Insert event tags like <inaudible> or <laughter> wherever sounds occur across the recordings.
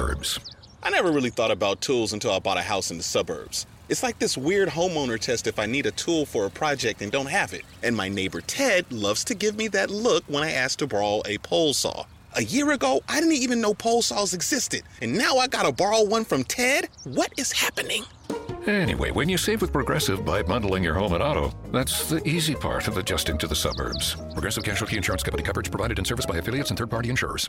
suburbs. I never really thought about tools until I bought a house in the suburbs. It's like this weird homeowner test if I need a tool for a project and don't have it. And my neighbor Ted loves to give me that look when I ask to borrow a pole saw. A year ago, I didn't even know pole saws existed, and now I gotta borrow one from Ted? What is happening? Anyway, when you save with Progressive by bundling your home and auto, that's the easy part of adjusting to the suburbs. Progressive Casualty Insurance Company coverage provided in service by affiliates and third party insurers.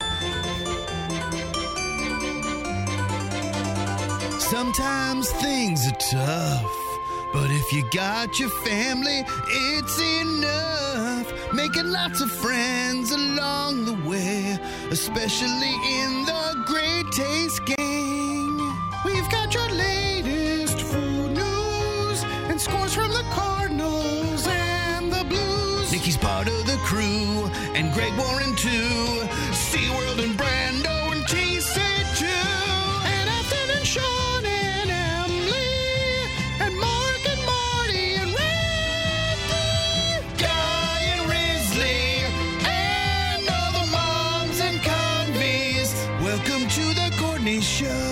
Sometimes things are tough, but if you got your family, it's enough. Making lots of friends along the way, especially in the Great Taste Gang. We've got your latest food news and scores from the Cardinals and the Blues. Nikki's part of the crew, and Greg Warren too. SeaWorld and Brando and TC too. And Ethan and Sean and Emily. And Mark and Marty and Randy. Guy and Risley. And all the moms and convies. Welcome to the Courtney Show.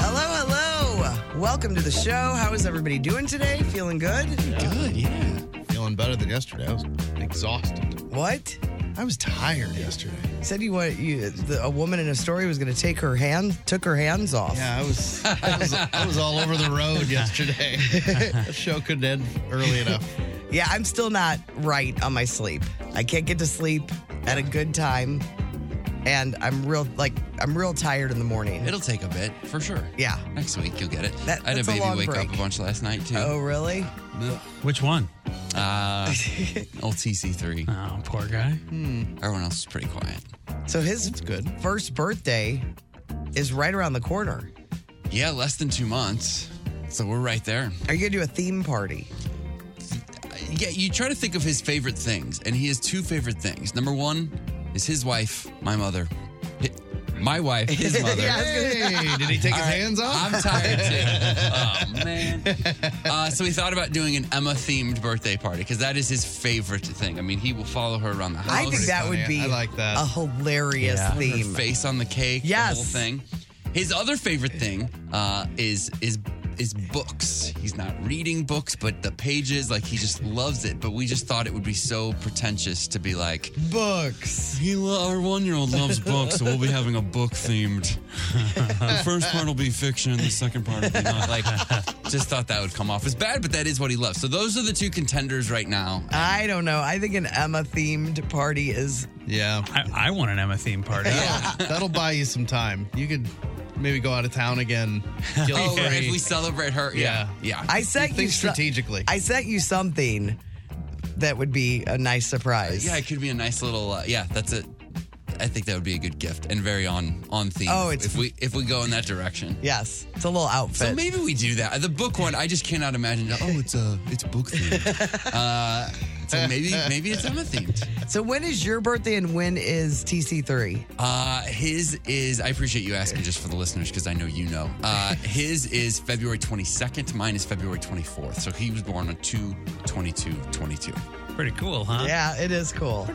Hello, hello. Welcome to the show. How is everybody doing today? Feeling good? Good, yeah. Feeling better than yesterday. I was exhausted. What? I was tired yesterday. Said you what? You, the, a woman in a story was going to take her hand, took her hands off. Yeah, I was, I was I was all over the <laughs> road yesterday. the show couldn't end early enough. Yeah, I'm still not right on my sleep. I can't get to sleep at a good time, and I'm real like I'm real tired in the morning. <laughs> It'll take a bit, for sure. yeah. Next week you'll get it. That- I had a that's a baby long wake break. up a bunch last night too. Oh, really? Ugh. Which one? Uh, old TC3. Oh, poor guy. Hmm. Everyone else is pretty quiet. So his good. first birthday is right around the corner. Yeah, less than two months. So we're right there. Are you going to do a theme party? Yeah, you try to think of his favorite things, and he has two favorite things. Number one is his wife, my mother. Hi- My <laughs> wife, his mother. Yeah, I was gonna- Hey, did he take his hands off? I'm tired <laughs> too. oh man. Uh, so we thought about doing an Emma themed birthday party because that is his favorite thing. I mean, he will follow her around the house. I think that funny. would be I like that. a hilarious her theme. face on the cake. Yes. The whole thing. His other favorite thing uh, is is is books. He's not reading books, but the pages, like he just loves it. But we just thought it would be so pretentious to be like, Books. he lo- our one year old loves books, so we'll be having a book <laughs> themed. the first part will be fiction, the second part will be not. <laughs> Like, just thought that would come off as bad, but that is what he loves. So those are the two contenders right now. I don't know. I think an Emma themed party is Yeah. I, I want an Emma theme party. That'll buy you some time. You could maybe go out of town again. Oh, guilt-free. if we celebrate her, yeah, yeah. I sent you Think so- strategically. I sent you something that would be a nice surprise. Yeah, it could be a nice little. Uh, yeah, that's it. I think that would be a good gift and very on on theme. Oh, it's- if we if we go in that direction. Yes, it's a little outfit. So maybe we do that. The book one, I just cannot imagine. Oh, it's a it's book themed. <laughs> uh, so maybe maybe it's Emma themed. So when is your birthday and when is TC3? Uh, his is. I appreciate you asking just for the listeners because I know you know. Uh, his is February twenty second. Mine is February twenty fourth. So he was born on 2 22 22. Pretty cool, huh? Yeah, it is cool.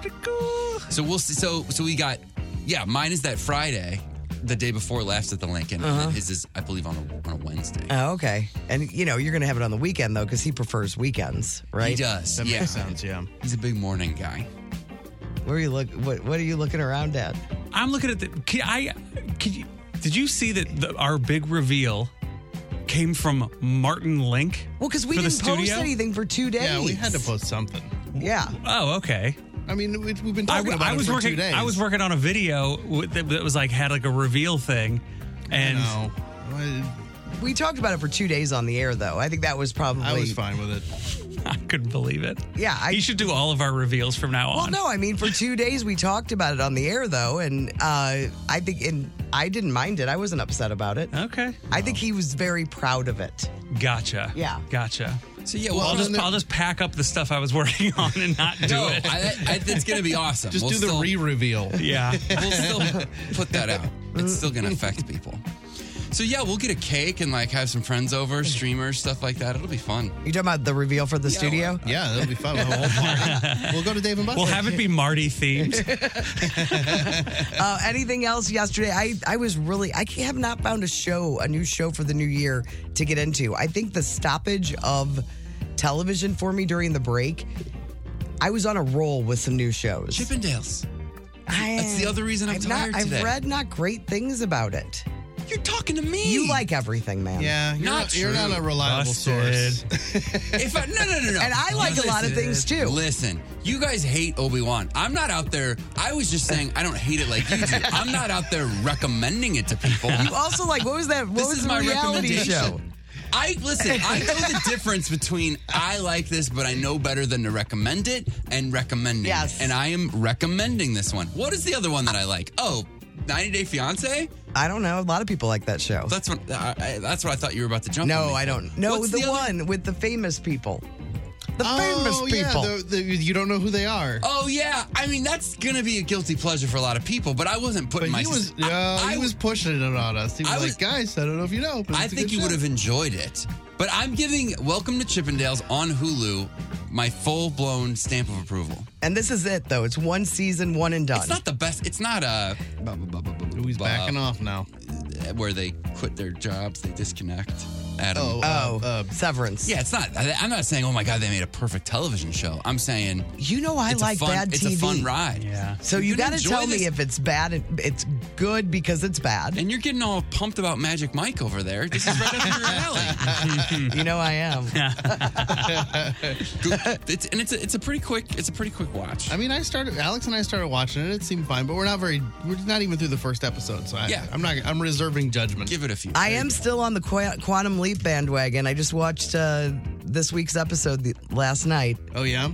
So we'll see. So so we got yeah. Mine is that Friday, the day before laughs at the Lincoln. And Uh-huh. then his is I believe on a on a Wednesday. Uh, Oh, okay. And you know, you're going to have it on the weekend though cuz he prefers weekends, right? He does. That yeah. makes sense, yeah. He's a big morning guy. Where are you look what what are you looking around at? I'm looking at the. Can I could you, did you see that the, our big reveal came from Martin Link? Well, cuz we For the didn't post studio? anything for 2 days. Yeah, we had to post something. Yeah. Oh, okay. I mean, we, we've been I, talking w- about I it was for working. two days. I was working on a video w- that, that was like had like a reveal thing, and No. I, We talked about it for 2 days on the air though. I think that was probably I was fine with it. <laughs> I couldn't believe it. Yeah, I- he should do all of our reveals from now Well, on. no, I mean, for two days we talked about it on the air, though, and uh, I think, and I didn't mind it. I wasn't upset about it. Okay. I think he was very proud of it. Gotcha. Yeah. Gotcha. So yeah, well, I'll just then I'll just pack up the stuff I was <laughs> working on and not do No, it. I, I, it's going to be awesome. Just We'll do the still- re-reveal. yeah. we'll <laughs> still put that out. It's still going to affect people. So yeah, we'll get a cake and like have some friends over, streamers, stuff like that. It'll be fun. You talking about the reveal for the studio? Yeah, that'll be fun. We'll, hold- we'll go to Dave and Buster's. We'll have it be Marty themed. Uh, anything else yesterday? I, I was really, I have not found a show, a new show for the new year to get into. I think the stoppage of television for me during the break, I was on a roll with some new shows. Chippendales. I- That's the other reason I'm I've not- tired I've today. read not great things about it. You're talking to me. You like everything, man. Yeah, you're Not not, you're true. not a reliable Busted. source. If I, no, no, no, no. <laughs> And I like a lot of things, too. Listen, you guys hate Obi Wan. I'm not out there. I was just saying I don't hate it like you do. I'm not out there recommending it to people. <laughs> You also like what was that? What This was is the my reality recommendation. show? I listen. I <laughs> know the difference between I like this, but I know better than to recommend it and recommending. it. Yes. And I am recommending this one. What is the other one that I like? Oh, 90 Day Fiance. I don't know. A lot of people like that show. That's what. I, I, that's what I thought you were about to jump. on No, me I for. don't. No, What's the, other- one with the famous people. The famous Oh, people. yeah, the, the, you don't know who they are. Oh yeah, I mean that's gonna be a guilty pleasure for a lot of people, but I wasn't but putting my. he was, I, uh, I he was pushing it on us. He was, I was- like, guys, I don't know if you know. But I it's a think good you show." would have enjoyed it. But I'm giving Welcome to Chippendales on Hulu my full blown stamp of approval. And this is it, though. It's one season, one and done. It's not the best. It's not a. He's backing off now. where they quit their jobs, they disconnect. Adam. Oh, oh, uh, uh, Severance. Yeah, it's not. I- I'm not saying, oh my God, they made a perfect television show. I'm saying You know I it's like a fun, bad It's TV. a fun ride. Yeah. So you can got to enjoy tell me this- if it's bad. and- It's good because it's bad. And you're getting all pumped about Magic Mike over there. This is right up your <laughs> alley. you know I <laughs> am. Go- It's, and it's a, it's a pretty quick it's a pretty quick watch. I mean, I started. Alex and I started watching it. It seemed fine, but we're not very. We're not even through the first episode, so I, Yeah. I'm not. I'm reserving judgment. Give it a few. I am still on the Qua- Quantum Leap bandwagon. I just watched uh, this week's episode the, last night. oh yeah,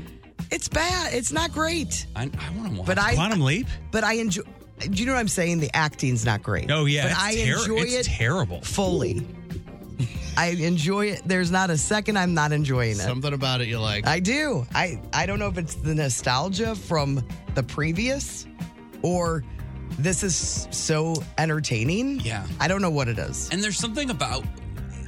It's bad. It's not great. I, I want to watch. But I Quantum Leap? but I enjoy. Do you know what I'm saying? The acting's not great. Oh yeah. but it's I ter- enjoy it's it terrible. fully. <laughs> I enjoy it. There's not a second I'm not enjoying it. something about it you like. I do. I I don't know if it's the nostalgia from the previous, or this is so entertaining. Yeah. I don't know what it is. And there's something about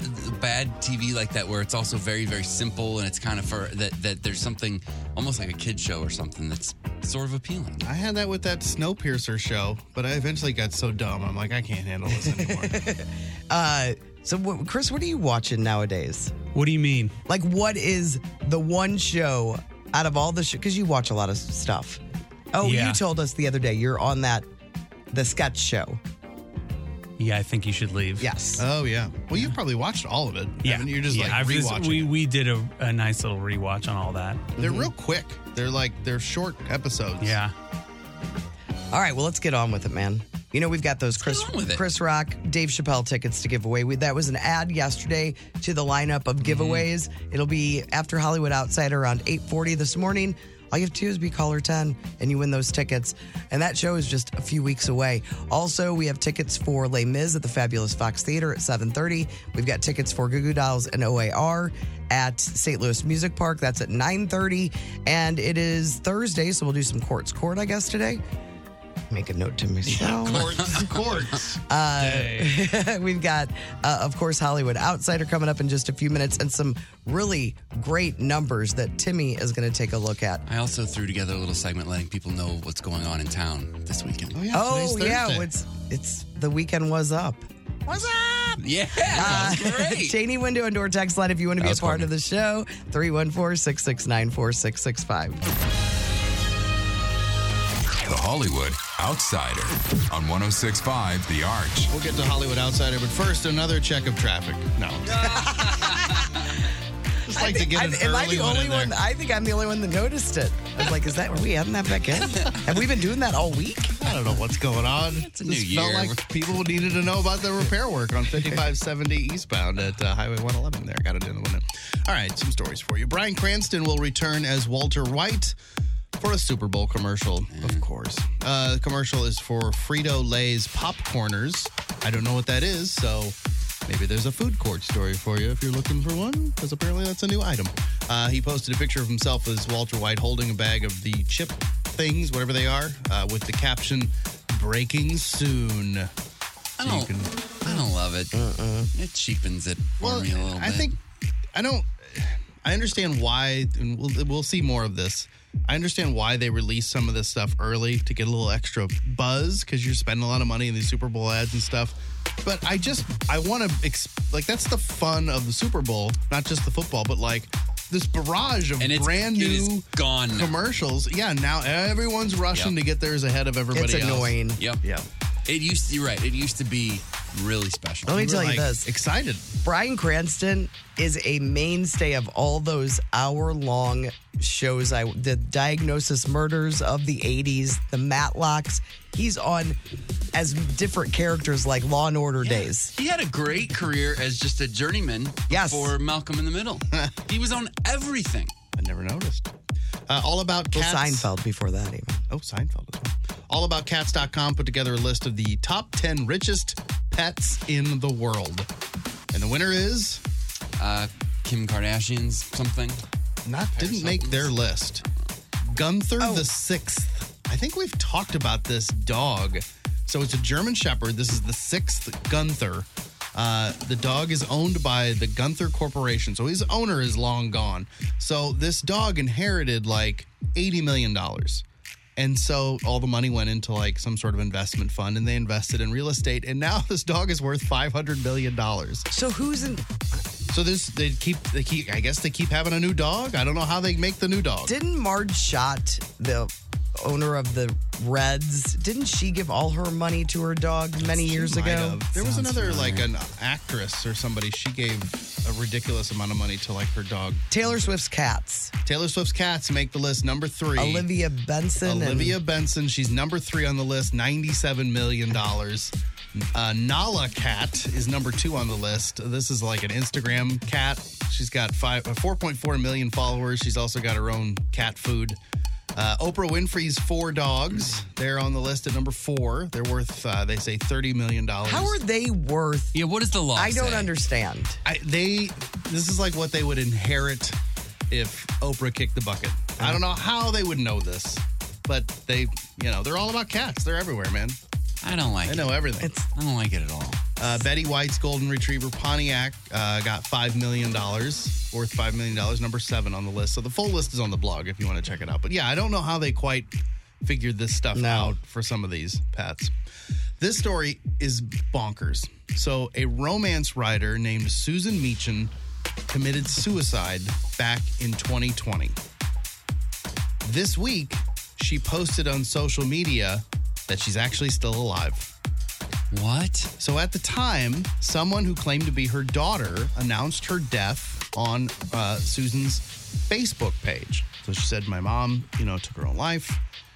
the bad TV like that where it's also very very simple and it's kind of for that that there's something almost like a kid show or something that's sort of appealing. I had that with that Snowpiercer show, but I eventually got so dumb. I'm like, I can't handle this anymore. Uh, so what, Chris, what are you watching nowadays? What do you mean? Like, what is the one show out of all the shows? Because you watch a lot of stuff. Oh, Yeah. you told us the other day you're on that the sketch show. Yeah, I think you should leave. Yes. oh yeah. Well, you've probably watched all of it. Yeah. haven't you? you're just Yeah, like I've just- rewatching. we it. we did a, a nice little rewatch on all that. They're real quick. They're like they're short episodes. Yeah. All right, well, let's get on with it, man. You know, we've got those Chris, get on with it. Chris Rock, Dave Chappelle tickets to give away. We, that was an ad yesterday to the lineup of Mm-hmm. giveaways. It'll be after Hollywood Outsider around 8.40 this morning. All you have to do is be caller 10 and you win those tickets. And that show is just a few weeks away. Also, we have tickets for Les Mis at the Fabulous Fox Theater at 7.30. We've got tickets for Goo Goo Dolls and OAR at St. Louis Music Park. That's at 9.30. And it is Thursday, so we'll do some courts court, I guess, today make a note to myself. Courts, courts. <laughs> We've got, uh, of course, Hollywood Outsider coming up in just a few minutes and some really great numbers that Timmy is going to take a look at. I also threw together a little segment letting people know what's going on in town this weekend. yeah. Oh, today's yeah. Thursday. It's, it's the weekend was up. What's up? <laughs> Yeah, that was great. Cheney Window and Door Text Line if you want to be a was part corny. of the show. 314 669 4665. The Hollywood Outsider on 1065 The Arch. We'll get to Hollywood Outsider, but first, another check of traffic. No. Just like to get an am I early the one only in there. one? <laughs> I think I'm the only one that noticed it. I was like, is that, are we adding that back in? Have we been doing that all week? I don't know what's going on. It's a new felt year. like people needed to know about the repair work <laughs> on 5570 eastbound at uh, Highway 111 there. Got it in the window. All right, some stories for you. Brian Cranston will return as Walter White for a Super Bowl commercial, of course. Uh, the commercial is for Frito Lay's Popcorners. I don't know what that is, so maybe there's a food court story for you if you're looking for one, because apparently that's a new item. Uh, he posted a picture of himself as Walter White holding a bag of the chip things, whatever they are, uh, with the caption "Breaking soon." So I don't, I don't love it. It cheapens it for me a little I bit. think I don't. I understand why, and we'll, we'll see more of this. I understand why they release some of this stuff early to get a little extra buzz because you're spending a lot of money in these Super Bowl ads and stuff. But I just I want to ex- like that's the fun of the Super Bowl, not just the football, but like this barrage of And it's- brand it is new gone now. commercials. Yeah, now everyone's rushing Yep. to get theirs ahead of everybody. else. Yep. Yeah. It used to, you're right. It used to be really special. Let me tell you this. Excited. Brian Cranston is a mainstay of all those hour long shows. I the diagnosis murders of the 80s, the Matlocks. He's on as different characters like Law and Order days. He had a great career as just a journeyman Yes. for Malcolm in the Middle. he was on everything. I never noticed. Uh, all about Well, cats. Seinfeld before that even. Oh, Seinfeld as well. AllAboutCats.com put together a list of the top 10 richest pets in the world. And the winner is Uh, Kim Kardashian's something. not didn't make their list. Gunther the Sixth. I think we've talked about this dog. So it's a German Shepherd. This is the sixth Gunther. Uh, the dog is owned by the Gunther Corporation. So his owner is long gone. So this dog inherited like $80 million. And so all the money went into like some sort of investment fund and they invested in real estate. And now <laughs> this dog is worth $500 million. So who's in So this they keep they keep I guess they keep having a new dog. I don't know how they make the new dog. Didn't Marge Schott, the owner of the Reds, didn't she give all her money to her dog many years Might ago? have. There was another like an actress or somebody. She gave a ridiculous amount of money to like her dog. Taylor Swift's cats. Taylor Swift's cats make the list number three. Olivia Benson. and- Olivia Benson. She's number three on the list. Ninety-seven million dollars. Uh, Nala Cat is number two on the list. This is like an Instagram cat. She's got five, uh, 4.4 million followers. She's also got her own cat food. Uh, Oprah Winfrey's four dogs. They're on the list at number four. They're worth, uh, they say, $30 million. How are they worth? Yeah, what is the law? I don't understand. I, they this is like what they would inherit if Oprah kicked the bucket. I don't know how they would know this, but they, you know, they're all about cats. They're everywhere, man. I don't like They know everything. I don't like it at all. Uh, Betty White's golden retriever Pontiac uh, got five million dollars, worth five million dollars, number seven on the list. So the full list is on the blog if you want to check it out. But yeah, I don't know how they quite figured this stuff out for some of these pets. This story is bonkers. So a romance writer named Susan Meechan committed suicide back in 2020. This week, she posted on social media that she's actually still alive. What? So at the time, someone who claimed to be her daughter announced her death on uh, Susan's Facebook page. So she said, My mom, you know, took her own life,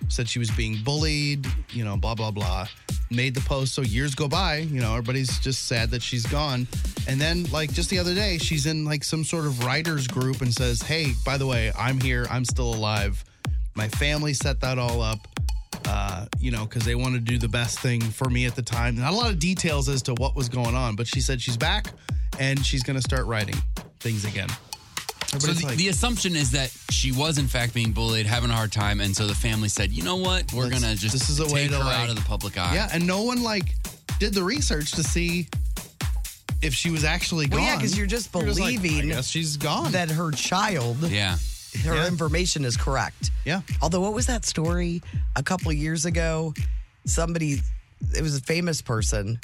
said she was being bullied, you know, blah, blah, blah. Made the post. So years go by, you know, everybody's just sad that she's gone. And then, like, just the other day, she's in like some sort of writers group and says, Hey, by the way, I'm here. I'm still alive. My family set that all up uh, you know, because they wanted to do the best thing for me at the time. Not a lot of details as to what was going on, but she said she's back and she's going to start writing things again. So Everybody's the, like, the assumption is that she was in fact being bullied, having a hard time, and so the family said, "You know what? We're Let's- gonna just this is a take way to, her like- out of the public eye." yeah, and no one like did the research to see if she was actually gone. Well, yeah, because you're just like, I believing guess she's gone. that her child, yeah. her Yeah. information is correct. Yeah. Although, what was that story a couple of years ago? Somebody, it was a famous person.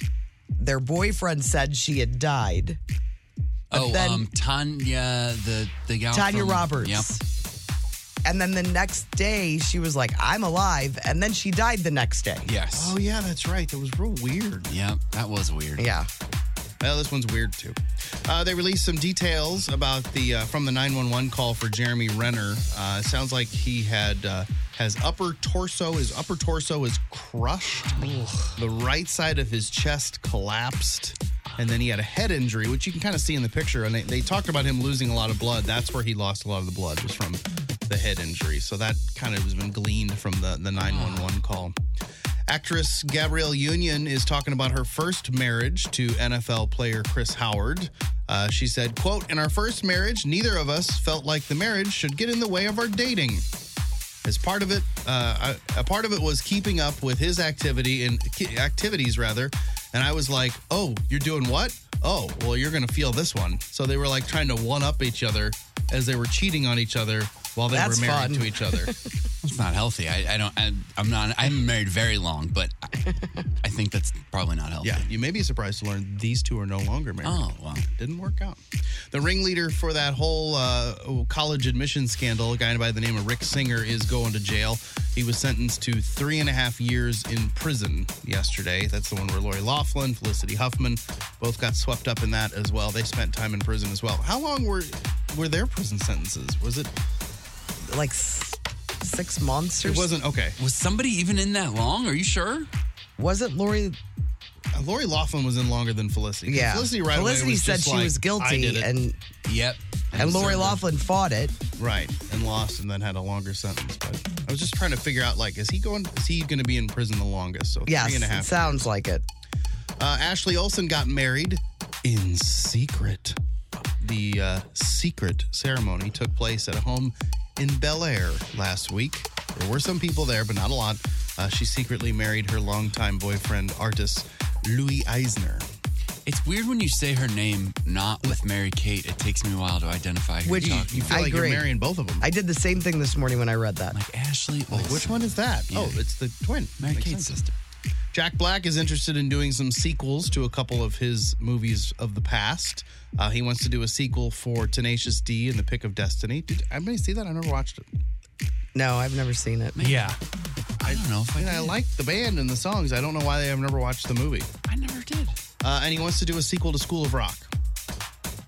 Their boyfriend said she had died. But Oh, then- um, Tanya, the the gal, Tanya from- Roberts. Yep. And then the next day, she was like, I'm alive. And then she died the next day. Yes. oh yeah, that's right. That was real weird. Yep. That was weird. Yeah. Well, this one's weird too. Uh, they released some details about the uh, from the 911 call for Jeremy Renner. Uh, it sounds like he had uh, has upper torso. His upper torso is crushed. The right side of his chest collapsed. And then he had a head injury, which you can kind of see in the picture. And they, they talked about him losing a lot of blood. That's where he lost a lot of the blood, was from the head injury. So that kind of has been gleaned from the, the 911 call. Actress Gabrielle Union is talking about her first marriage to NFL player Chris Howard. Uh, she said, quote, in our first marriage, neither of us felt like the marriage should get in the way of our dating. As part of it, uh, I- a part of it was keeping up with his activity and ki- activities rather, and I was like, "Oh, you're doing what? Oh, well, you're gonna feel this one." So they were like trying to one up each other as they were cheating on each other while they That's were married fun. to <laughs> each other. It's not healthy. I, I don't. I, I'm not. I haven't married very long, but <laughs> I, I think that's probably not healthy. Yeah, you may be surprised to learn these two are no longer married. Oh, wow. Didn't work out. The ringleader for that whole uh, college admission scandal, a guy by the name of Rick Singer, is going to jail. He was sentenced to three and a half years in prison yesterday. That's the one where Lori Laughlin, Felicity Huffman, both got swept up in that as well. They spent time in prison as well. How long were were their prison sentences? Was it? Like s- six months or It s- wasn't okay. Was somebody even in that long? Are you sure? Wasn't Lori? Uh, Lori Laughlin was in longer than Felicity. Yeah. Felicity right away Felicity was said just she like, was I did guilty, it. and Yep. and Lori so- Laughlin fought it. Right, and lost, and then had a longer sentence. But I was just trying to figure out, like, is he going? Is he going to be in prison the longest? So Yes, three and a it half. sounds like it. uh, Ashley Olsen got married in secret. The uh, secret ceremony took place at a home in Bel Air last week. There were some people there, but not a lot. Uh, she secretly married her longtime boyfriend, artist Louis Eisner. It's weird when you say her name not with Mary Kate. It takes me a while to identify who Which- you're You talking feel I like agree. you're marrying both of them. I did the same thing this morning when I read that. about. Ashley Olsen. Which one is that? Yeah. Oh, it's the twin. Mary Makes Kate's sense. sister. Jack Black is interested in doing some sequels to a couple of his movies of the past. Uh, he wants to do a sequel for Tenacious D and The Pick of Destiny. Did anybody see that? I never watched it. No, I've never seen it. Yeah. I don't know if I. And I did. like the band and the songs. I don't know why they have never watched the movie. I never did. Uh, and he wants to do a sequel to School of Rock,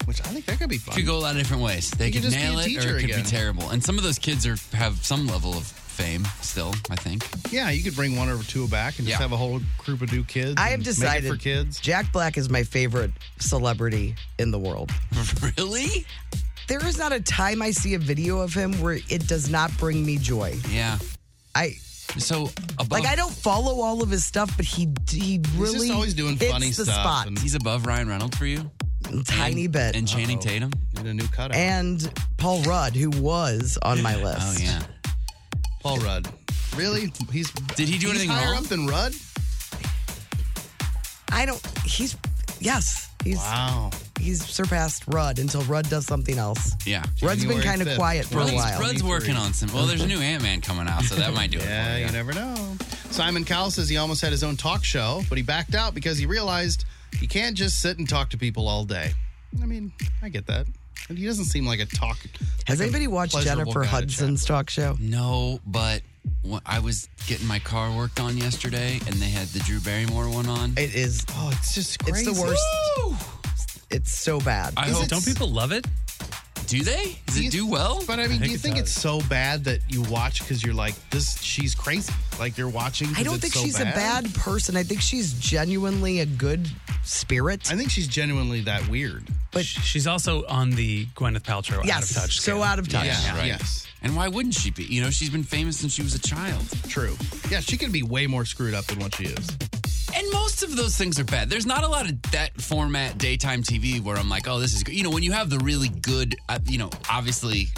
which I think that could be fun. Could go a lot of different ways. They You could could just be nail a it, or teacher it could again. be terrible. And some of those kids are have some level of fame still. I think. Yeah, you could bring one or two back and just Yeah. have a whole group of new kids. I have and make it decided for kids. Jack Black is my favorite celebrity in the world. really? There is not a time I see a video of him where it does not bring me joy. Yeah. I So above, like I don't follow all of his stuff, but he he really just always doing hits funny the stuff spot and- He's above Ryan Reynolds for you. a tiny And- bit. And And, Channing Tatum. Need a new cutout. Paul Rudd, who was on my list. Oh yeah. Paul Rudd. Really? He's Did he do he's anything higher wrong? up than Rudd? I don't. He's yes. He's Wow. he's surpassed Rudd until Rudd does something else. Yeah. Rudd's been January kind of 5th, quiet for a Rudd's, while. Rudd's working on some. Well, there's a new Ant Man coming out, so that might <laughs> do it. Yeah, you never know. Simon Cowell says he almost had his own talk show, but he backed out because he realized you can't just sit and talk to people all day. I mean, I get that. And he doesn't seem like a talk. Has like a anybody watched pleasurable Jennifer guy to chat Hudson's with. talk show? No, but when I was getting my car worked on yesterday, and they had the Drew Barrymore one on. It is. Oh, it's just crazy. It's the worst. It's so bad. I Is hope. it- Don't people love it? Do they? Does You- it do well? But I mean, do you it think does. it's so bad that you watch because you're like, this? She's crazy. Like you're watching. 'cause I don't it's think so she's bad? a bad person. I think she's genuinely a good spirit. I think she's genuinely that weird. But- She's also on the Gwyneth Paltrow yes, out of touch. so scale. out of touch. Yeah, right. Yes. And why wouldn't she be? You know, she's been famous since she was a child. True. Yeah, she could be way more screwed up than what she is. And most of those things are bad. There's not a lot of that format daytime TV where I'm like, oh, this is good. You know, when you have the really good, uh, you know, obviously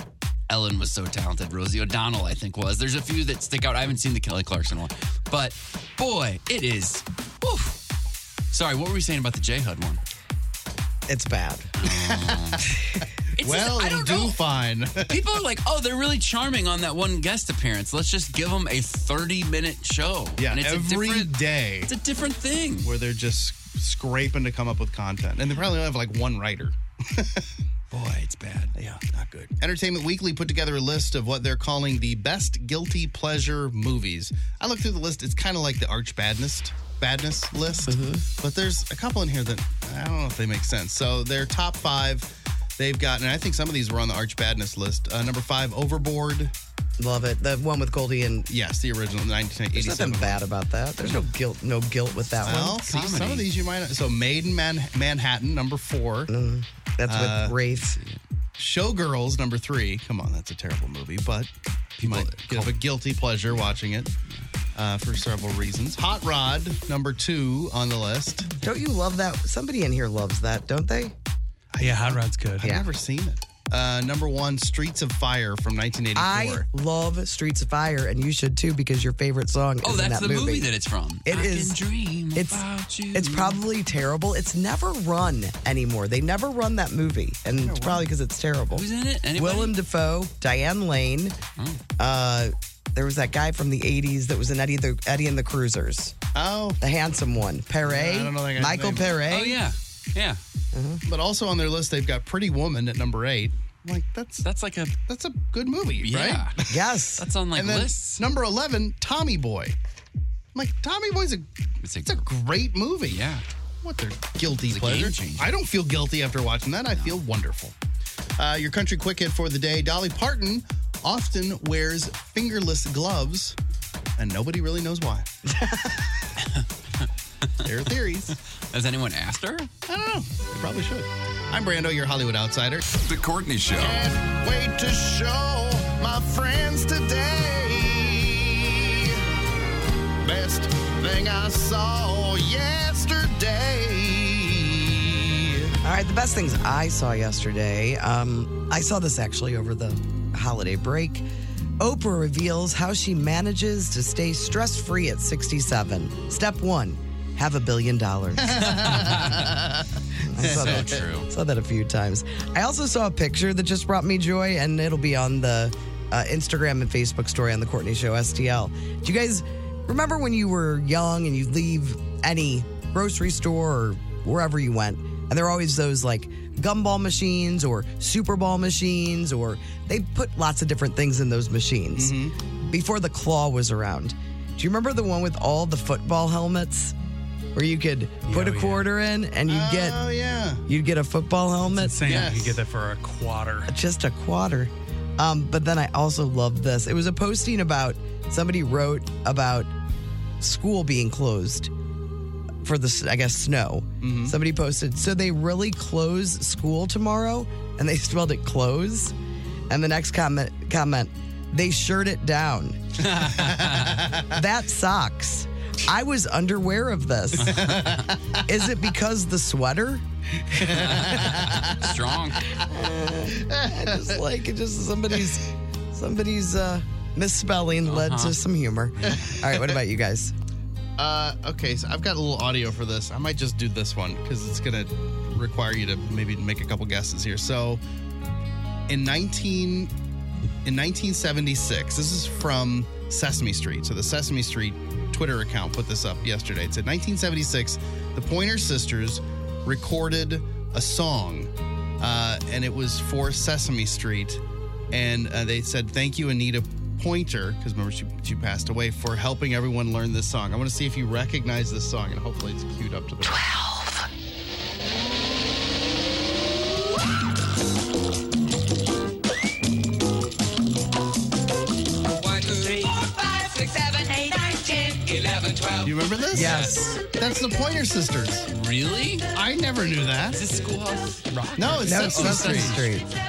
Ellen was so talented. Rosie O'Donnell, I think, was. There's a few that stick out. I haven't seen the Kelly Clarkson one, but boy, it is. Oof. Sorry, what were we saying about the J HUD one? It's bad. It's well, just, I it'll don't do know. fine. <laughs> People are like, oh, they're really charming on that one guest appearance. Let's just give them a 30 minute show. yeah, and it's a every different, day. It's a different thing. where they're just scraping to come up with content. And they probably only have like one writer. <laughs> Boy, it's bad. Yeah, not good. Entertainment Weekly put together a list of what they're calling the best guilty pleasure movies. I looked through the list, it's kind of like the Arch Badness, badness list, Mm-hmm. but there's a couple in here that I don't know if they make sense. So their top five, they've got, and I think some of these were on the Arch Badness list. Uh, number five, Overboard. Love it. The one with Goldie and yes, the original 1987. There's nothing bad about that. There's no guilt, no guilt with that Well, one. see, some of these you might. So Made in Man- Manhattan, number four. Uh-huh. that's uh, with Wraith. Showgirls, number three. Come on, that's a terrible movie, but you might give a guilty pleasure watching it uh, for several reasons. Hot Rod, number two on the list. Don't you love that? Somebody in here loves that, don't they? Yeah, Hot Rod's good. I've never seen it. Uh, number one, Streets of Fire from 1984. I love Streets of Fire, and you should too because your favorite song. Oh, is in that's that the movie. movie that it's from. It I can is- dream it's about you. it's probably terrible. It's never run anymore. They never run that movie, Oh, and it's probably because it's terrible. Who's in it? Anybody? Willem Dafoe, Diane Lane. Oh. Uh, there was that guy from the '80s that was in Eddie the Eddie and the Cruisers. Oh, the handsome one, Perret. I don't know that guy's Michael name. Oh, Perret. Oh, yeah. But also on their list, they've got Pretty Woman at number eight. Like that's that's like a that's a good movie, Yeah. right? Yes, that's on like and then lists. number eleven, Tommy Boy. I'm like Tommy Boy's a it's a, great movie. Yeah, what their guilty It's a pleasure. game changer. I don't feel guilty after watching that. I feel wonderful. Uh, your country quick hit for the day: Dolly Parton often wears fingerless gloves, and nobody really knows <laughs> why. there are theories. Has anyone asked her? I don't know. They probably should. I'm Brando, your Hollywood outsider. The Courtney Show. Wait to show my friends today. Best thing I saw yesterday. All right, the best things I saw yesterday. Um, I saw this actually over the holiday break. Oprah reveals how she manages to stay stress free at 67. Step one have a billion dollars. <laughs> I saw So that, true. Saw that a few times. I also saw a picture that just brought me joy, and it'll be on the uh, Instagram and Facebook story on the Courtney Show STL. Do you guys remember when you were young and you leave any grocery store or wherever you went, and there are always those like gumball machines or super ball machines, or they put lots of different things in those machines Mm-hmm. before the claw was around. Do you remember the one with all the football helmets? Where you could oh, put a quarter in and you'd get Oh yeah. You'd get a football helmet. Saying you could get that for a quarter. Just a quarter. Um, but then I also loved this. It was a posting about somebody wrote about school being closed for the, s- I guess, snow. Somebody posted, so they really close school tomorrow, and they <laughs> spelled it close. And the next comment, comment, they shirt it down. that sucks. I was underwear of this. Is it because the sweater? Strong. just like just somebody's somebody's uh, misspelling led to some humor. All right, what about you guys? Uh, okay, so I've got a little audio for this. I might just do this one because it's gonna require you to maybe make a couple guesses here. So, in nineteen in nineteen seventy six, this is from Sesame Street. So the Sesame Street Twitter account put this up yesterday. It said nineteen seventy six, the Pointer Sisters recorded a song, uh, and it was for Sesame Street, and uh, they said thank you Anita Pointer because remember she she passed away for helping everyone learn this song. I want to see if you recognize this song, and hopefully it's queued up to the twelve. You remember this? Yes. That's the Pointer Sisters. Really? I never knew that. Is this Schoolhouse Rock? No, it's No, Sesame it's Sesame Street.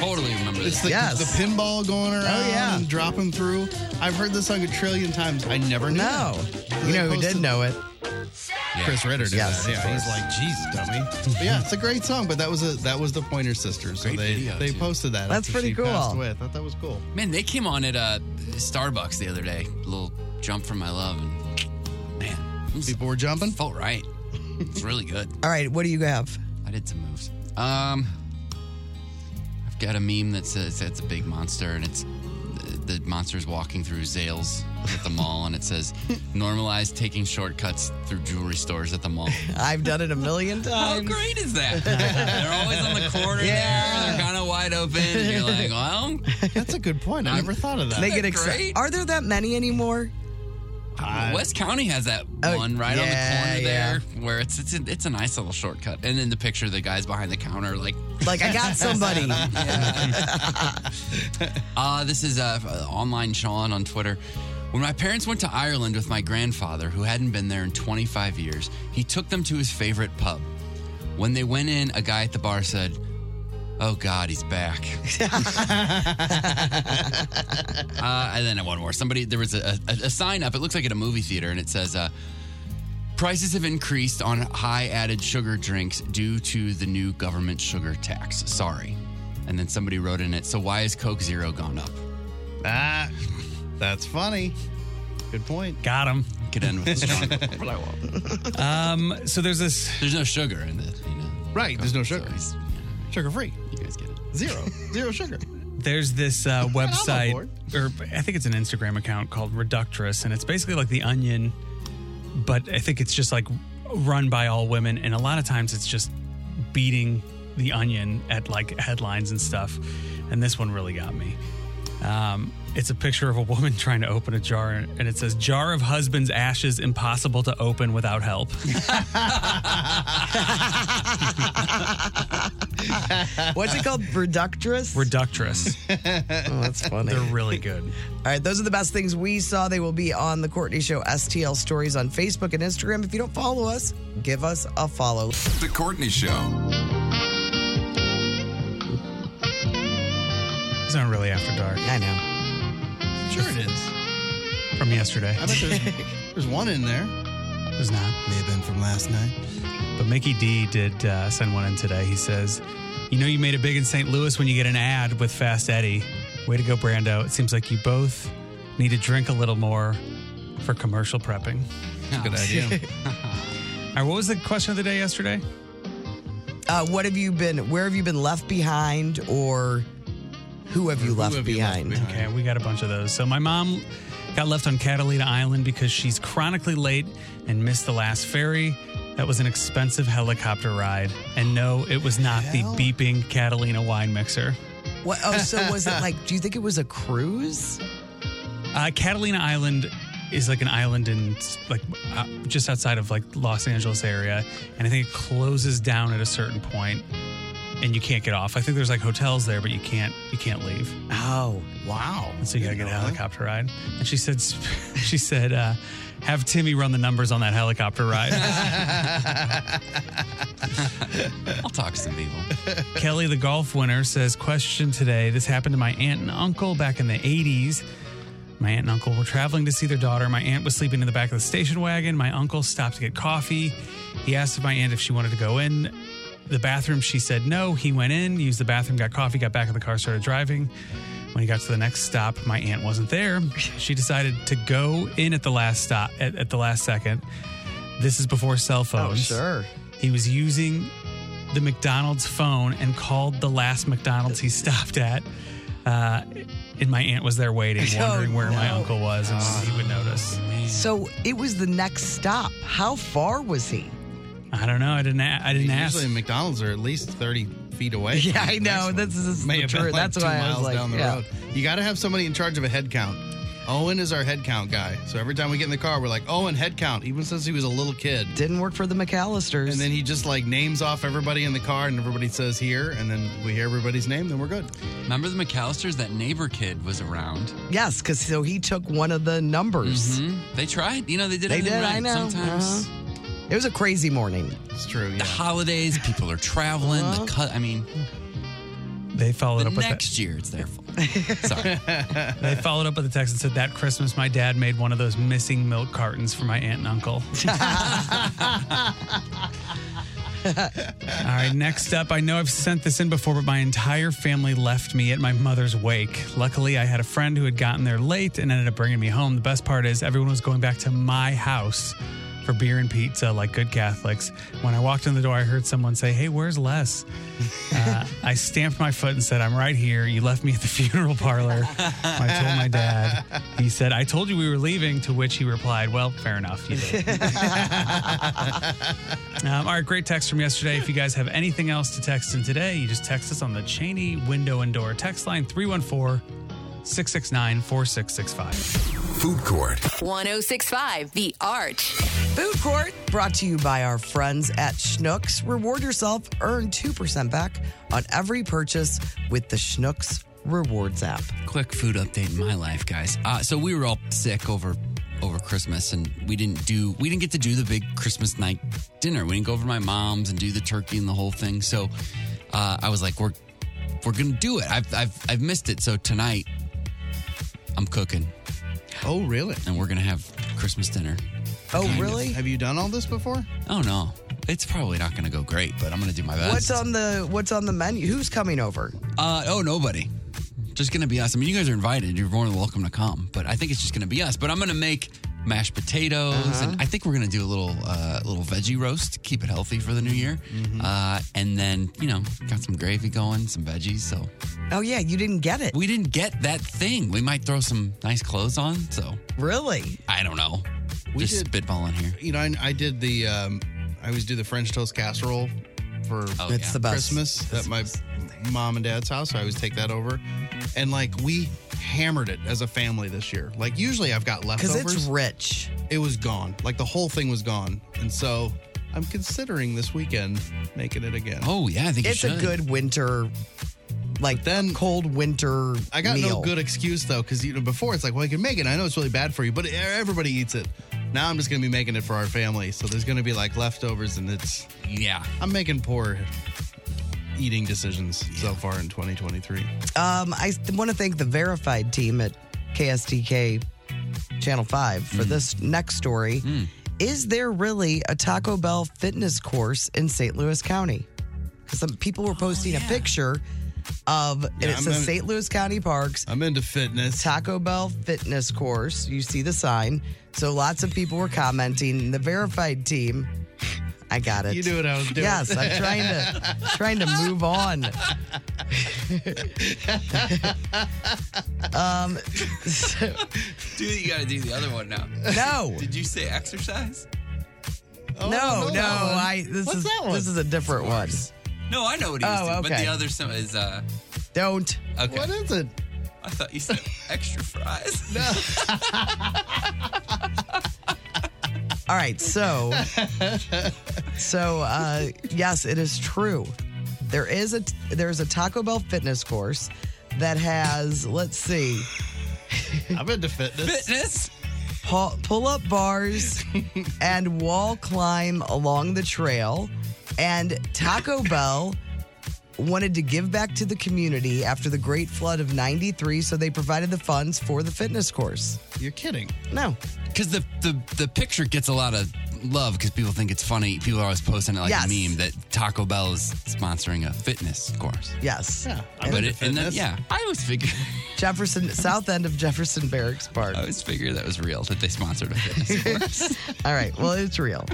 Totally remember It's this. the, the pinball going around Oh, yeah. and dropping through. I've heard this song a trillion times. I never knew. No. that. You They know who posted- did know it? Chris Ritter did Yes, that. of Yeah, he's course. like, "Geez, dummy." But yeah, it's a great song, but that was a that was the Pointer Sisters. So Great they video, they too. posted that. That's after pretty she cool. passed away. I thought that was cool. Man, they came on at uh, Starbucks the other day. A little jump from my love, and man, it was- People <laughs> were jumping. felt right. It's really good. All right, what do you have? I did some moves. Um, I've got a meme that says that's a big monster, and it's the, the monster's walking through Zales at the mall, and it says normalize taking shortcuts through jewelry stores at the mall. I've done it a million How times. great is that? They're always on the corner there. They're kind of wide open. And you're like, well, That's a good point. I never thought of that. They get that great? excited. Are there that many anymore? I- West County has that Oh, one right yeah, on the corner yeah. there, where it's it's a, it's a nice little shortcut. And in the picture, the guys behind the counter like Like, I got somebody. Uh, this is uh, online Sean on Twitter. When my parents went to Ireland with my grandfather, who hadn't been there in 25 years, he took them to his favorite pub. When they went in, a guy at the bar said, Oh God, he's <laughs> back. uh, and then one more. Somebody, there was a, a, a sign up. It looks like at a movie theater, and it says, uh, Prices have increased on high added sugar drinks due to the new government sugar tax. Sorry. And then somebody wrote in it, so why is Coke Zero gone up? Ah, that's funny. Good point. Got him. Could end with a strong. <laughs> <laughs> um, so there's this. There's no sugar in the. Right, there's no sugar. Sugar free. You guys get it. Zero. Zero sugar. There's this uh, website, board. or I think it's an Instagram account called Reductress, and it's basically like The Onion, but I think it's just like run by all women, and a lot of times it's just beating The Onion at like headlines and stuff. And this one really got me. Um, it's a picture of a woman <laughs> trying to open a jar, and it says, Jar of husband's ashes impossible to open without <laughs> help. What's it called? Reductress? Reductress. oh, that's funny. They're really good. All right, those are the best things we saw. They will be on the Courtney Show STL stories on Facebook and Instagram. If you don't follow us, give us a follow. The Courtney Show. It's not really after dark. I know. Sure it is. From yesterday. I bet <laughs> there's, there's one in there. There's not. May have been from last night. But Mickey D did uh, send one in today. He says, You know, you made it big in St. Louis when you get an ad with Fast Eddie. Way to go, Brando. It seems like you both need to drink a little more for commercial prepping. Good <laughs> idea. All right, what was the question of the day yesterday? Uh, what have you been, where have you been left behind or who have you, left, have you left behind? behind? Okay, we got a bunch of those. So my mom got left on Catalina Island because she's chronically late and missed the last ferry. That was an expensive helicopter ride. And no, it was not the beeping Catalina wine mixer. What, oh, so was it like, do you think it was a cruise? Uh, Catalina Island is like an island in like uh, just outside of like Los Angeles area, and I think it closes down at a certain point, and you can't get off. I think there's like hotels there, but you can't you can't leave, Oh, Wow. and so you gotta get a know that? helicopter ride. And she said <laughs> she said uh, have Timmy run the numbers on that <laughs> helicopter ride. I'll talk to some people. Kelly, the golf winner, says question today. This happened to my aunt and uncle back in the '80s. My aunt and uncle were traveling to see their daughter. My aunt was sleeping in the back of the station wagon. My uncle stopped to get coffee. He asked my aunt if she wanted to go in the bathroom. She said no. He went in, used the bathroom, got coffee, got back in the car, started driving. When he got to the next stop, my aunt wasn't there. She decided to go in at the last stop at, at the last second. This is before cell phones. He was using the McDonald's phone and called the last McDonald's he stopped at. Uh, and my aunt was there waiting, Oh, wondering where my no. Ah. uncle was and if he would notice. So it was the next stop. How far was he? I don't know. I didn't. A- I didn't ask. Usually McDonald's are at least 30 <laughs> feet away. Yeah, from I the know. next one. This is- this is May have mature. been like That's two why I was miles like, down the yeah. road. You got to have somebody in charge of a head count. Owen is our head count guy. So every time we get in the car, we're like, Owen, head count, even since he was a little kid. Didn't work for the McAllisters. And then he just like names off everybody in the car and everybody says here. And then we hear everybody's name, then we're good. Remember the McAllisters? That neighbor kid was around. yes, because so he took one of the numbers. Hmm? They tried. You know, they did. They everything did, Right. I know. Uh-huh. Sometimes Mm-hmm. It was a crazy morning. It's true. <laughs> the Yeah. holidays, people are traveling. The cut. I mean, they followed the up with that. next year it's their fault. Sorry. They followed up with a text and said that Christmas my dad made one of those missing milk cartons for my aunt and uncle. All right, next up, I know I've sent this in before, but my entire family left me at my mother's wake. Luckily, I had a friend who had gotten there late and ended up bringing me home. The best part is everyone was going back to my house for beer and pizza like good Catholics. When I walked in the door, I heard someone say, Hey, where's Les? Uh, I stamped my foot and said, I'm right here. You left me at the <laughs> funeral parlor. I told my dad. He said, I told you we were leaving, to which he replied, Well, fair enough. You did. Um, all right, great text from yesterday. If you guys have anything else to text in today, you just text us on the Cheney window and door text line 314 669 4665. Food Court. 1065 The Arch. Food Court, brought to you by our friends at Schnucks. Reward yourself, earn 2% back on every purchase with the Schnucks Rewards app. Quick food update in my life, guys. Uh, so we were all sick over over Christmas, and we didn't do we didn't get to do the big Christmas night dinner. We didn't go over to my mom's and do the turkey and the whole thing. So uh, I was like, we're we're gonna do it. I've I've I've missed it. So tonight, I'm cooking. Oh, really? And we're gonna have Christmas dinner. Oh, Kind of. really? Have you done all this before? Oh no, it's probably not gonna go great, but I'm gonna do my best. What's on the What's on the menu? Who's coming over? Uh, oh, nobody. Just gonna be us. I mean, you guys are invited. You're more than welcome to come. But I think it's just gonna be us. But I'm gonna make mashed potatoes, Uh-huh. and I think we're gonna do a little uh, little veggie roast. Keep it healthy for the new year. Mm-hmm. Uh, and then you know, got some gravy going, some veggies. So. Oh yeah, you didn't get it. We didn't get that thing. We might throw some nice clothes on. So. Really? I don't know. We just did- spitballing here. You know, I, I did the, um, I always do the French toast casserole for Oh, It's yeah. the best. Christmas at my mom and dad's house. I always take that over. And like, we hammered it as a family this year. Like, usually I've got 'Cause it's leftovers. rich. It was gone. Like, the whole thing was gone. And so I'm considering this weekend making it again. Oh, yeah. I think it's a good winter, like then cold winter. I got meal. no good excuse though, because you know before it's like, well, I can make it. I know it's really bad for you, but everybody eats it. Now I'm just gonna be making it for our family, so there's gonna be like leftovers, and it's yeah. I'm making poor eating decisions so far in 2023. Um, I want to thank the verified team at KSTK Channel 5 for Hmm. this next story. Is there really a Taco Bell fitness course in St. Louis County? Because some people were posting a picture of, and Oh, Yeah, it I'm says in- St. Louis County Parks. I'm into fitness. Taco Bell fitness course. You see the sign. So lots of people were commenting. The verified team. I got it. You knew what I was doing. Yes, I'm trying to trying to move on. um, so- Dude, you got to do the other one now. No. Did you say exercise? no, no, Oh, no, that one. I this What's is that one? this is a different one. No, I know what he was Oh, doing, but okay. the other sim- is uh Don't. okay. What is it? I thought <laughs> you said extra fries. No. All right, <laughs> so so uh, yes, it is true. There is a there's a Taco Bell fitness course that has let's see I'm into fitness. Fitness. pull up bars <laughs> and wall climb along the trail. And Taco Bell wanted to give back to the community after the great flood of 93, so they provided the funds for the fitness course. You're kidding. No. Because the, the the picture gets a lot of love because people think it's funny. People are always posting it like Yes. a meme that Taco Bell is sponsoring a fitness course. Yes. I but it, and then, yeah, I always figure <laughs> Jefferson, south end of Jefferson Barracks Park. I always figure that was real that they sponsored a fitness. <laughs> All right. Well, it's real.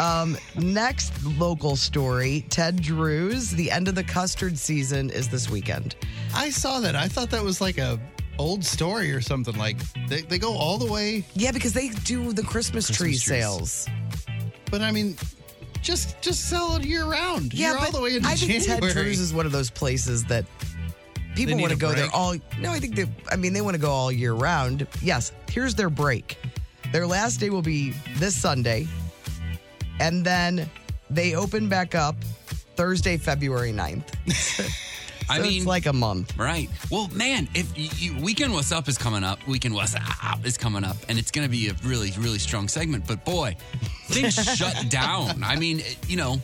Um, next local story Ted Drews. The end of the custard season is this weekend. I saw that. I thought that was like a old story or something. Like they, they go all the way Yeah, because they do the Christmas, tree trees. sales. But I mean, just just sell it year round. Yeah, You're but all the way into I think January. Ted Cruz is one of those places that people need want to a go there break. all. No, I think they. I mean, they want to go all year round. Yes, here's their break. Their last day will be this Sunday, and then they open back up Thursday, February 9th. I So mean, it's like a month. Right. Well, man, if you, you, weekend what's up is coming up, weekend what's up is coming up, and it's going to be a really, really strong segment. But boy, things shut down. I mean, it- you know,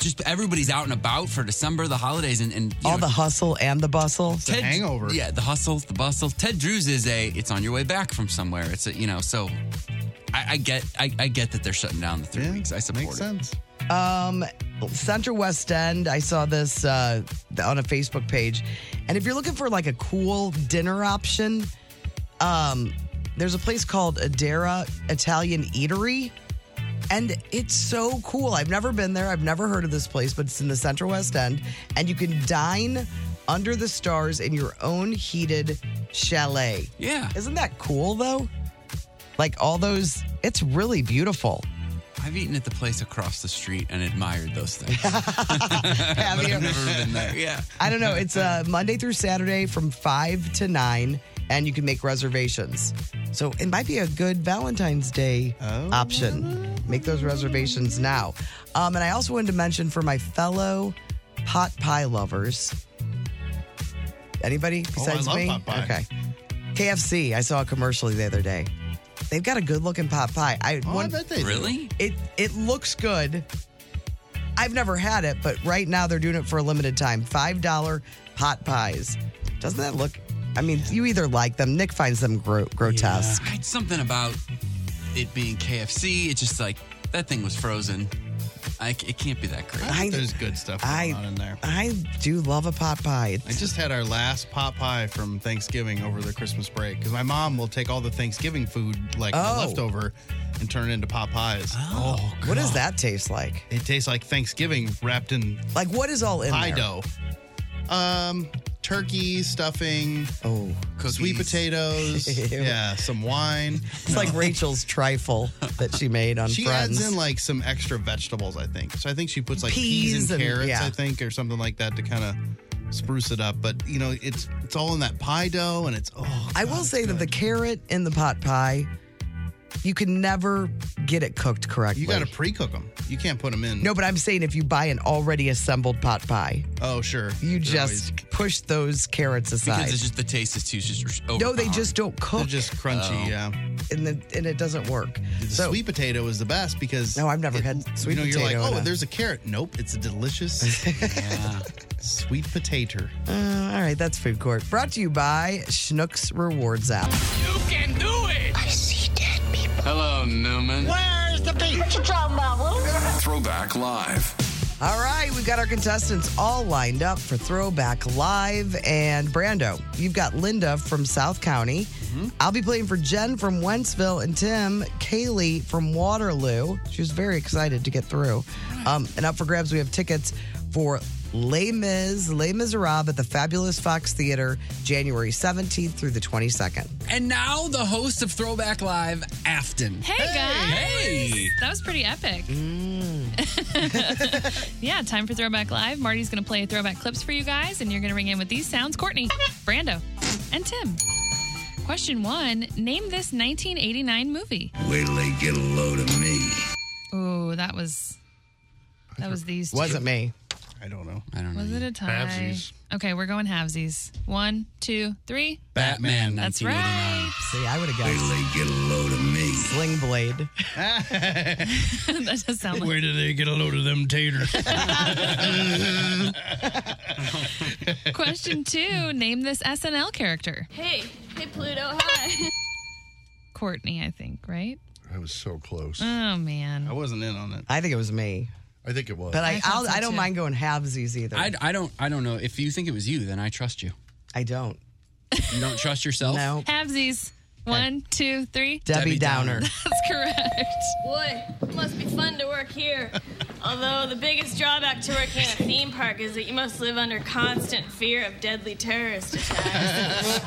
just everybody's out and about for December, the holidays, and, and you All know, the hustle and the bustle. It's a hangover. Yeah, the hustle, the bustle. Ted Drews is a. It's on your way back from somewhere. It's a, you know. So, I, I get, I, I get that they're shutting down the <laughs> three Yeah, weeks. I support Makes it. sense. Um, Central West End. I saw this uh, on a Facebook page, and if you're looking for like a cool dinner option, um, there's a place called Adara Italian Eatery, and it's so cool. I've never been there. I've never heard of this place, but it's in the Central West End, and you can dine under the stars in your own heated chalet. Yeah. Isn't that cool though? Like all those, it's really beautiful. I've eaten at the place across the street and admired those things. Have but you- I've never been there. Yeah. I don't know. It's uh, Monday through Saturday from 5 to 9, and you can make reservations. So it might be a good Valentine's Day Oh. option. Make those reservations now. Um, and I also wanted to mention for my fellow pot pie lovers. Anybody Oh, I besides love me? pot pie. Okay. KFC, I saw a commercial the other day. They've got a good looking pot pie. I, Oh, I one- bet they do. Really? It it looks good. I've never had it, but right now they're doing it for a limited time. Five dollar pot pies. Doesn't that look? I mean, you either like them. Nick finds them gro- grotesque. I had something about it being KFC. It's just like that thing was frozen. I c it can't be that great. I- There's good stuff going I- on in there. I do love a pot pie. I just had our last pot pie from Thanksgiving over the Christmas break because my mom will take all the Thanksgiving food, like the Oh. leftover, and turn it into pot pies. Oh, What does that taste like? It tastes like Thanksgiving wrapped in like what is all in pie there? dough. Um, turkey stuffing. Oh, sweet cookies. potatoes. <laughs> Ew. yeah, some wine. It's like Rachel's trifle that she made on <laughs> She Friends. adds in like some extra vegetables, I think. So I think she puts like peas, Peas and, and- carrots, yeah. I think, or something like that to kind of spruce it up. But you know, it's it's all in that pie dough, and it's oh, I will say that the carrot in the pot pie, you can never get it cooked correctly. you got to pre-cook them. You can't put them in. No, but I'm saying if you buy an already assembled pot pie, Oh, sure. you They're just push those carrots aside. Because it's just the taste is too just no, they overpowering. just don't cook. just crunchy, Oh. yeah. and the, and it doesn't work. The So sweet potato is the best because no, I've never had sweet you know potato. you're like, in oh, a- there's a carrot. Nope, it's <laughs> a delicious sweet potato. Uh, all right, that's food court. Brought to you by Schnook's Rewards app. You can do it! I see dead people. Hello, Newman. Where's the beach? What you talking about, Throwback Live. All right, we've got our contestants all lined up for Throwback Live. And Brando, you've got Linda from South County. Mm-hmm. I'll be playing for Jen from Wentzville and Tim, Kaylee from Waterloo. She was very excited to get through. Um, and up for grabs, we have tickets for Les Mis, Les Miserables at the Fabulous Fox Theater, January 17th through the 22nd. And now the host of Throwback Live, Afton. Hey, guys. Hey. That was pretty epic. yeah, time for Throwback Live. Marty's going to play throwback clips for you guys, and you're going to ring in with these sounds Courtney, Brando, and Tim. Question one Name this 1989 movie. Wait till they get a load of me. Oh, that was. That was these two. Wasn't me. I don't know. I don't Was it a tie? Halvesies. Okay, we're going halvesies. One, two, three. Batman, That's right. See, I would have guessed. Get a load of me. Sling Blade. that does sound like. Where do they get a load of them taters? Question two Name this SNL character. Hey, hey Pluto, hi. Courtney, I think, right? I was so close. Oh, man. I wasn't in on it. I think it was me. I think it was. But I, I thought I'll, so, I don't too. mind going halvesies either. I, I don't I don't know. If you think it was you, then I trust you. I don't. You don't trust yourself? No. Halvesies. One, two, three. Debbie Downer. That's correct. Boy, it must be fun to work here. Although the biggest drawback to working in a theme park is that you must live under constant fear of deadly terrorist attacks.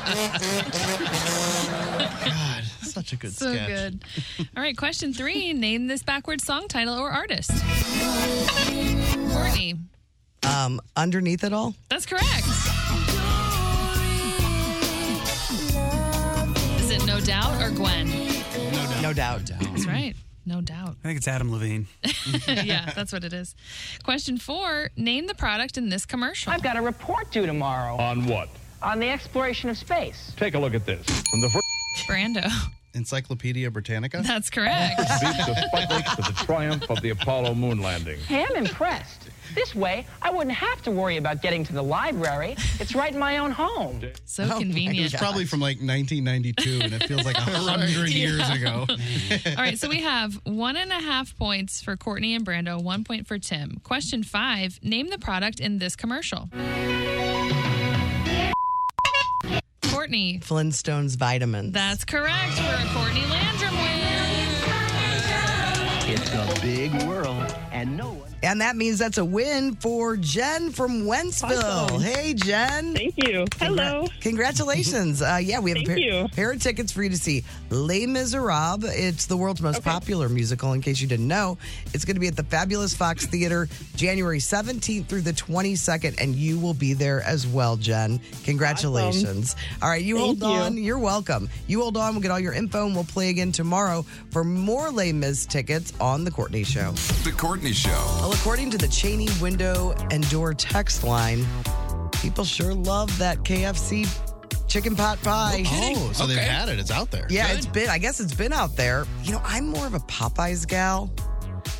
God, such a good so sketch. good. All right, question three. Name this backwards song title or artist. Courtney. Um, <laughs> underneath it all, That's correct. Is it No Doubt or Gwen? no doubt. That's right. No doubt. I think it's Adam <laughs> Levine. yeah, that's what it is. Question four Name the product in this commercial. I've got a report due tomorrow. On what? on the exploration of space. Take a look at this. From the first Brando. <laughs> Encyclopedia Britannica. That's correct. beat the public to the triumph of the Apollo moon landing. Hey, I'm impressed. This way, I wouldn't have to worry about getting to the library. It's right in my own home. So convenient. It was probably from like 1992, and it feels like a hundred Yeah. years ago. All right, so we have one and a half points for Courtney and Brando, one point for Tim. Question five Name the product in this commercial. Courtney. Flintstones vitamins. That's correct for a Courtney Landrum win. It's The big world, and no one. And that means that's a win for Jen from Wentzville. Awesome. Hey, Jen. Thank you. Hello. Congratulations. Uh, yeah, we have Thank a pair, you. pair of tickets for you to see Les Miserables. It's the world's most popular musical, in case you didn't know. It's going to be at the Fabulous Fox Theater January 17th through the 22nd, and you will be there as well, Jen. Congratulations. All right, you Thank hold you. on. You're welcome. You hold on. We'll get all your info, and we'll play again tomorrow for more Les Mis tickets on The Courtney Show. The Courtney Show. Well, according to the Cheney window and door text line, people sure love that KFC chicken pot pie. Oh, so they've had it. It's out there. Yeah, it's been. I guess it's been out there. You know, I'm more of a Popeyes gal,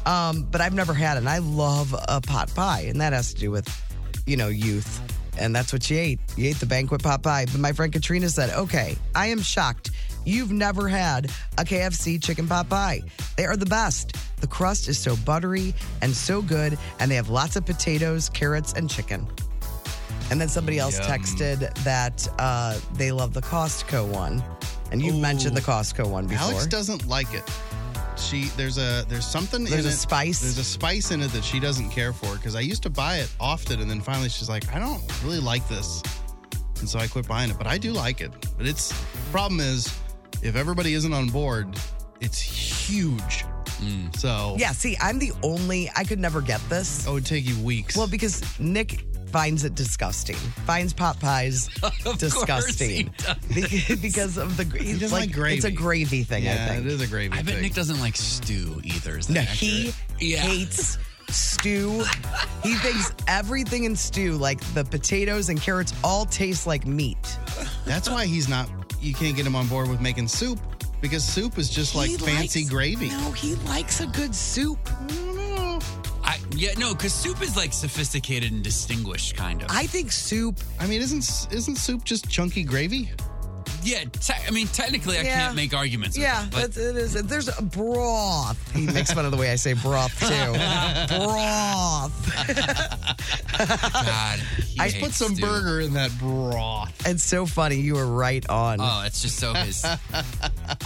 um, but I've never had it. And I love a pot pie, and that has to do with, you know, youth. And that's what you ate. You ate the banquet pot pie. But my friend Katrina said, "Okay, I am shocked. You've never had a KFC chicken pot pie. They are the best. The crust is so buttery and so good, and they have lots of potatoes, carrots, and chicken." And then somebody else Yum. texted that uh, they love the Costco one. And you mentioned the Costco one before. Alex doesn't like it. She there's a there's something There's in a it- spice? There's a spice in it that she doesn't care for because I used to buy it often and then finally she's like, I don't really like this. And so I quit buying it, but I do like it. But it's problem is if everybody isn't on board, it's huge. So Yeah, see, I'm the only, I could never get this. Oh, it'd take you weeks. Well, because Nick finds it disgusting, finds pot pies disgusting. Beca- because of the, he doesn't like It's gravy. a gravy thing, I think. is a gravy. I bet thing. Nick doesn't like stew either. Is that No, accurate? he hates stew. He thinks everything in stew, like the potatoes and carrots, all taste like meat. That's why he's not. You can't get him on board with making soup because soup is just like He fancy likes- gravy. No, he likes a good soup. I, yeah, no, because soup is like sophisticated and distinguished, kind of. I think soup. I mean, isn't isn't soup just chunky gravy? yeah, te- I mean, technically, I Yeah. can't make arguments. with Yeah, it, but- that's, it is. There's a broth. He makes fun of the way I say broth too. broth. God, I put some burger in that broth. It's so funny. You were right on. Oh, it's just so his.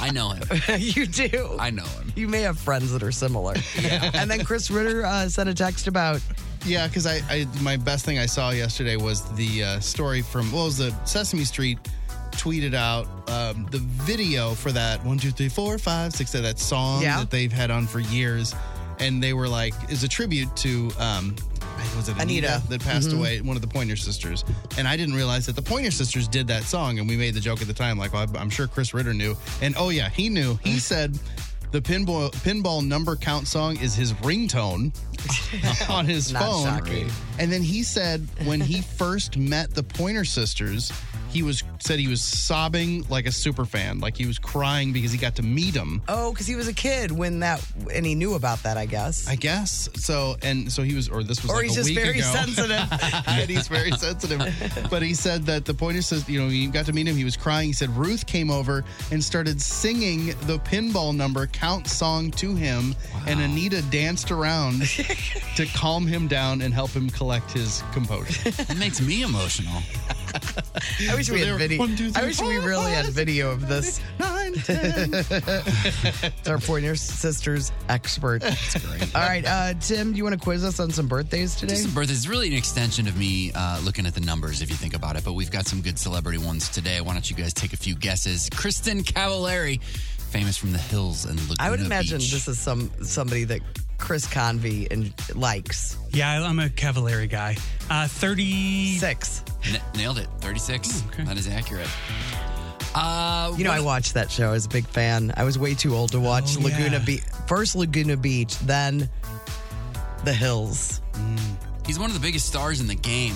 I know him. <laughs> you do. I know him. You may have friends that are <laughs> similar. Yeah. And then Chris Ritter uh, sent a text about Yeah, because I, I my best thing I saw yesterday was the uh, story from what was the Sesame Street tweeted out um, the video for that one two three four five six that that song Yeah. that they've had on for years, and they were like is a tribute to um, was it Anita, Anita. that passed Mhm. away, one of the Pointer Sisters, and I didn't realize that the Pointer Sisters did that song, and we made the joke at the time like well, I'm- I'm sure Chris Ritter knew, and oh yeah he knew Mm. he said. The pinball pinball number count song is his ringtone <laughs> on his Not phone. shocking. And then he said when <laughs> he first met the Pointer Sisters, he was said he was sobbing like a super fan, like he was crying because he got to meet them. oh, because he was a kid when that, and he knew about that. I guess. I guess so. And so he was, or this was, Or like he's a just week very <laughs> ago. sensitive. <laughs> and he's <laughs> very sensitive. But he said that the Pointer Sisters, you know, you got to meet him. He was crying. He said Ruth came over and started singing the pinball number count song to him, and Anita danced around <laughs> to calm him down and help him collect his composure. It makes me emotional. I wish we had So there- video. one, two, I three, wish we four, really had five, video of this. Nine, <laughs> it's our Pointer Sisters expert. All right, uh, Tim, do you want to quiz us on some birthdays today? Just some birthdays. It's really an extension of me uh, looking at the numbers, if you think about it. But we've got some good celebrity ones today. Why don't you guys take a few guesses? Kristen Cavallari, famous from the hills and Laguna I would imagine Beach. this is some somebody that Chris Convey and likes. Yeah, I- I'm a Cavallari guy. Uh, 36. N- nailed it. 36. That is accurate. Uh, Oh, You know, I watched that show. I was a big fan. I was way too old to watch Oh, Laguna yeah. Beach. First Laguna Beach, then The Hills. He's one of the biggest stars in the game.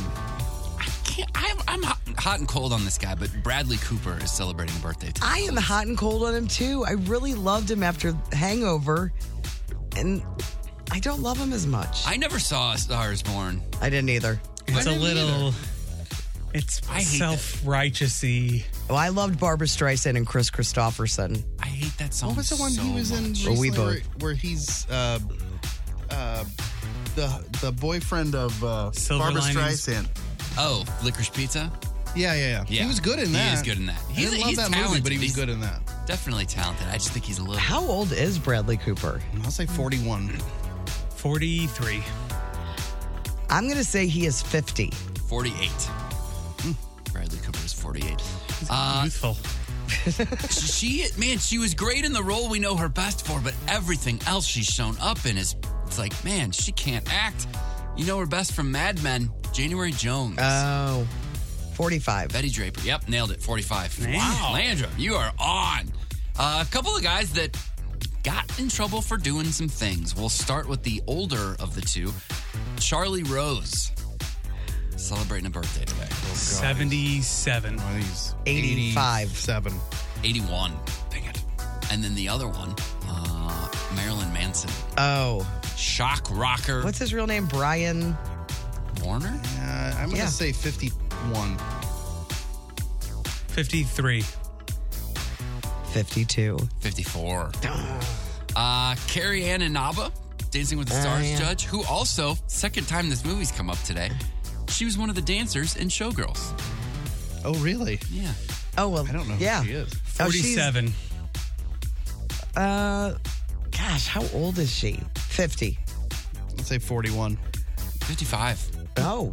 I can't, I'm, I'm hot, hot and cold on this guy, but Bradley Cooper is celebrating a birthday today. I am hot and cold on him too. I really loved him after Hangover, and I don't love him as much. I never saw A Star is Born. I didn't either. It's a little. It's I hate self righteousy. Well, I loved Barbara Streisand and Chris Christopherson. I hate that song. What was the one he was in Well, we recently both- where, where he's uh, uh, the the boyfriend of uh, Barbara Linings. Streisand? Oh, Licorice Pizza? Yeah, yeah, yeah, Yeah. He was good in He that. is good in that. He's- I didn't love he's that movie, talented. but he was He's- good in that. Definitely talented. I just think he's a little. How old is Bradley Cooper? I'll say 41. 43. I'm going to say he is 50. 48. Hmm. Bradley Cooper is 48. youthful. she, man, she was great in the role we know her best for, but everything else she's shown up in is, it's like, man, she can't act. You know her best from Mad Men, January Jones. Uh, Oh, 45. Betty Draper. Yep, nailed it. 45. Man. Wow. Landrum, you are on. Uh, a couple of guys that got in trouble for doing some things. We'll start with the older of the two, Charlie Rose. Celebrating a birthday today. 77. 85. 7. 81. Dang it. And then the other one, uh, Marilyn Manson. Oh. Shock rocker. What's his real name? Brian. Warner? Uh, I'm going to Yeah. say 51. 53. 52. <sighs> 54. Uh, Carrie Ann Inaba, Dancing with the Oh, Stars yeah. judge, who also, second time this movie's come up today, she was one of the dancers in Showgirls. Oh, really? Yeah. Oh, well. I don't know yeah. she is. Oh, she's- 47. Uh, gosh, how old is she? 50. Let's say 41. 55. <laughs> Oh.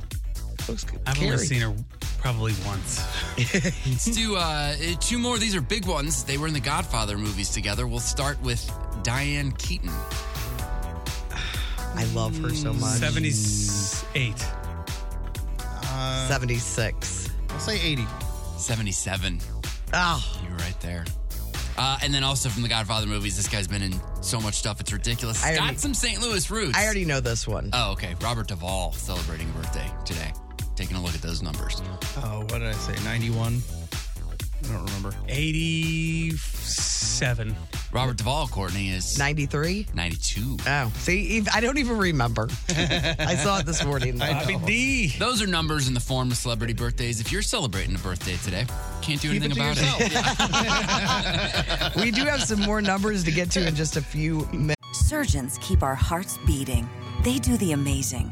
Looks good. I've only Carrie. seen her probably once. Let's do uh, two more. These are big ones. They were in the Godfather movies together. We'll start with Diane Keaton. I love her so much. 78. Uh, 76. I'll say 80. 77. Oh, You were right there. Uh, and then also from the Godfather movies, this guy's been in so much stuff. It's ridiculous. I Got already- some St. Louis roots. I already know this one. Oh, okay. Robert Duvall celebrating a birthday today. Taking a look at those numbers. Oh, what did I say? 91? I don't remember. 87. Robert Duvall, Courtney, is 93? 92. Oh, see, ev- I don't even remember. I saw it this <laughs> morning. Bobby D. Those are numbers in the form of celebrity birthdays. If you're celebrating a birthday today, can't do Keep anything it to about yourself. it. We do have some more numbers to get to in just a few minutes. Surgeons keep our hearts beating. They do the amazing,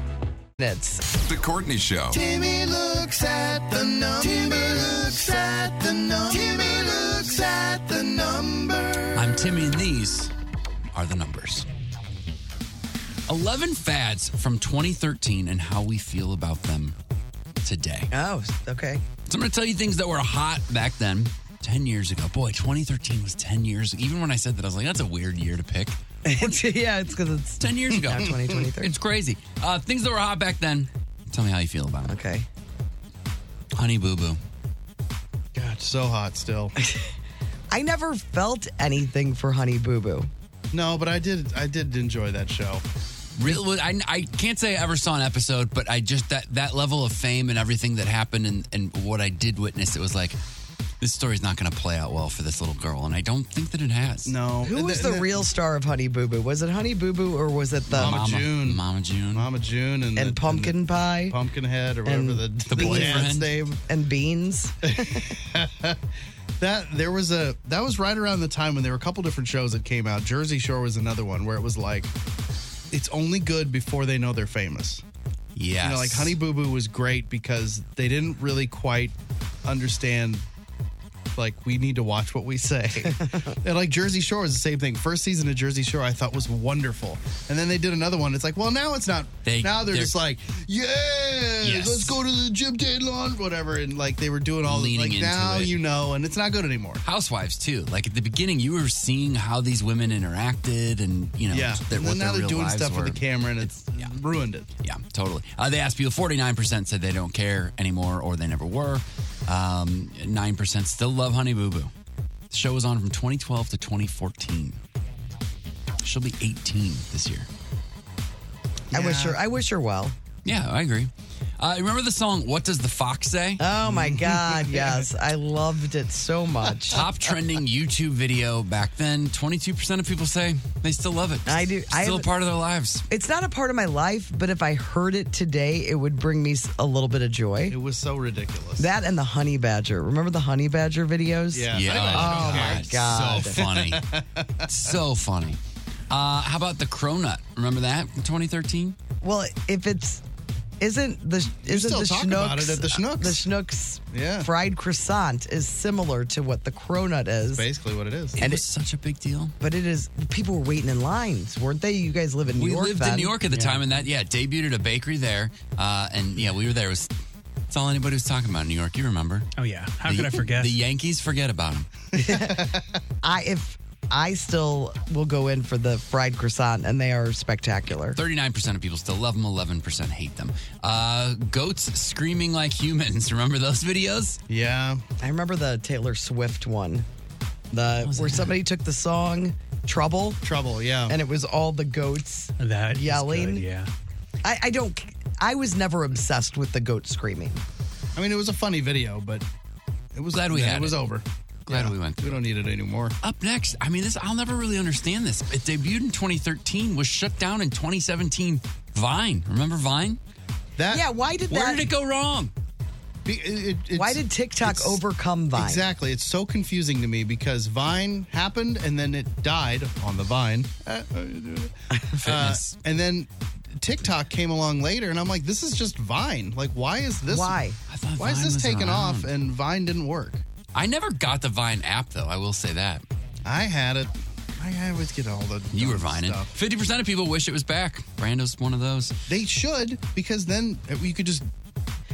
The Courtney Show. Timmy looks at the number. Timmy looks at the number. Timmy looks at the number. <laughs> I'm Timmy, and these are the numbers 11 fads from 2013 and how we feel about them today. Oh, okay. <laughs> So I'm going to tell you things that were hot back then, 10 years ago. Boy, 2013 was 10 years. Even when I said that, I was like, that's a weird year to pick. yeah, it's because it's <laughs> 10 years ago. Now 2023. It's crazy. Uh, things that were hot back then. Tell me how you feel about it. Okay. Honey Boo Boo. God, so <laughs> hot still. I never felt anything for Honey Boo Boo. no, but I did I did enjoy that show. Real, I, I can't say I ever saw an episode, but I just that that level of fame and everything that happened and, and what I did witness, it was like this story's not going to play out well for this little girl, and I don't think that it has. No. Who And was th- the and real star of Honey Boo Boo? Was it Honey Boo Boo or was it the Mama, June. Mama June. Mama June and, and the- Pumpkin Pie Pumpkinhead or And whatever the, the boyfriend. dad's name. and <laughs> Beans? That there was a that was right around the time when there were a couple different shows that came out. Jersey Shore was another one where it was like it's only good before they know they're famous. Yes. You know, like Honey Boo Boo was great because they didn't really quite understand Like we need to watch what we say. <laughs> and like Jersey Shore was the same thing. First season of Jersey Shore I thought was wonderful, and then they did another one. It's like, well, now it's not. They- now they're, they're- just like, yeah, let's go to the gym day long, whatever. And like they were doing all the Leaning like into now it. you know, and it's not good anymore. Housewives too. Like at the beginning, you were seeing how these women interacted, and you know, yeah. their- and what then now they're their real doing lives stuff were. with the camera, and it's ruined it. Yeah, totally. Uh, they asked people. Forty-nine percent said they don't care anymore, or they never were. Um, Nine percent still love Honey Boo Boo. The show was on from 2012 to 2014. She'll be 18 this year. I wish her. I wish her well. Yeah, I agree. Uh, remember the song "What Does the Fox Say"? Oh my <laughs> God! yes, I loved it so much. Top trending YouTube video back then. 22% of people say they still love it. I do. I Still have- part of their lives. It's not a part of my life, but if I heard it today, it would bring me s- a little bit of joy. It was so ridiculous. That and the honey badger. Remember the honey badger videos? Oh my God! So funny. <laughs> so funny. Uh, how about the Cronut? Remember that from 2013? Well, if it's isn't the You isn't still the talk schnooks, about it at the Schnucks. the schnooks fried croissant is similar to what the cronut is. basically what it is. It was such a big deal. But it is people were waiting in lines, weren't they? You guys live in New we York. lived then. in New York at the time, and that yeah debuted at a bakery there, uh, and yeah we were there. It was it's all anybody was talking about in New York. You remember? Oh yeah. How the, could I forget? The Yankees forget about them. I if I still will go in for the fried croissant and they are spectacular. Thirty nine percent of people still love them. Eleven percent hate them. Uh, goats screaming like humans. <laughs> Remember those videos? Yeah. I remember the Taylor Swift one. The where somebody took the song Trouble. Trouble, yeah. And it was all the goats that is yelling. good, yeah. I, I don't I was never obsessed with the goat screaming. I mean, it was a funny video, but it was Glad we yeah, had it was it. over. Glad we went. We don't need it anymore. Up next, I mean this. I'll never really understand this. It debuted in 2013, was shut down in 2017. Vine, remember Vine? That yeah. Why did Where that- did it <laughs> go wrong? Why did TikTok it's- overcome Vine? Exactly. It's so confusing to me because Vine happened and then it died on the Vine. Uh, uh, Fitness. and then TikTok came along later, and I'm like, this is just Vine. Like, why is this? Why? I thought Why is Vine this was taken off? around. And Vine didn't work. I never got the Vine app though. I will say that. I had it. I I always get all the. You were dumb vining. stuff. Fifty percent of people wish it was back. Brando's one of those. They should because then you could just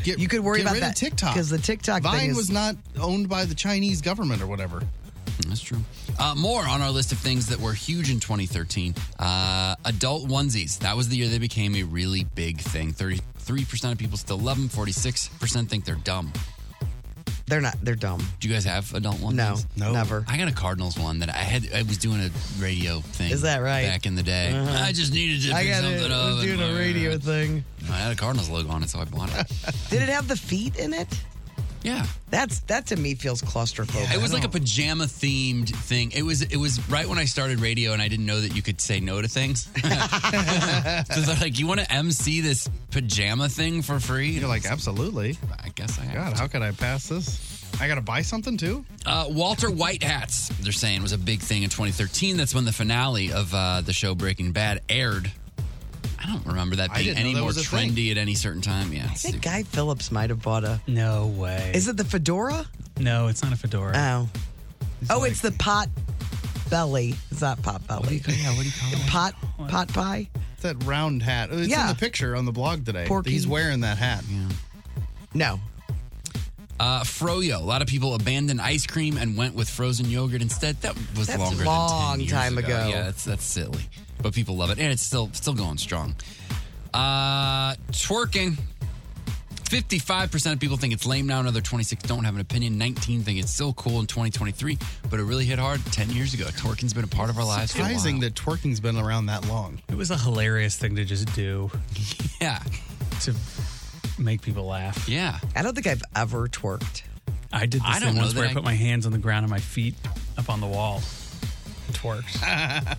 get you could worry get about rid that of TikTok because the TikTok Vine thing is, was not owned by the Chinese government or whatever. That's true. Uh, more on our list of things that were huge in 2013. Uh, adult onesies. That was the year they became a really big thing. 33% of people still love them. 46% think they're dumb. They're not. They're dumb. Do you guys have adult onesies? No, never. I got a Cardinals one that I had. I was doing a radio thing. Is that right? Back in the day, Uh-huh. I just needed to I pick got something it. up. I was and- doing a radio thing. I had a Cardinals logo on it, so I bought <laughs> it. Did it have the feet in it? Yeah. That's that to me feels claustrophobic. It was like a pajama themed thing. It was it was right when I started radio and I didn't know that you could say no <laughs> to things. <laughs> so they're like, "You want to MC this pajama thing for free?" You're like, "Absolutely." I guess I have. God, how could I pass this? I gotta buy something too. Uh, Walter White hats, they're saying, was a big thing in 2013. That's when the finale of uh, the show Breaking Bad aired. I don't remember that I being didn't know any that more was a thing. trendy at any certain time. Yeah, I think Guy Phillips might have bought a. No way. Is it the fedora? No, it's not a fedora. Oh. oh, it's the pot belly. It's not pot belly. What do you, yeah, what do you call it? Pot pot pie. It's that round hat. It's Yeah. in the picture on the blog today. Porky. He's wearing that hat. No. Uh, Froyo. A lot of people abandoned ice cream and went with frozen yogurt instead. That was That's longer long than 10 years time ago. Yeah, that's, that's silly. But people love it. And it's still still going strong. Uh, twerking. 55% of people think it's lame now. Another 26 don't have an opinion. 19 think it's still cool in 2023, but it really hit hard 10 years ago. Twerking's been a part of our lives for a while. Surprising that twerking's been around that long. It was a hilarious thing to just do. Yeah. To make people laugh. Yeah. I don't think I've ever twerked. I did I this don't thing know once that where I, I- put my hands on the ground and my feet up on the wall. Twerked.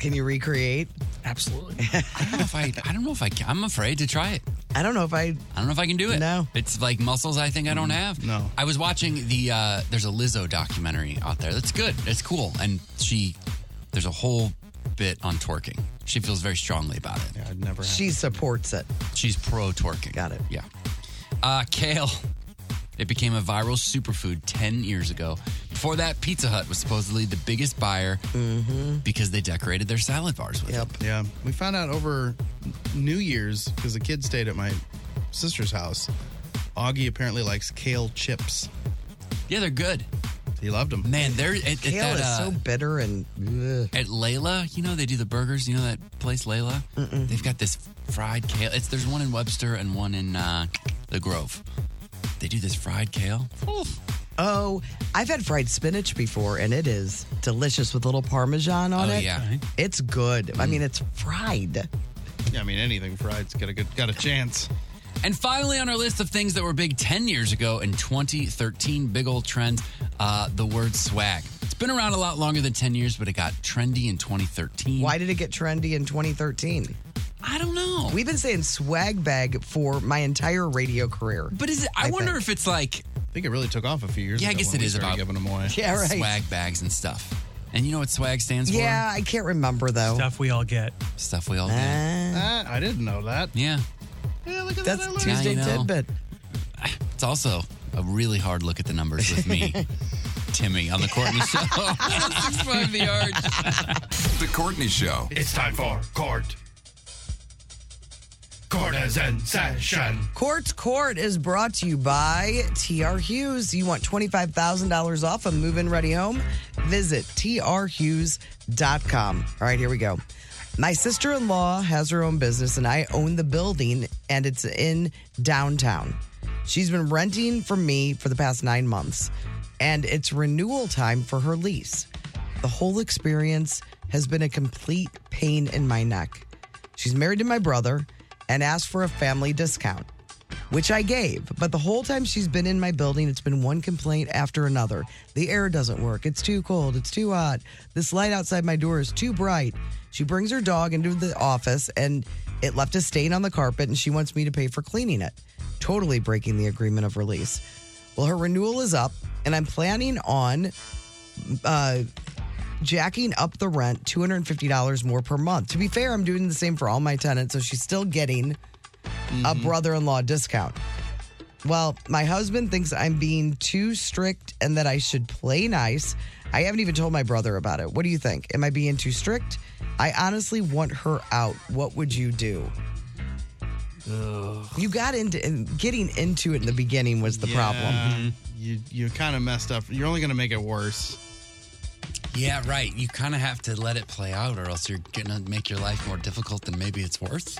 Can you recreate? Absolutely. I don't know if I, I don't know if I can. I'm afraid to try it. I don't know if I, I don't know if I can do it. No. It's like muscles I think I don't have. No. I was watching the, uh, there's a Lizzo documentary out there. That's good. It's cool. And she, there's a whole bit on twerking. She feels very strongly about it. Yeah, I'd never She supports it. She's pro twerking. Got it. Yeah. Uh, kale. It became a viral superfood 10 years ago. Before that, Pizza Hut was supposedly the biggest buyer because they decorated their salad bars with it. Yeah. We found out over New Year's because the kid stayed at my sister's house. Augie apparently likes kale chips. Yeah, they're good. He loved them. Man, they're at, at Kale that, uh, is so bitter and at Layla, you know they do the burgers. You know that place Layla? They've got this fried kale. It's there's one in Webster and one in uh, the Grove. They do this fried kale. Oh, I've had fried spinach before, and it is delicious with a little parmesan on Oh, it. yeah. It's good. I mean, it's fried. Yeah, I mean anything fried's got a good got a chance. And finally, on our list of things that were big 10 years ago in 2013, big old trend, uh, the word swag. It's been around a lot longer than 10 years, but it got trendy in 2013. Why did it get trendy in 2013? I don't know. We've been saying swag bag for my entire radio career. But is it, I, wonder if it's like. I think it really took off a few years yeah, ago I guess when it we is started about giving 'em away. Yeah, right. swag bags and stuff. And you know what swag stands for? Yeah, I can't remember though. Stuff we all get. Stuff we all get. Uh. Ah, I didn't know that. Yeah. Yeah, look at That's that. Tuesday Now you know. tidbit. It's also a really hard look at the numbers <laughs> with me, Timmy, on the Courtney Show. <laughs> 1065 The Arch. The Courtney Show. It's time for court. Courtesan session. Court's Court is brought to you by TR Hughes. You want $25,000 off a move in ready home? Visit trhughes.com. All right, here we go. My sister in law has her own business, and I own the building, and it's in downtown. She's been renting from me for the past nine months, and it's renewal time for her lease. The whole experience has been a complete pain in my neck. She's married to my brother and asked for a family discount, which I gave. But the whole time she's been in my building, it's been one complaint after another. The air doesn't work. It's too cold. It's too hot. This light outside my door is too bright. She brings her dog into the office and it left a stain on the carpet, and she wants me to pay for cleaning it, totally breaking the agreement of release. Well, her renewal is up, and I'm planning on uh, jacking up the rent $250 more per month. To be fair, I'm doing the same for all my tenants, so she's still getting a brother in law discount. Well, my husband thinks I'm being too strict and that I should play nice. I haven't even told my brother about it. What do you think? Am I being too strict? I honestly want her out. What would you do? You got into and getting into it in the beginning was the Mm-hmm. problem. You you kind of messed up. You're only going to make it worse. Yeah, right. You kind of have to let it play out, or else you're gonna make your life more difficult than maybe it's worth.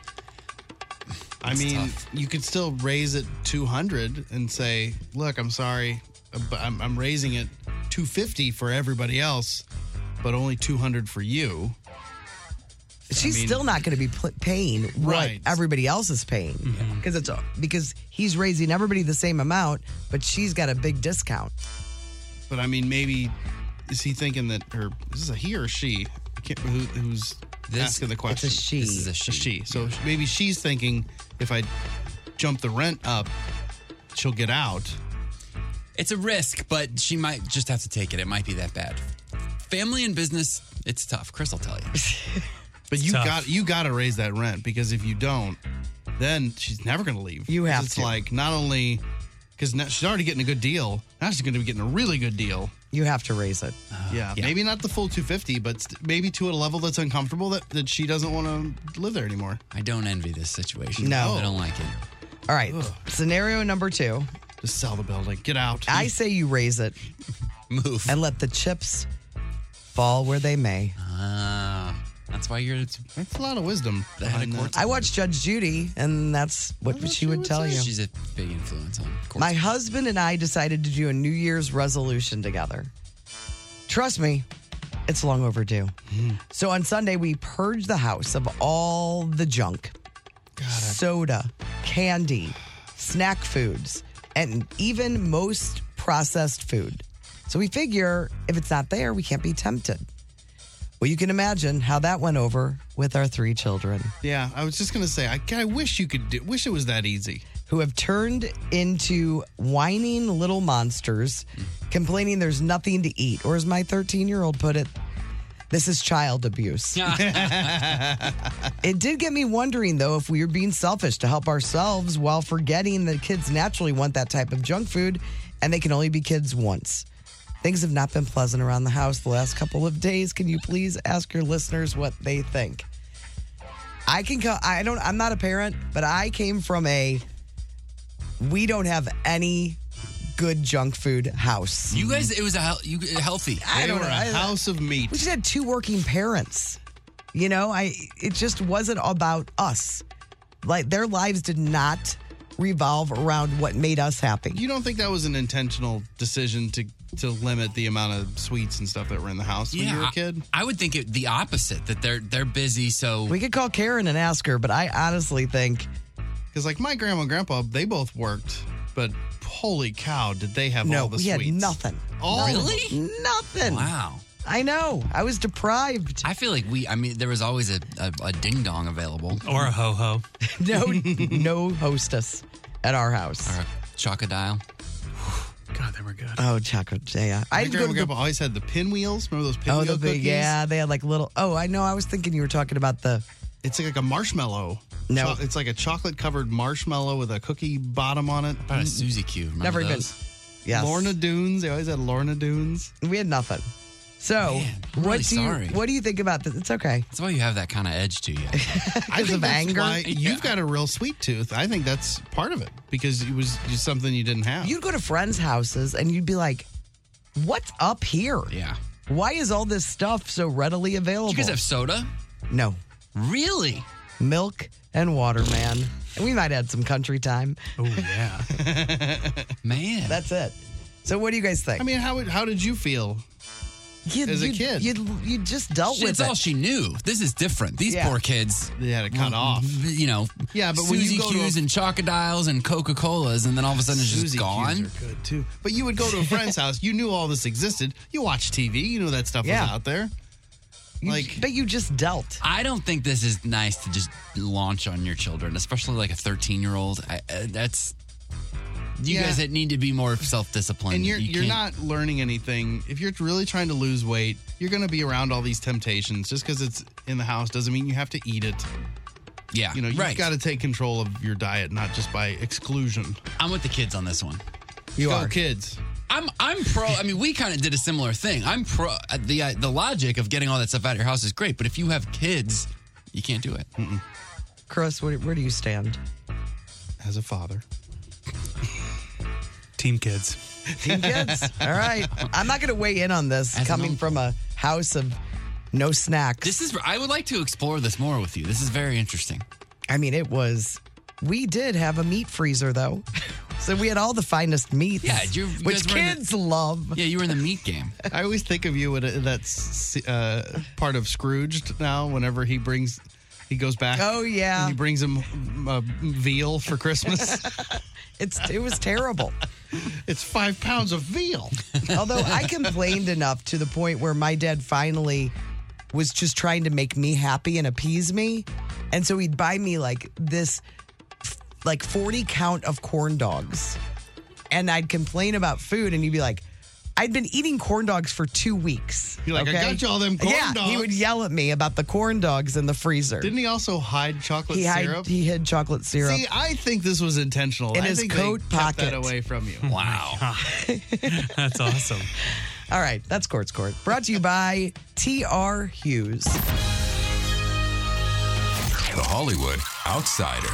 I It's mean, tough. you could still raise it 200 and say, "Look, I'm sorry, but I'm, I'm raising it 250 for everybody else, but only 200 for you." She's I mean- still not going to be pl- paying what Right. everybody else is paying because it's because he's raising everybody the same amount, but she's got a big discount. But I mean, maybe is he thinking that her? This is a he or she? I can't- Who, who's asking the question? it's a she. This is a she. So maybe she's thinking if I jump the rent up, she'll get out. It's a risk, but she might just have to take it. It might be that bad. Family and business, it's tough. Chris will tell you. <laughs> But you tough. got you got to raise that rent because if you don't, then she's never going to leave. You 'Cause have it's to. like not only because she's already getting a good deal, now she's going to be getting a really good deal. You have to raise it. yeah, maybe not the full 250, but st- maybe to a level that's uncomfortable that, that she doesn't want to live there anymore. I don't envy this situation. No. I don't like it. All right, scenario number two. Just sell the building. Get out. I say you raise it. Move. And let the chips fall where they may. Ah, that's why you're. That's a lot of wisdom. uh, behind that. I watched Judge Judy, and that's what she would tell you. She's a big influence on court. My husband and I decided to do a New Year's resolution together. Trust me, it's long overdue. So on Sunday, we purged the house of all the junk soda, candy, snack foods, and even most processed food. So we figure if it's not there, we can't be tempted. Well, you can imagine how that went over with our three children. Yeah, I was just going to say, I, I wish you could do, wish it was that easy. who have turned into whining little monsters, complaining there's nothing to eat, or as my 13 year old put it, This is child abuse. <laughs> it did get me wondering, though, if we are being selfish to help ourselves while forgetting that kids naturally want that type of junk food and they can only be kids once. Things have not been pleasant around the house the last couple of days. Can you please ask your listeners what they think? I can co- I don't I'm not a parent, but I came from a we don't have any good junk food house. You guys, it was a hel- you, healthy. I don't know. I- uh, of meat. We just had two working parents. You know, I it just wasn't about us. Like their lives did not revolve around what made us happy. You don't think that was an intentional decision to to limit the amount of sweets and stuff that were in the house when you were a kid? I, I would think it the opposite that they're they're busy. So We could call Karen and ask her, but I honestly think Because like my grandma and grandpa, they both worked, but holy cow, did they have no, all the we sweets? had nothing. All of Mm. Really? Nothing. Wow. I know. I was deprived. <laughs> I feel like we. I mean, there was always a, a, a ding dong available Oh. or a ho ho. No, no hostess at our house. or a chocodile. God, they were good. Oh, chocolate. Yeah, My I'd go to grandma and the grandpa always had the pinwheels. Remember those pinwheel Oh, the big, cookies? yeah, they had like little. Oh, I know. I was thinking you were talking about the. It's like a marshmallow. No. Cho- it's like a chocolate covered marshmallow with a cookie bottom on it. About a Suzy Q. Remember Never even- those? Yes. Lorna Dunes. They always had Lorna Dunes. We had nothing. So, I'm what really do you sorry. what do you think about this? It's okay. That's why you have that kind of edge <laughs> to you. I think of that's anger? why You've got a real sweet tooth. I think that's part of it because it was just something you didn't have. You'd go to friends' houses and you'd be like, "What's up here? Yeah. Why is all this stuff so readily available?" You guys have soda? no Really? milk and water, man. And we might add some country time. Oh yeah, man. That's it. So, what do you guys think? I mean, how would- how did you feel? you, as a you- kid. you you just dealt Shit, with it's it. all she knew. This is different. These Yeah. poor kids. They had it Mm-hmm. cut off. You know, Mm-hmm. Yeah, but when you Suzy go to a- Q's and chocodiles and Coca Colas, and then all of a sudden it's just Suzy Q's gone. are good too. But you would go to a friend's house. You knew all this existed. You watched TV. You knew that stuff was Yeah. out there. Like but you just dealt. I don't think this is nice to just launch on your children, especially like a 13 year old. I, uh, that's you Yeah. guys that need to be more self disciplined. and you're you're not learning anything. If you're really trying to lose weight, you're going to be around all these temptations. Just because it's in the house doesn't mean you have to eat it. Yeah, You know, you've right. got to take control of your diet, not just by exclusion. I'm with the kids on this one. You go are. kids. I'm I'm pro. I mean, we kind of did a similar thing. I'm pro. uh, The uh, the logic of getting all that stuff out of your house is great, but if you have kids, you can't do it. Hmm. Chris, where, where do you stand? As a father, Team kids. Team kids. <laughs> All right. I'm not going to weigh in on this As an coming uncle. from a house of no snacks. This is. I would like to explore this more with you. This is very interesting. I mean, it was. We did have a meat freezer, though. So we had all the finest meats. Yeah, you- you which guys were in the- kids love. Yeah, you were in the meat <laughs> game. I always think of you in that's uh, part of Scrooged now. Whenever he brings, he goes back. Oh, yeah. and he brings him uh, veal for Christmas. <laughs> It's It was terrible. it's five pounds of veal. Although I complained enough to the point where my dad finally was just trying to make me happy and appease me. And so he'd buy me like this, f- like 40 count of corn dogs. And I'd complain about food and he'd be like, I'd been eating corn dogs for two weeks. You're like, "I got you all them corn yeah, He dogs." would yell at me about the corn dogs in the freezer. Didn't he also hide chocolate he, hide- syrup? he hid chocolate syrup. See, I think this was intentional. In I his think coat they kept pocket. that away <laughs> from you. Wow. That's awesome. All right, that's Court's Court. Brought to you by TR Hughes. The Hollywood Outsider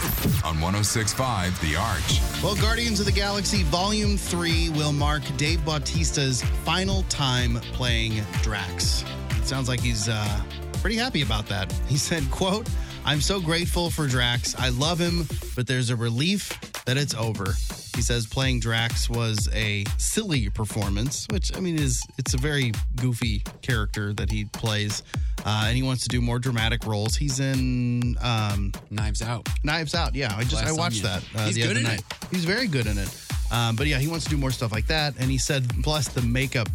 on 1065 The Arch. Well, Guardians of the Galaxy Volume 3 will mark Dave Bautista's final time playing Drax. It sounds like he's uh, pretty happy about that. He said, quote, I'm so grateful for Drax. I love him, but there's a relief that it's over. He says playing Drax was a silly performance, which I mean is it's a very goofy character that he plays. Uh, and he wants to do more dramatic roles. He's in um, Knives out. Knives Out. Yeah, I just Last I watched time that. you- Uh, He's the good other in night. it. He's very good in it. Um, but yeah, he wants to do more stuff like that. And he said, plus the makeup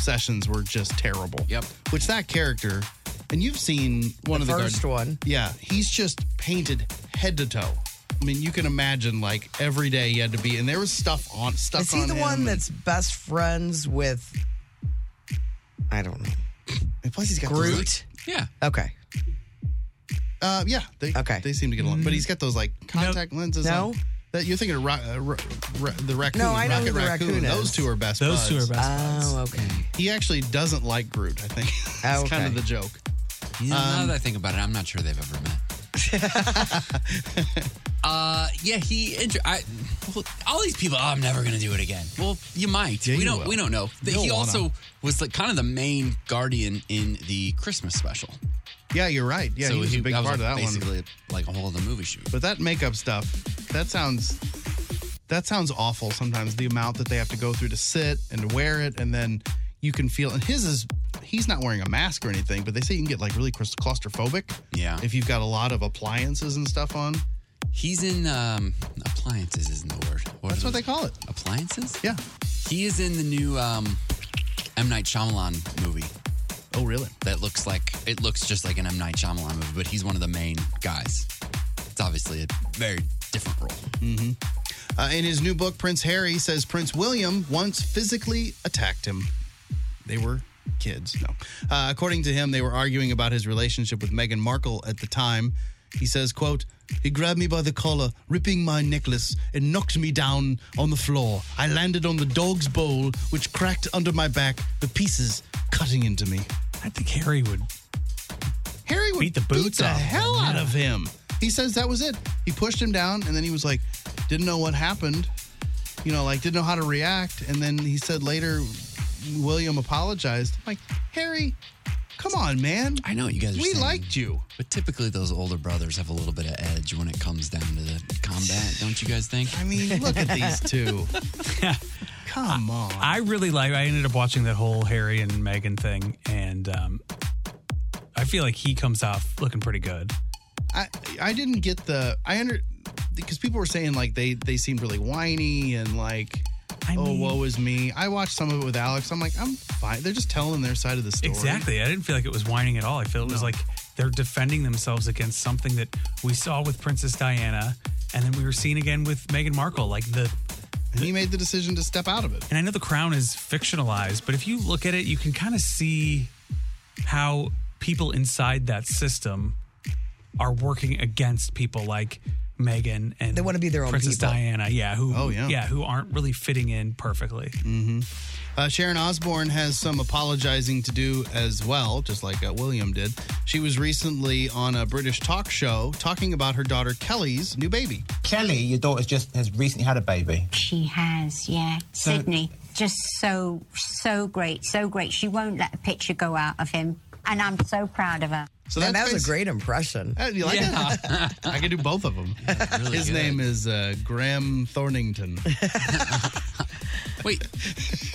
sessions were just terrible. Yep. Which that character, and you've seen one The of the first one. Yeah, he's just painted head to toe. I mean, you can imagine like every day he had to be, and there was stuff on stuff. Is he the one that's best friends with? I don't know. I feel like he's got those, Groot? like- yeah. Okay. Uh, yeah. They, okay. They seem to get along, but he's got those like contact lenses. No. on. That you're thinking of Ro- uh, Ro- Ro- the raccoon. No, I know Rocket who the raccoon. raccoon is. Those two are best. Those two are buds. best Oh, okay. He actually doesn't like Groot. I think <laughs> that's kind of the joke. Yeah, now Um, that I think about it, I'm not sure they've ever <laughs> met. <laughs> uh, yeah, he. inter- I, well, all these people. Oh, I'm never gonna do it again. Well, you might. Yeah, we you don't. will. We don't know. But You'll he wanna. also was like kind of the main guardian in the Christmas special. Yeah, you're right. Yeah, so he was a big that part of like, that one. basically like a whole of the movie shoot. But that makeup stuff, that sounds that sounds awful sometimes the amount that they have to go through to sit and wear it and then you can feel and his is he's not wearing a mask or anything, but they say you can get like really claust- claustrophobic. Yeah. If you've got a lot of appliances and stuff on. He's in um appliances isn't the word. That's is what they call it. Appliances? Yeah. He is in the new um M Night Shyamalan movie. Oh really? That looks like it looks just like an M Night Shyamalan movie, but he's one of the main guys. It's obviously a very different role. Mm-hmm. Uh, in his new book, Prince Harry says Prince William once physically attacked him. They were kids. No. Uh, according to him, they were arguing about his relationship with Meghan Markle at the time. He says, quote, he grabbed me by the collar, ripping my necklace, and knocked me down on the floor. I landed on the dog's bowl, which cracked under my back, the pieces cutting into me. I think Harry would Harry would Beat the boots the off him, hell out yeah. of him. He says that was it. He pushed him down, and then he was like, didn't know what happened. You know, like didn't know how to react. And then he said later, William apologized. I'm like Harry, come on, man. I know you guys. Are we saying- liked you. but typically those older brothers have a little bit of edge when it comes down to the combat, don't you guys think? I mean, look at these two. Come on. I really like. I ended up watching that whole Harry and Meghan thing, and um, I feel like he comes off looking pretty good. I I didn't get the I under because people were saying like they they seemed really whiny and like oh mean- woe is me. I watched some of it with Alex. I'm like I'm fine. They're just telling their side of the story. Exactly. I didn't feel like it was whining at all. I feel it was like they're defending themselves against something that we saw with Princess Diana, and then we were seeing again with Meghan Markle. Like the And he made the decision to step out of it. And I know the crown is fictionalized, but if you look at it, you can kind of see how people inside that system are working against people like Megan and they want to be their own Princess people. Diana. Yeah, who Oh, yeah. who aren't really fitting in perfectly. Mm. Mm-hmm. Uh, Sharon Osbourne has some apologizing to do as well, just like uh, William did. She was recently on a British talk show talking about her daughter Kelly's new baby. Kelly, your daughter's just has recently had a baby. She has, yeah. So- Sydney, just so, so great, so great. She won't let a picture go out of him. And I'm so proud of her. So Uh, Man, that was a great impression. you like that? I can do both of <laughs> them. His good. name is uh, Graham Thornington. Wait,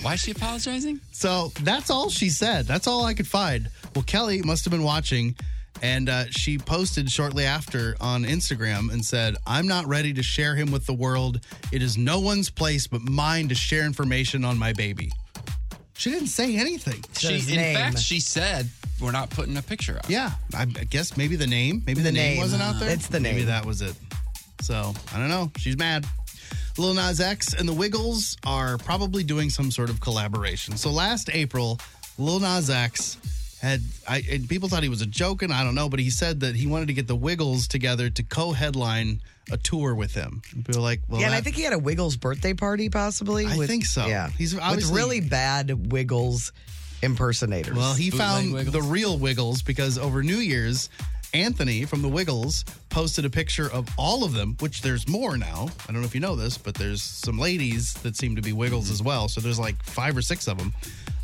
why is she apologizing? So that's all she said. That's all I could find. Well, Kelly must have been watching, and uh, she posted shortly after on Instagram and said, I'm not ready to share him with the world. It is no one's place but mine to share information on my baby. She didn't say anything. She, in fact, she said we're not putting a picture up. Yeah, I I guess maybe the name. Maybe the, The name. name. wasn't out there. It's the Maybe name. that was it. So I don't know. She's mad. Lil Nas X and the Wiggles are probably doing some sort of collaboration. So last April, Lil Nas X had I, and people thought he was a joking. I don't know, but he said that he wanted to get the Wiggles together to co-headline a tour with him. And People were like, well, yeah, and I that- think he had a Wiggles birthday party, possibly. I think so. Yeah, He's with obviously- really bad Wiggles impersonators. Well, he found the real Wiggles because over New Year's, Anthony from the Wiggles posted a picture of all of them, which there's more now. I don't know if you know this, but there's some ladies that seem to be Mm-hmm. Wiggles as well. So there's like five or six of them.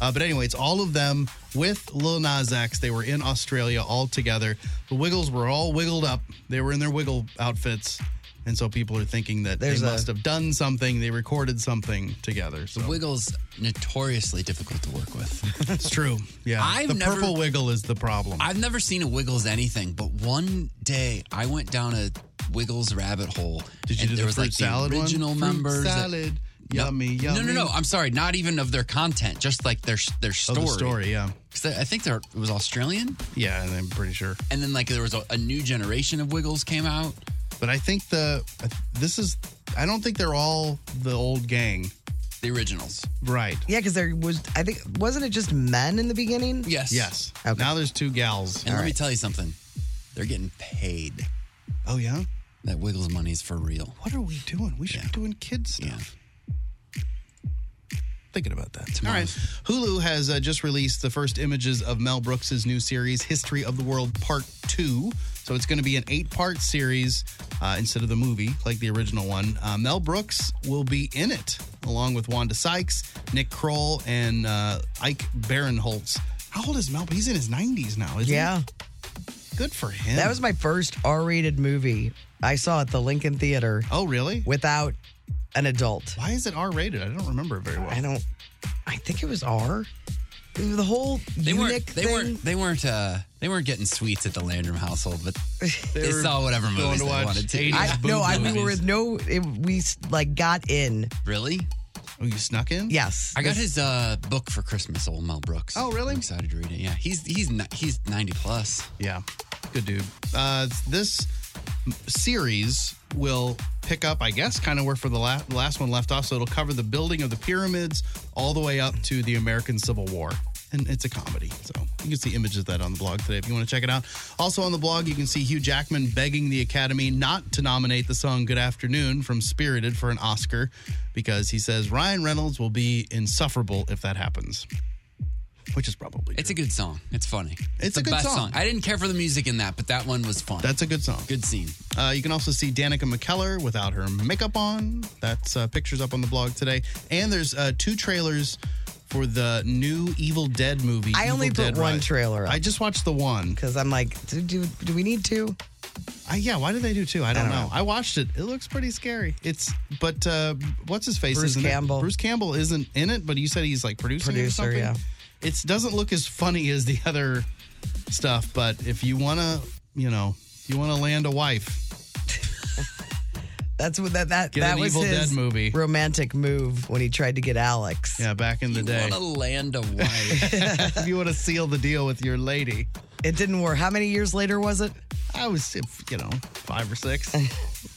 Uh, but anyway, it's all of them with Lil Nas X. They were in Australia all together. The Wiggles were all wiggled up. They were in their Wiggle outfits. And so people are thinking that There's they a- must have done something. They recorded something together. So The Wiggles notoriously difficult to work with. it's true. Yeah. I've the never- purple wiggle is the problem. I've never seen a Wiggles anything, but one day I went down a Wiggles rabbit hole. Did you do the fruit salad the one? original Fruit members? that- salad, No- yummy, No, yummy. no, no. I'm sorry. Not even of their content, just like their their Oh, story. the story, yeah. 'Cause I think they're, it was Australian, Yeah, I'm pretty sure. and then like there was a, a new generation of Wiggles came out. But I think the this is I don't think they're all the old gang. The originals. Right. Yeah, because there was, I think, wasn't it just men in the beginning? Yes. Yes. Now there's two gals. And let me tell you something. They're getting paid. Oh yeah? That Wiggles money's for real. What are we doing? We should be doing kid stuff. Thinking about that. All right. Hulu has uh, just released the first images of Mel Brooks' new series, History of the World Part 2. So it's going to be an eight part series uh, instead of the movie, like the original one. Uh, Mel Brooks will be in it, along with Wanda Sykes, Nick Kroll, and uh, Ike Barinholtz. How old is Mel? He's in his 90s now, isn't Yeah. he? Good for him. That was my first R rated movie I saw at the Lincoln Theater. Oh, really? Without an adult. Why is it R rated? I don't remember it very well. I don't, I think it was R. The whole They weren't. eunuch They thing. weren't. They weren't. Uh, they weren't getting sweets at the Landrum household, but they, were saw whatever going movies to they watch wanted to. 80s I- no, I, we were with no. It, we like got in. Really? Oh, you snuck in? Yes. I got his uh, book for Christmas, old Mel Brooks. Oh, really? I'm excited to read it. Yeah, he's he's ni- he's 90 plus. Yeah, good dude. Uh, this m- series will pick up, I guess, kind of where for the, la- the last one left off. So it'll cover the building of the pyramids all the way up to the American Civil War. And it's a comedy. So you can see images of that on the blog today if you want to check it out. Also on the blog, you can see Hugh Jackman begging the Academy not to nominate the song Good Afternoon from Spirited for an Oscar because he says Ryan Reynolds will be insufferable if that happens, which is probably It's a good song. It's funny. It's a the good best song. I didn't care for the music in that, but that one was fun. That's a good song. Good scene. Uh, you can also see Danica McKellar without her makeup on. That's uh, pictures up on the blog today. And there's uh, two trailers for the new Evil Dead movie. I only Evil put Dead one Rise. trailer. Up. I just watched the one because I'm like, do, do, do we need two? Uh, yeah, why did they do two? I don't, know. I watched it. It looks pretty scary. It's but uh, what's his face? Bruce isn't it? Campbell. Bruce Campbell isn't in it, but you said he's like producing it or Producer, something. yeah. It doesn't look as funny as the other stuff, but if you wanna, you know, you wanna land a wife, That's what that that Get that an was Evil his Dead movie. romantic move when he tried to get Alex. Yeah, back in the day. What a land of wife. <laughs> if you want to seal the deal with your lady. It didn't work. How many years later was it? I was, you know, five or six.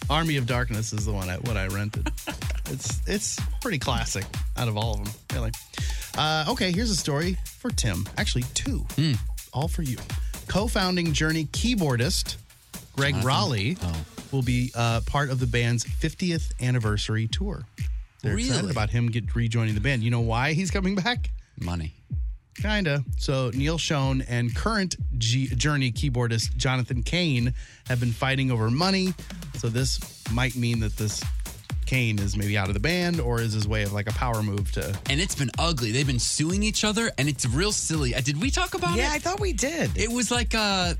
Army of Darkness is the one I what I rented. <laughs> it's it's pretty classic out of all of them, really. Uh, okay, here's a story for Tim. Actually, two, all for you. Co-founding Journey keyboardist Greg Jonathan? Raleigh will be uh, part of the band's 50th anniversary tour. They're excited Really? about him get rejoining the band. You know why he's coming back? Money. Kinda. So Neil Schoen and current G- Journey keyboardist Jonathan Kane have been fighting over money. So this might mean that this Kane is maybe out of the band or is his way of like a power move to. And it's been ugly. They've been suing each other, and it's real silly. Uh, Did we talk about it? Yeah, I thought we did. It was like uh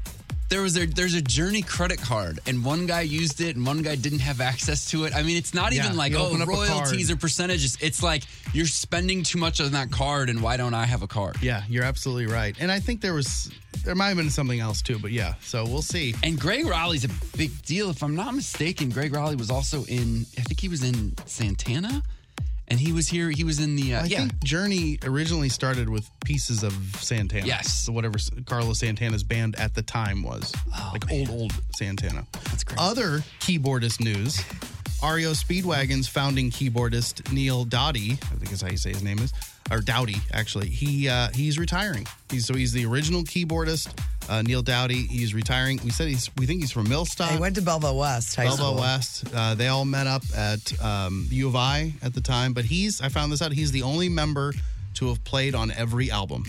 there was a there's a Journey credit card, and one guy used it, and one guy didn't have access to it. I mean, it's not Yeah, even like you oh open up a card. royalties or percentages. It's like you're spending too much on that card, and why don't I have a card? Yeah, you're absolutely right. And I think there was, there might have been something else too, but yeah. So we'll see. And Greg Raleigh's a big deal. If I'm not mistaken, Greg Raleigh was also in. I think he was in Santana, and he was here. He was in the. Uh, I yeah, think Journey originally started with pieces of Santana. Yes. So whatever S- Carlos Santana's band at the time was. Oh, like old, old Santana. That's crazy. Other keyboardist news. REO Speedwagon's founding keyboardist Neil Dowdy, I think is how you say his name is, or Dowdy actually. He uh, he's retiring. He's so he's the original keyboardist, uh, Neil Dowdy. He's retiring. We said he's we think he's from Millstock. uh, He went to Belleville West High Elbow School. West. Uh, they all met up at um, U of I at the time, but he's, I found this out, he's the only member to have played on every album.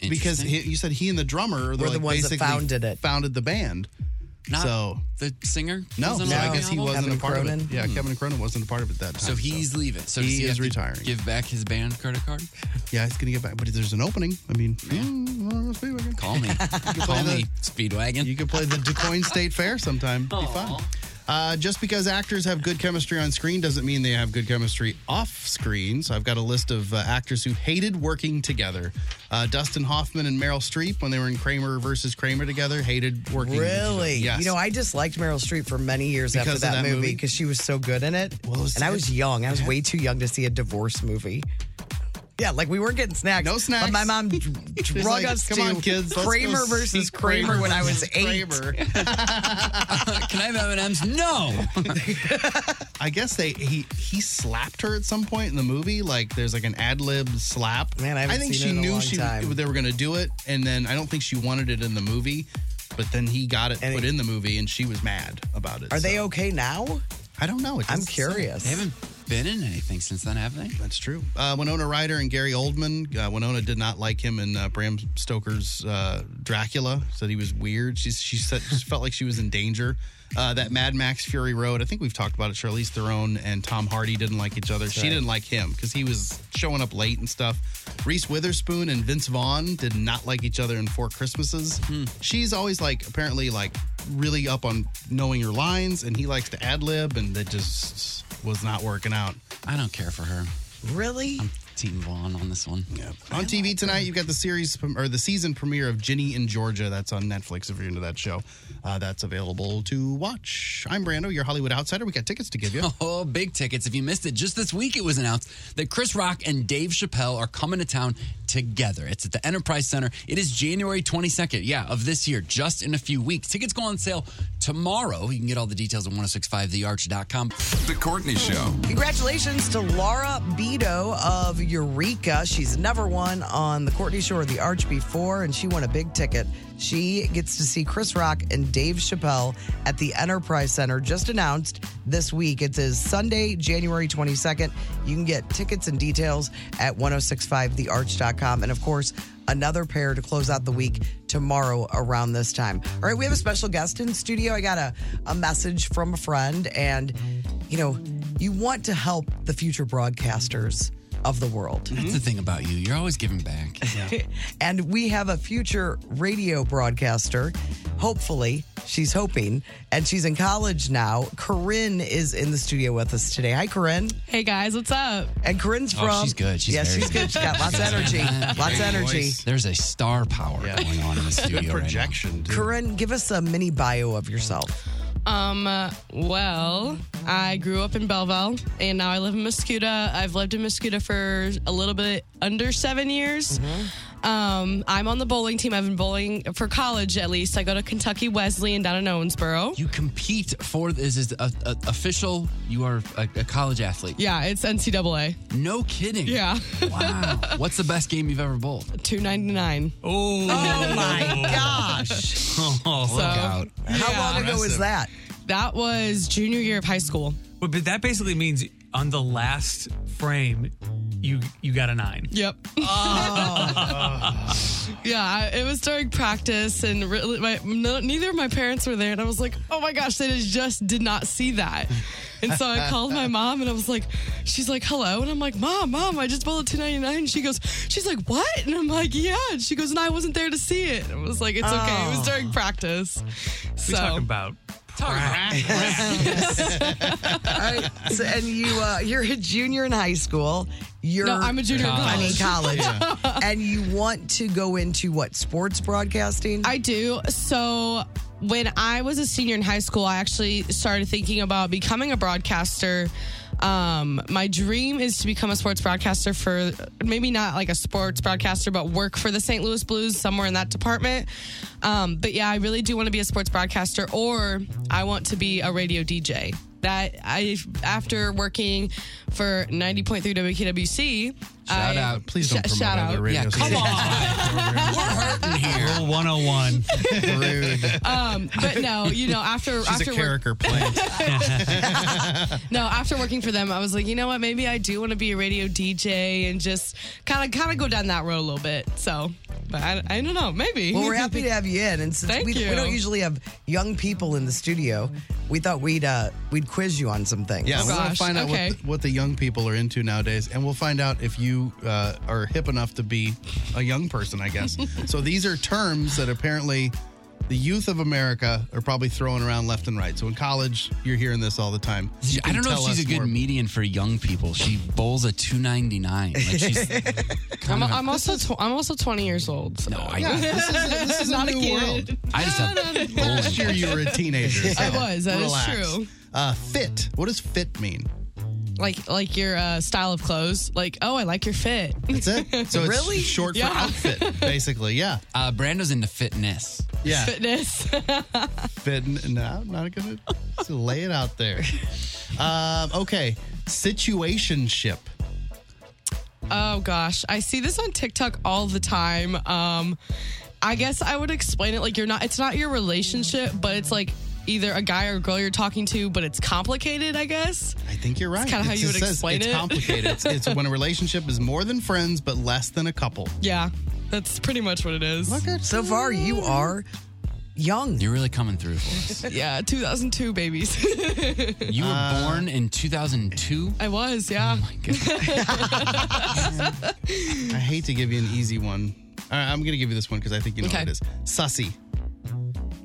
Because he, you said he and the drummer are the, Were the like, ones that basically founded it. founded the band. Not so the singer. no, was so on I the guess he album? wasn't a part Cronin? Hmm. of it. Yeah, Kevin Cronin wasn't a part of it that time. So he's leaving. So does he, he have is to retiring. Give back his band credit card. Yeah, he's gonna get back, but there's an opening. I mean, mm, Call me. Call me Speedwagon. You can play the DeCoin State Fair sometime. It'd Be fun. Uh, just because actors have good chemistry on screen doesn't mean they have good chemistry off screen. So I've got a list of uh, actors who hated working together. Uh, Dustin Hoffman and Meryl Streep, when they were in Kramer versus Kramer together, hated working. with each other. Really? Yes. You know, I disliked Meryl Streep for many years after Because of that, that movie movie? because she was so good in it. Well, it was- and I was young. I was way too young to see a divorce movie. Yeah, like we weren't getting snacks. No snacks. But my <laughs> mom d- drug like, us "Come to on, kids, let's go Kramer see versus Kramer, Kramer when I was versus eight. Can I have M&M's? No. I guess they he he slapped her at some point in the movie. Like there's like an ad lib slap. Man, I haven't seen think she it in a knew long she time. they were gonna do it, and then I don't think she wanted it in the movie. But then he got it put in the movie, and she was mad about it. Are they okay now? I don't know. It I'm doesn't say. curious. They haven't Been in anything since then, have they? That's true. Uh, Winona Ryder and Gary Oldman. Uh, Winona did not like him in uh, Bram Stoker's uh, Dracula. Said he was weird. She she, said, she felt like she was in danger. Uh, that Mad Max Fury Road. I think we've talked about it. Charlize Theron and Tom Hardy didn't like each other. That's she right. didn't like him because he was showing up late and stuff. Reese Witherspoon and Vince Vaughn did not like each other in Four Christmases. Hmm. She's always like apparently like really up on knowing your lines, and he likes to ad lib, and that just was not working out. I don't care for her. Really? I'm Team Vaughn on this one. Yep. On TV tonight, you've got the series prem- or the season premiere of Ginny in Georgia. That's on Netflix if you're into that show. Uh, that's available to watch. I'm Brando, your Hollywood outsider. We got tickets to give <laughs> you. Oh, big tickets. If you missed it, just this week it was announced that Chris Rock and Dave Chappelle are coming to town together. It's at the Enterprise Center. It is January 22nd, yeah, of this year, just in a few weeks. Tickets go on sale tomorrow. You can get all the details at 1065thearch.com. The Courtney Show. Congratulations to Laura Beto of Eureka. She's never won on the Courtney Show or the Arch before, and she won a big ticket. She gets to see Chris Rock and Dave Chappelle at the Enterprise Center, just announced this week. It is Sunday, January 22nd. You can get tickets and details at 1065thearch.com. And of course, another pair to close out the week tomorrow around this time. All right, we have a special guest in studio. I got a, a message from a friend, and you know, you want to help the future broadcasters of the world. That's the thing about you. You're always giving back. and we have a future radio broadcaster. Hopefully, she's hoping, and she's in college now. Corinne is in the studio with us today. Hi, Corinne. Hey guys, what's up? And Corinne's Oh, from. she's good. She's yeah, very she's good. She's got lots <laughs> of energy. lots of energy. There's a star power going on in the studio right now. Projection. Corinne, give us a mini bio of yourself. Um, uh, well, I grew up in Belleville and now I live in Muscuda. I've lived in Muscuda for a little bit under seven years. Mm-hmm. Um, I'm on the bowling team. I've been bowling for college at least. I go to Kentucky Wesleyan down in Owensboro. You compete for this is a, a, official. You are a, a college athlete. Yeah, it's NCAA. No kidding. Yeah. Wow. What's the best game you've ever bowled? 299. <laughs> Oh, my Ah, gosh. Oh, So- How Yeah. long ago was that? That was junior year of high school. But, but that basically means on the last frame, you you got a nine. Oh. Yep. <laughs> yeah, I, it was during practice, and really, my, no, neither of my parents were there, and I was like, "Oh my gosh, they just did not see that." And so I called my mom, and I was like, "She's like, hello," and I'm like, "Mom, mom, I just bought a 299." She goes, "She's like, what?" And I'm like, "Yeah." And she goes, "And I wasn't there to see it." And I was like, "It's okay. It was during practice." Oh. We So talking about All right. So, and you, uh, you're a junior in high school. You're, No, I'm a junior in I mean, college. college. And you want to go into what sports broadcasting? I do. So when I was a senior in high school, I actually started thinking about becoming a broadcaster. Um, my dream is to become a sports broadcaster for maybe not like a sports broadcaster, but work for the St. Louis Blues somewhere in that department. Um, but yeah, I really do want to be a sports broadcaster, or I want to be a radio DJ. That I after working for ninety point three WKWC. Shout I- out. Please don't Sh- promote shout other out. radio Yeah, come stations. Rule 101. Um, but no, you know, after She's after a work- character <laughs> plant. no, after working for them, I was like, you know what? Maybe I do want to be a radio DJ and just kind of kind of go down that road a little bit. So, but I, I don't know. Maybe. Well, we're happy to have you in, and since Thank we, we you. don't usually have young people in the studio, we thought we'd uh, we'd quiz you on some things. Oh, Yeah, we want to find out what, the, what the young people are into nowadays, and we'll find out if you uh, are hip enough to be a young person, I <laughs> guess. so these are terms that apparently the youth of America are probably throwing around left and right. So in college, you're hearing this all the time. You I can don't know if tell she's us a good more. median for young people. She bowls a 299. Like she's I'm, I'm also tw- I'm also 20 years old. So. No, I Yeah, <laughs> this is- this is a new world. I just have <laughs> Last year, you were a teenager. I was, That that is is true. Uh, fit. What does fit mean? like like your uh, style of clothes. Like, oh, I like your fit. That's it. <laughs> So it's short for outfit, basically. Yeah. Uh, Brando's into fitness. Yeah. Fitness. Fit. No, I'm not gonna just lay it out there. Um, okay, situationship. Oh gosh, I see this on TikTok all the time. Um, I guess I would explain it like you're not. It's not your relationship, but it's like either a guy or a girl you're talking to, but it's complicated. I guess. I think you're right. kinda how It you would just says explain it. It's complicated. it's, it's when a relationship is more than friends but less than a couple. Yeah, that's pretty much what it is. Look at So far, you are young. You're really coming through. For us. Yeah, 2002 babies. <laughs> You were born in 2002. I was, yeah. <laughs> I hate to give you an easy one. All right, I'm gonna give you this one because I think you know Okay. what it is. Sussy.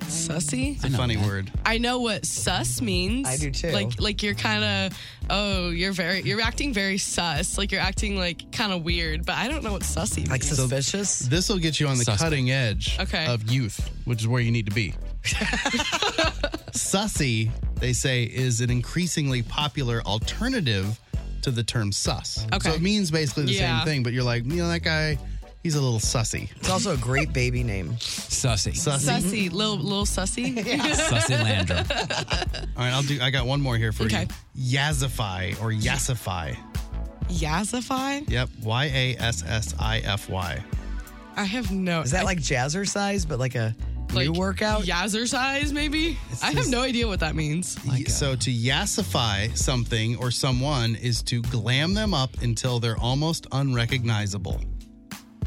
Sussy. It's a funny word. I know what sus means. I do too. Like like you're kind of oh you're very you're acting very sus. Like you're acting like kind of weird. But I don't know what sussy means. suspicious. this will get you on the Suspect. cutting edge Okay. of youth, which is where you need to be. Sussy, they say, is an increasingly popular alternative to the term sus. Okay. So it means basically the Yeah. same thing, but you're like, you know, that guy, he's a little sussy. It's also a great baby name. Sussy. sussy, little <laughs> little sussy. Sussy Landrum. All right, I'll do. I got one more here for Okay. you. Yazify or yassify. <laughs> Yassify. Yep. Y a s s i f y. I have no. Is that like jazzercise, but like a new workout? Yazzercise, maybe. I have no idea what that means. Y- So to yassify something or someone is to glam them up until they're almost unrecognizable.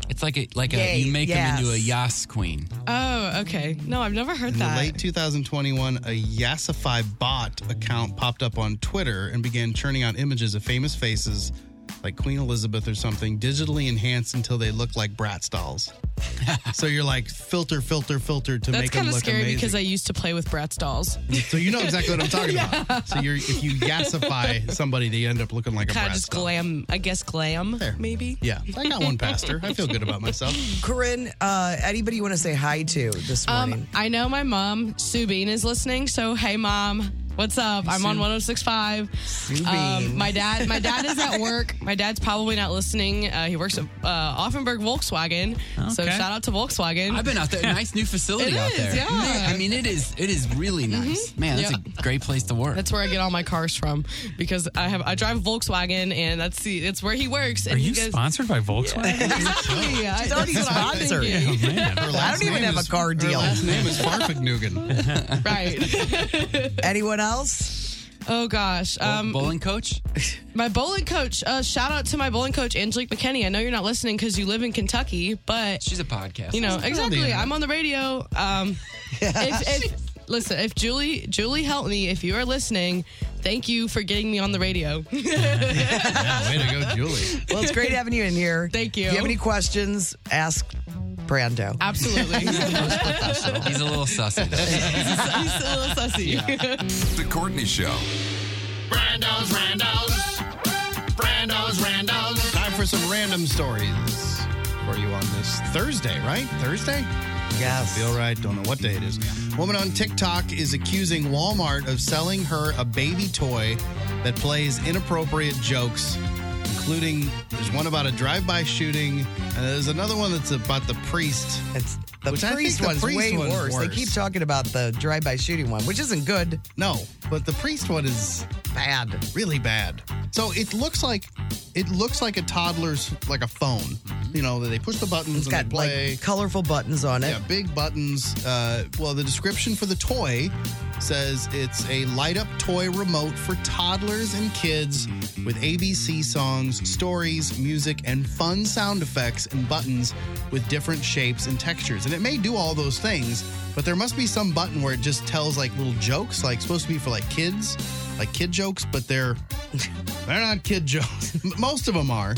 It's like a like a Yay, you make yes. him into a yas queen. Oh, okay. No, I've never heard In the that. late 2021, a Yassify bot account popped up on Twitter and began churning out images of famous faces like Queen Elizabeth or something, digitally enhanced until they look like Bratz <laughs> dolls. so you're like filter, filter, filter to That's make them kind of look scary amazing. because I used to play with Bratz dolls. so you know exactly what I'm talking <laughs> Yeah. about. So you're if you yassify somebody, they end up looking like a kind of Bratz just doll. glam. I guess glam. Maybe. Yeah, I got one pastor. I feel good about myself. Corinne, uh, anybody you want to say hi to this morning? Um, I know my mom, Sue Bean, is listening. So hey, mom, what's up? I'm on 106.5. Sue Bean. <laughs> Um, my dad, my dad is at work. My dad's probably not listening. Uh, he works at uh, Offenberg Volkswagen. So Okay. shout out to Volkswagen. I've been out there. Nice new facility It out is, there. yeah. Mm-hmm. Man, I mean, it is it is really nice. Man, that's a great place to work. That's where I get all my cars from because I have I drive a Volkswagen and that's the it's where he works. And Are he you goes, sponsored by Volkswagen? Yeah, She's already that's what I'm sponsored. thinking. Oh, man. Her last name is- her last name is Farfignugan. <laughs> right. Anyone else? Oh gosh. Um, bowling coach? My bowling coach. Uh, shout out to my bowling coach, Angelique McKinney. I know you're not listening because you live in Kentucky, <laughs> but she's a podcast. You know She's on the exactly. internet. I'm on the radio. Um, if, if, listen, if Julie Julie Heltney, if you are listening, thank you for getting me on <laughs> the radio. Way to go, Julie. Well, it's great having you in here. <laughs> Thank you. If you have any questions, ask Brando. <laughs> Absolutely. He's a little sussy. <laughs> He's a little sussy. The Courtney Show. Brando's Randos. Brando's Randos. Time for some random stories for you on this Thursday, right? Thursday? Yes. Feel right. Don't know what day it is. Woman on TikTok is accusing Walmart of selling her a baby toy that plays inappropriate jokes, including there's one about a drive-by shooting, and there's another one that's about the priest. It's the which I think priest the one's priest way one's worse. They keep worse. talking about the drive-by shooting one, which isn't good. No, but the priest one is bad, really bad. So it looks like it looks like a toddler's like a phone. You know, they push the buttons It's and got they play. like colorful buttons on it. yeah, big buttons. Uh, well, the description for the toy says it's a light up toy remote for toddlers and kids with ABC songs, stories, music, and fun sound effects and buttons with different shapes and textures. And it may do all those things, but there must be some button where it just tells like little jokes, like supposed to be for like kids, like kid jokes, but they're <laughs> they're not kid jokes. <laughs> Most of them are.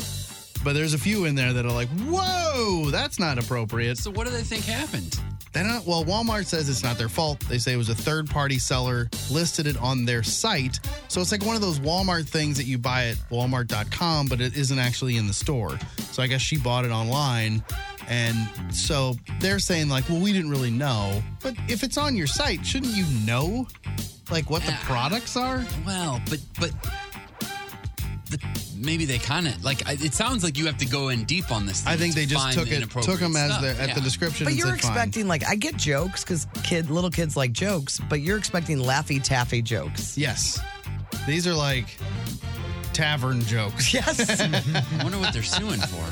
But there's a few in there that are like, whoa, that's not appropriate. So what do they think happened? They don't, well, Walmart says it's not their fault. They say it was a third party seller listed it on their site. So it's like one of those Walmart things that you buy at walmart.com, but it isn't actually in the store. So I guess she bought it online. And so they're saying, like, well, we didn't really know. But if it's on your site, shouldn't you know, like, what the products are? Well, but, but maybe they kind of like. I- It sounds like you have to go in deep on this. Thing I think to they just find took the it, inappropriate took them as stuff. the, at Yeah. the description. But and you're said, "Fine." expecting like I get jokes because kid little kids like jokes, but you're expecting laffy taffy jokes. Yes, these are like tavern <laughs> jokes. Yes. <laughs> I wonder what they're <laughs> suing for.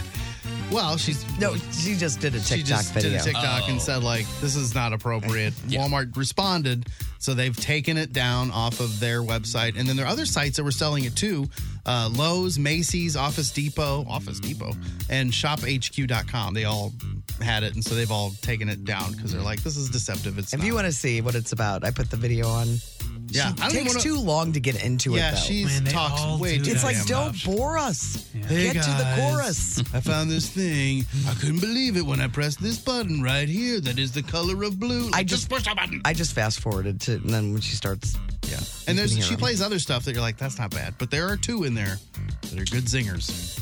Well, she's no, she just did a TikTok she just video. did a TikTok and said like, "This is not appropriate." Walmart responded, so they've taken it down off of their website, and then there are other sites that were selling it too: uh, Lowe's, Macy's, Office Depot, Office Depot, and ShopHQ.com. They all had it, and so they've all taken it down because they're like, "This is deceptive." It's If you want to see what it's about, I put the video on. Yeah, she I don't takes wanna- too long to get into it. Yeah, though. she's Man, they talks all way do too It's like damn don't much. bore us. Hey, get to the guys, chorus. I found this thing. I couldn't believe it when I pressed this button right here. That is the color of blue. I just, pushed a button. I just fast forwarded to, and then when she starts, yeah. And you can there's hear she them. plays other stuff that you're like, that's not bad. But there are two in there that are good zingers.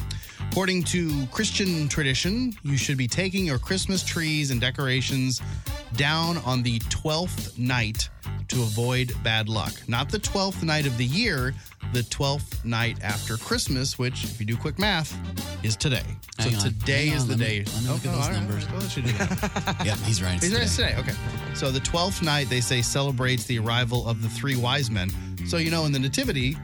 According to Christian tradition, you should be taking your Christmas trees and decorations down on the 12th night to avoid bad luck. Not the 12th night of the year, the 12th night after Christmas, which, if you do quick math, is today. So Hang on. today Hang is on, the let me- day. let me look at those all right. numbers. We'll <laughs> let you do that. yeah, he's right. Is there today? Okay. So the twelfth night they say celebrates the arrival of the three wise men. So you know in the nativity,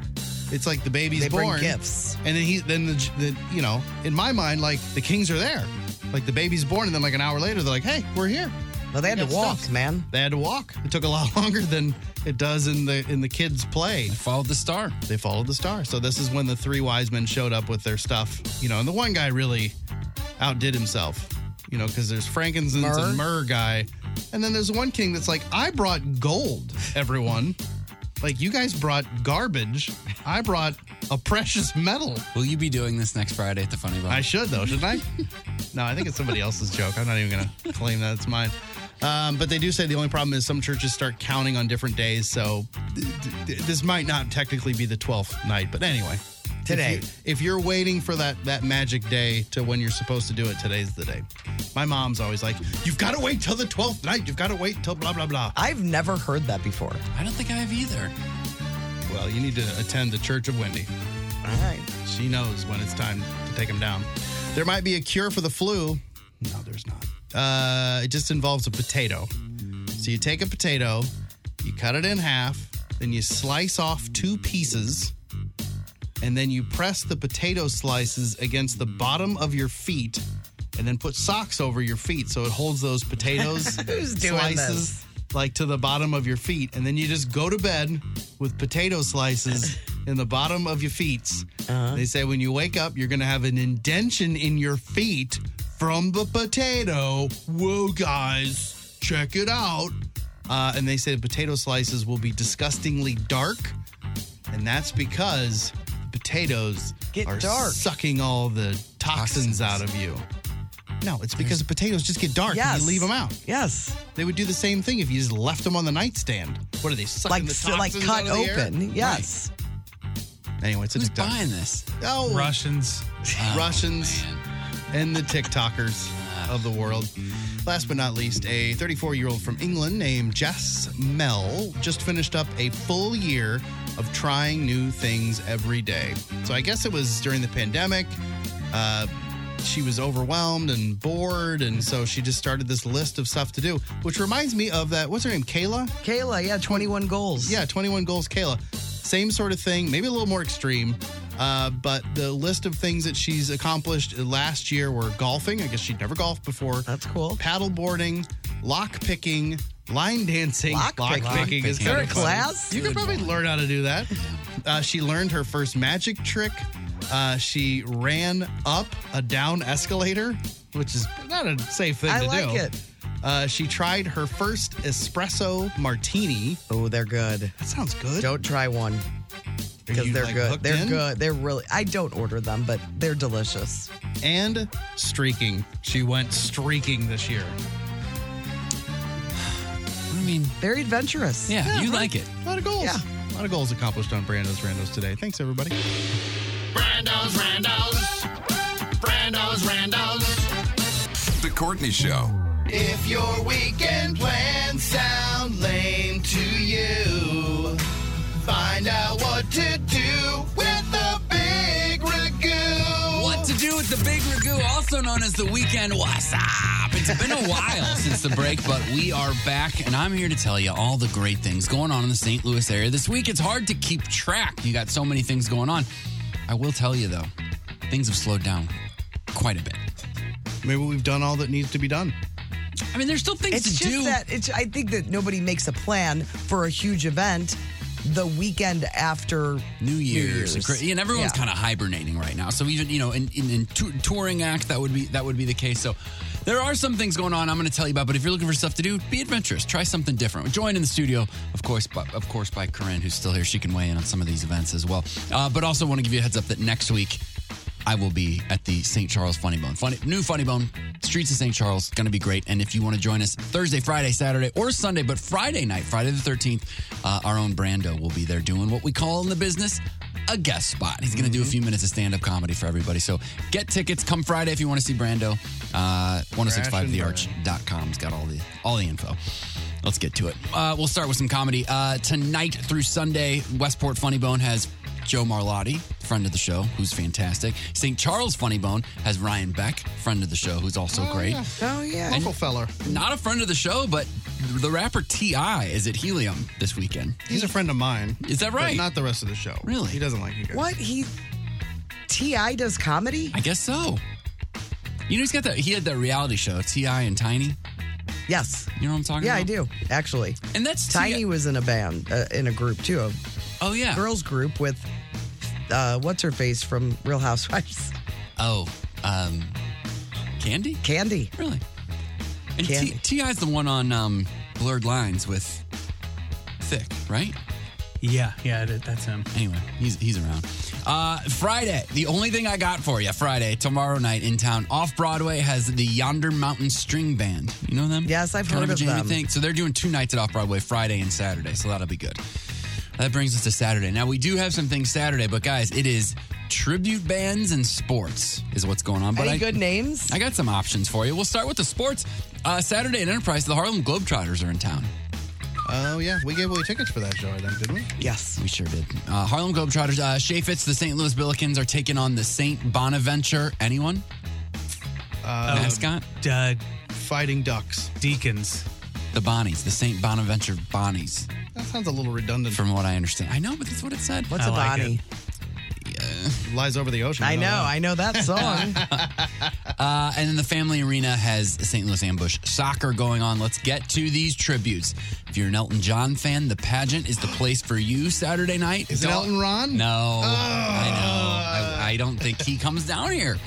it's like the baby's They bring born. gifts. And then he then the, the you know in my mind like the kings are there, like the baby's born and then like an hour later they're like hey we're here. Well, they had We to got walk, stuff. man. They had to walk. It took a lot <laughs> longer than it does in the in the kids' play. They followed the star. They followed the star. So this is when the three wise men showed up with their stuff. You know, and the one guy really outdid himself. You know, because there's frankincense Myrrh? and myrrh guy, and then there's one king that's like, I brought gold, everyone. like you guys brought garbage. I brought a precious metal. Will you be doing this next Friday at the Funny Bone? I should though, shouldn't I? no, I think it's somebody else's joke. I'm not even going to claim that it's mine. Um, but they do say the only problem is some churches start counting on different days, so th- th- this might not technically be the twelfth night. But anyway, Today. if, you, if you're waiting for that that magic day to when you're supposed to do it, today's the day. My mom's always like, "You've got to wait till the twelfth night. You've got to wait till blah blah blah." I've never heard that before. I don't think I have either. Well, you need to attend the Church of Wendy. All right. She knows when it's time to take them down. There might be a cure for the flu. No, there's not. Uh, it just involves a potato. So you take a potato, you cut it in half, then you slice off two pieces, and then you press the potato slices against the bottom of your feet, and then put socks over your feet so it holds those potatoes <laughs> Who's doing slices like to the bottom of your feet, and then you just go to bed with <laughs> potato slices in the bottom of your feet. Uh-huh. They say when you wake up, you're gonna have an indention in your feet from the potato. Whoa, guys, check it out. Uh, and they say the potato slices will be disgustingly dark, and that's because potatoes Get are dark. sucking all the toxins, out of you. No, it's because the potatoes just get dark and Yes. you leave them out. Yes. They would do the same thing if you just left them on the nightstand. What are they sucking Like the so- like toxins cut out of the air? open. Yes. Right. Anyway, it's a Who's TikTok. buying this? Oh, Oh, Russians. Russians and the TikTokers of the world. Last but not least, a 34 year old from England named Jess Mel just finished up a full year of trying new things every day. So I guess it was during the pandemic. Uh, she was overwhelmed and bored, and so she just started this list of stuff to do, which reminds me of that. What's her name? Kayla? Kayla, yeah, 21 goals. Yeah, 21 goals, Kayla. Same sort of thing, maybe a little more extreme. Uh, but the list of things that she's accomplished last year were golfing. I guess she'd never golfed before. That's cool. Paddle boarding, lock picking, line dancing. Lock picking? is Is there kinda a funny. class? You could probably learn how to do that. Uh, she learned her first magic trick. Uh, she ran up a down escalator, which is not a safe thing I to do. like it. Uh, she tried her first espresso martini. Oh, they're good. That sounds good. Don't try one because you, they're like, good. hooked They're in? good. They're really. I don't order them, but they're delicious. and streaking. She went streaking this year. I mean, Very adventurous. yeah, you right. like it. A lot of goals. Yeah. A lot of goals accomplished on Brando's Randos today. Thanks, everybody. Brando's, Randos. Brando's, Randos. The Courtney Show. If your weekend plans sound lame to you, find out what to do with the big regret. Big Ragu, also known as the Weekend What's Up. It's been a while <laughs> since the break, but we are back, and I'm here to tell you all the great things going on in the St. Louis area this week. It's hard to keep track. You got so many things going on. I will tell you though, things have slowed down quite a bit. Maybe we've done all that needs to be done. I mean, there's still things it's to just do. That it's, I think that nobody makes a plan for a huge event the weekend after New Year's, and cra- and everyone's kind of hibernating right now. So even you know, in, in, in tou- touring act, that would be that would be the case. So there are some things going on. I'm going to tell you about. But if you're looking for stuff to do, be adventurous. Try something different. Join in the studio, of course, but of course by Corinne, who's still here. She can weigh in on some of these events as well. Uh, but also want to give you a heads up that next week. I will be at the St. Charles Funny Bone. Funny, new Funny Bone, streets of St. Charles, going to be great. And if you want to join us Thursday, Friday, Saturday, or Sunday, but Friday night, Friday the 13th, uh, our own Brando will be there doing what we call in the business a guest spot. He's going to do a few minutes of stand up comedy for everybody. So get tickets. Come Friday if you want to see Brando. Uh, 1065thearch.com. It's got all the, all the info. Let's get to it. Uh, we'll start with some comedy. Uh, tonight through Sunday, Westport Funny Bone has Joe Marlotti, friend of the show, who's fantastic. St. Charles Funny Bone has Ryan Beck, friend of the show, who's also great. Oh yeah, local feller. Not a friend of the show, but the rapper T.I. is at Helium this weekend. He's a friend of mine. Is that but right? not the rest of the show. Really? He doesn't like you guys. What he? Ti does comedy? I guess so. You know, he's got that, he had that reality show, T.I. and Tiny. Yes. You know what I'm talking yeah, about? I do actually. And that's Tiny was in a band, uh, in a group too. A oh yeah, girls group with uh, what's her face from Real Housewives. <laughs> Oh, um, Candy? Candy. Really? And Candy. T- T.I.'s the one on um, Blurred Lines with Thick, right? Yeah, yeah, that- that's him. Anyway, he's, he's around. Uh, Friday, the only thing I got for you, Friday, tomorrow night in town, off Broadway has the Yonder Mountain String Band. You know them? Yes, I've kind heard of a of jammy them. thing. So they're doing two nights at Off Broadway, Friday and Saturday. So that'll be good. That brings us to Saturday. Now we do have some things Saturday, but guys, it is tribute bands and sports is what's going on. But Any I, good names? I got some options for you. We'll start with the sports. Uh, Saturday at Enterprise, the Harlem Globetrotters are in town. Oh yeah, we gave away tickets for that show, I think, didn't we? Yes, we sure did. Uh, Harlem Globetrotters, uh, Shafitz, the St. Louis Billikens are taking on the St. Bonaventure. Anyone? Uh, Mascot? Uh, Fighting Ducks. Deacons. The Bonnies, the St. Bonaventure Bonnies, That sounds a little redundant. from what I understand. I know, but that's what it said. What's a a Bonnie? Lies over the ocean. I know, I know that <laughs> song. Uh, and then the Family Arena has St. Louis Ambush soccer going on. Let's get to these tributes. If you're an Elton John fan, the pageant is the place for you Saturday night. Is it Don't- Elton Ron? No, I know. I, I don't think he comes down here.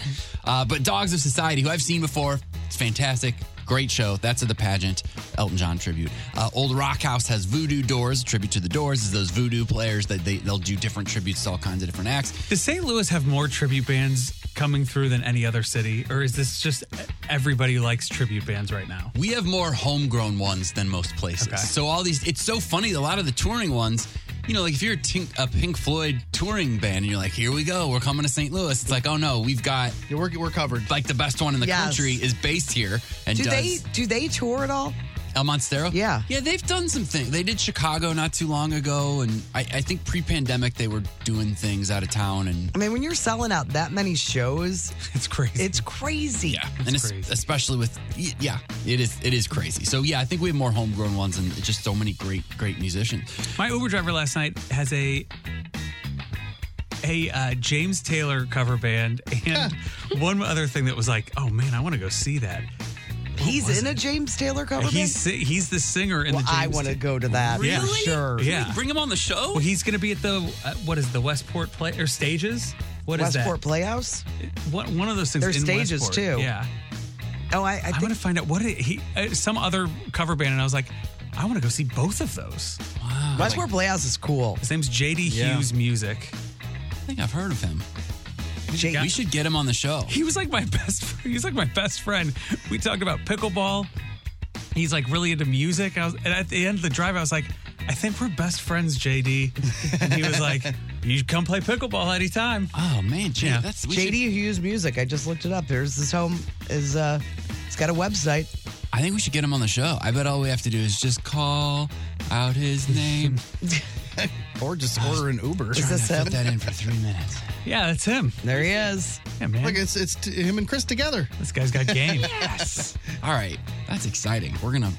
Uh, but Dogs of Society, who I've seen before, it's fantastic. Great show. That's at the pageant, Elton John tribute. Uh, Old Rock House has Voodoo Doors. Tribute to the Doors is those Voodoo players that they, they'll do different tributes to all kinds of different acts. Does St. Louis have more tribute bands coming through than any other city, or is this just everybody likes tribute bands right now? <laughs> We have more homegrown ones than most places. So all these, it's so funny. A lot of the touring ones, you know, like if you're a, tink, a Pink Floyd touring band and you're like, here we go, we're coming to St. Louis. It's like, oh no, we've got we're, we're covered. Like the best one in the Yes. country is based here and do does they do they tour at all? El Monstero. Yeah, yeah, they've done some things. They did Chicago not too long ago, and I, I think pre-pandemic they were doing things out of town and I mean, when you're selling out that many shows, it's crazy. It's crazy. Yeah, and es- especially with y- yeah, it is it is crazy. So yeah, I think we have more homegrown ones and just so many great great musicians. My Uber driver last night has a a uh, James Taylor cover band <laughs> and one other thing that was like, oh man, I want to go see that. he's in a James Taylor cover band. He's si- he's the singer in well, the James I want to Taylor- go to that. for Yeah, sure. Yeah, bring him on the show. Well, he's going to be at the uh, what is it, the Westport play or stages? What is Westport that? Playhouse. What one of those things? There's in stages, Westport. too. Yeah. Oh, I I, want to find out what it, he uh, some other cover band, and I was like, I want to go see both of those. Wow. Westport Playhouse is cool. His name's JD Yeah. Hughes Music. I think I've heard of him. Jake- we should get him on the show. He was like my <laughs> best. Friend. He's like my best friend. We talked about pickleball. He's like really into music. I was, and at the end of the drive, I was like, I think we're best friends, JD. And he was like, You should come play pickleball anytime. Oh man, Jay, that's we JD Hughes Music. I just looked it up. There's his home is uh it's got a website. I think we should get him on the show. I bet all we have to do is just call out his name. or just order an Uber. Is this Trying to fit him? that in for three minutes. Yeah, that's him. There he is. Yeah, <laughs> man. Look, it's it's t- him and Chris together. This guy's got game. yes. All right. That's exciting. We're going to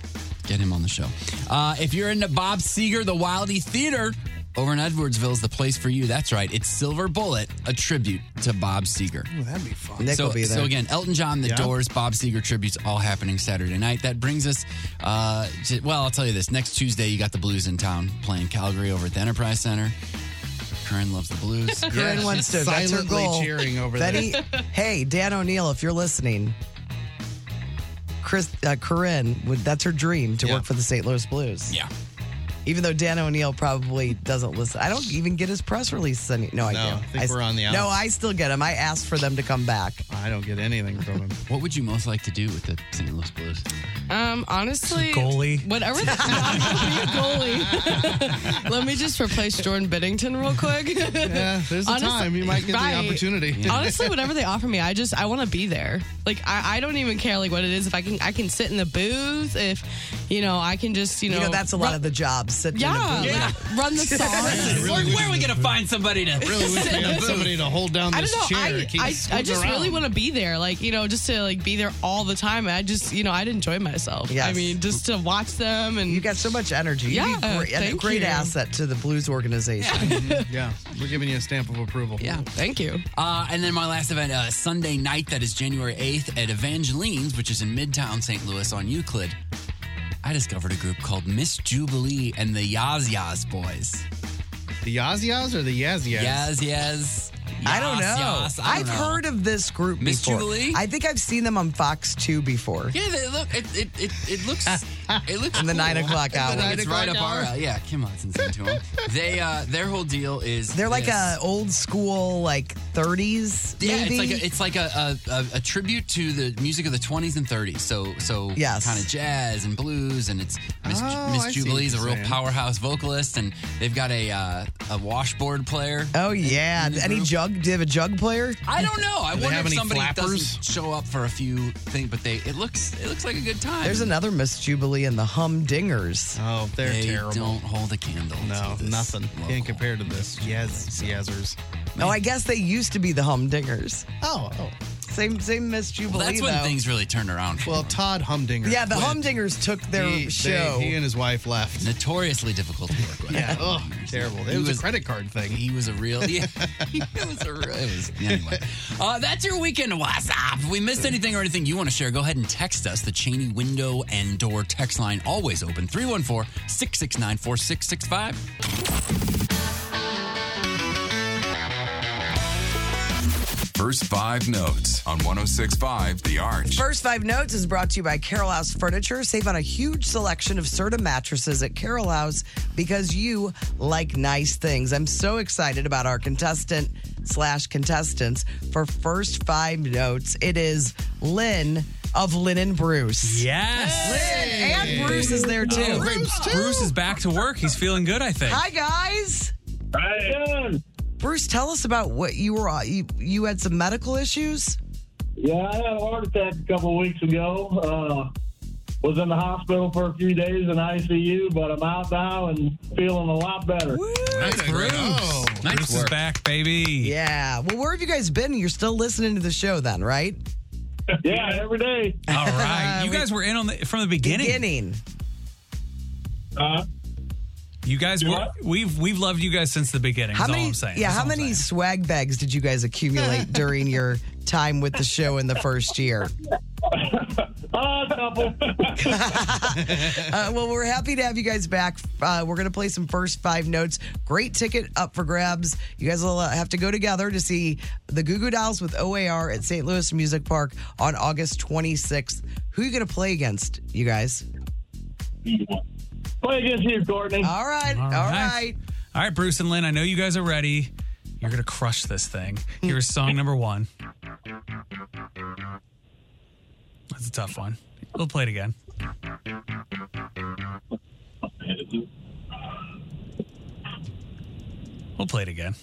get him on the show. Uh, if you're into Bob Seger, the Wildy Theater over in Edwardsville is the place for you. That's right. It's Silver Bullet, a tribute to Bob Seger. Ooh, that'd be fun. Nick so, will be there. so again, Elton John, The Yeah. Doors, Bob Seger tributes all happening Saturday night. That brings us, uh, to, well, I'll tell you this. Next Tuesday, you got the Blues in town playing Calgary over at the Enterprise Center. Karen loves the <laughs> Blues. Corinne wants to. That's her Silently goal. cheering over Betty, hey, Dan O'Neill, if you're listening, Chris uh, Corinne, would, that's her dream to work for the St. Louis Blues. Yeah. Even though Dan O'Neill probably doesn't listen, I don't even get his press releases. Any- no, I No, do. I think s- we're on the No, outs. I still get them. I asked for them to come back. I don't get anything from <laughs> him. What would you most like to do with the St. Louis Blues? Um, honestly, Goalie. Whatever. The, I'll be a goalie. Let me just replace Jordan Biddington real quick. Yeah, there's a time. You might get the opportunity. Yeah. <laughs> Honestly, whatever they offer me, I just I want to be there. Like I, I don't even care like what it is. If I can I can sit in the booth. If you know I can just <laughs> you You know know, that's a lot of the jobs. Sit in a yeah, booth. like, run the <laughs> song. where where are we going to find somebody to Really wish we had somebody to hold down I this don't know. chair. I, Keep I, I scooting just really around. want to be there, like you know, just to like be there all the time. I just you know I'd enjoy myself. Yes. I mean, just to watch them and You got so much energy. Yeah, You'd be great, and a thank great you. asset to the Blues organization. yeah, we're giving you a stamp of approval. Yeah. Thank you. Uh, and then my last event, uh, Sunday night, that is January 8th at Evangeline's, which is in Midtown St. Louis on Euclid. I discovered a group called Miss Jubilee and the Yaz Yaz Boys. The Yaz Yaz or the Yaz Yaz? Yaz Yaz. I don't Yas, know. yas, I I've don't know. heard of this group Miss before. Jubilee? I think I've seen them on Fox 2 before. Yeah, they look. It it it, <laughs> it looks. It looks In the cool. nine o'clock I think hour. It's right up our. alley. Yeah, Kim Hudson's into them. They uh, their whole deal is They're like this. a old school, like 30s, Yeah, maybe? it's like a, it's like a, a, a, a tribute to the music of the 20s and 30s. So so Yes. kind of jazz and blues, and it's Miss, Oh, I see Miss what Jubilee's a you're real saying. powerhouse vocalist, and they've got a uh, a washboard player. oh, yeah. the Any group. jug? Do you have a jug player? I don't know. I Do they wonder have if any somebody flappers? doesn't show up for a few things, but they it looks it looks like a good time. There's another Miss Jubilee and the Humdingers. Oh, they're They terrible. don't hold a candle. No, nothing. Can't compare to this. Yes, Yazzers. Oh, I guess they used to be the Humdingers. Oh, oh. Same, same Miss Jubilee. Well, that's when though. things really turn around. Well, Todd Humdinger. Yeah, the quit. Humdingers took their He- they- show. he and his wife left. Notoriously difficult to work with. <laughs> Yeah, oh, terrible. It He was, was- a credit card thing. He was a real. <laughs> Yeah, he was a real. It was <laughs> anyway. Uh, that's your weekend. What's up? If we missed anything or anything you want to share, go ahead and text us. The Cheney window and door text line always open 314 669 4665. First five notes on 1065 The Arch. First Five Notes is brought to you by Carol House Furniture. Save on a huge selection of Serta mattresses at Carol House because you like nice things. I'm so excited about our contestant slash contestants for First Five Notes. It is Lynn of Lynn and Bruce. Yes. Lynn and Bruce is there too. Oh, great. Bruce is back to work. He's feeling good, I think. Hi guys. Hi. Bruce, tell us about what you were. uh, You, you had some medical issues. Yeah, I had a heart attack a couple of weeks ago. Uh, was in the hospital for a few days in ICU, but I'm out now and feeling a lot better. That's Bruce. Oh, Nice Bruce is work. back, baby. Yeah. Well, where have you guys been? You're still listening to the show, then, right? Yeah, every day. <laughs> All right. You guys were in on the from the beginning. Beginning. Uh, you guys were we've we've loved you guys since the beginning. How is many? all I'm saying. yeah. That's How all I'm many swag bags did you guys accumulate during your time with the show in the first year? <laughs> a couple. Uh, well, we're happy to have you guys back. Uh, we're going to play some first five notes. Great ticket up for grabs. You guys will uh, have to go together to see the Goo Goo Dolls with OAR at St. Louis Music Park on August 26th. Who are you going to play against, you guys? Play against you, Courtney. All right. All All right. right. All right, Bruce and Lynn, I know you guys are ready. You're going to crush this thing. Here's song number one. That's a tough one. We'll play it again. We'll play it again.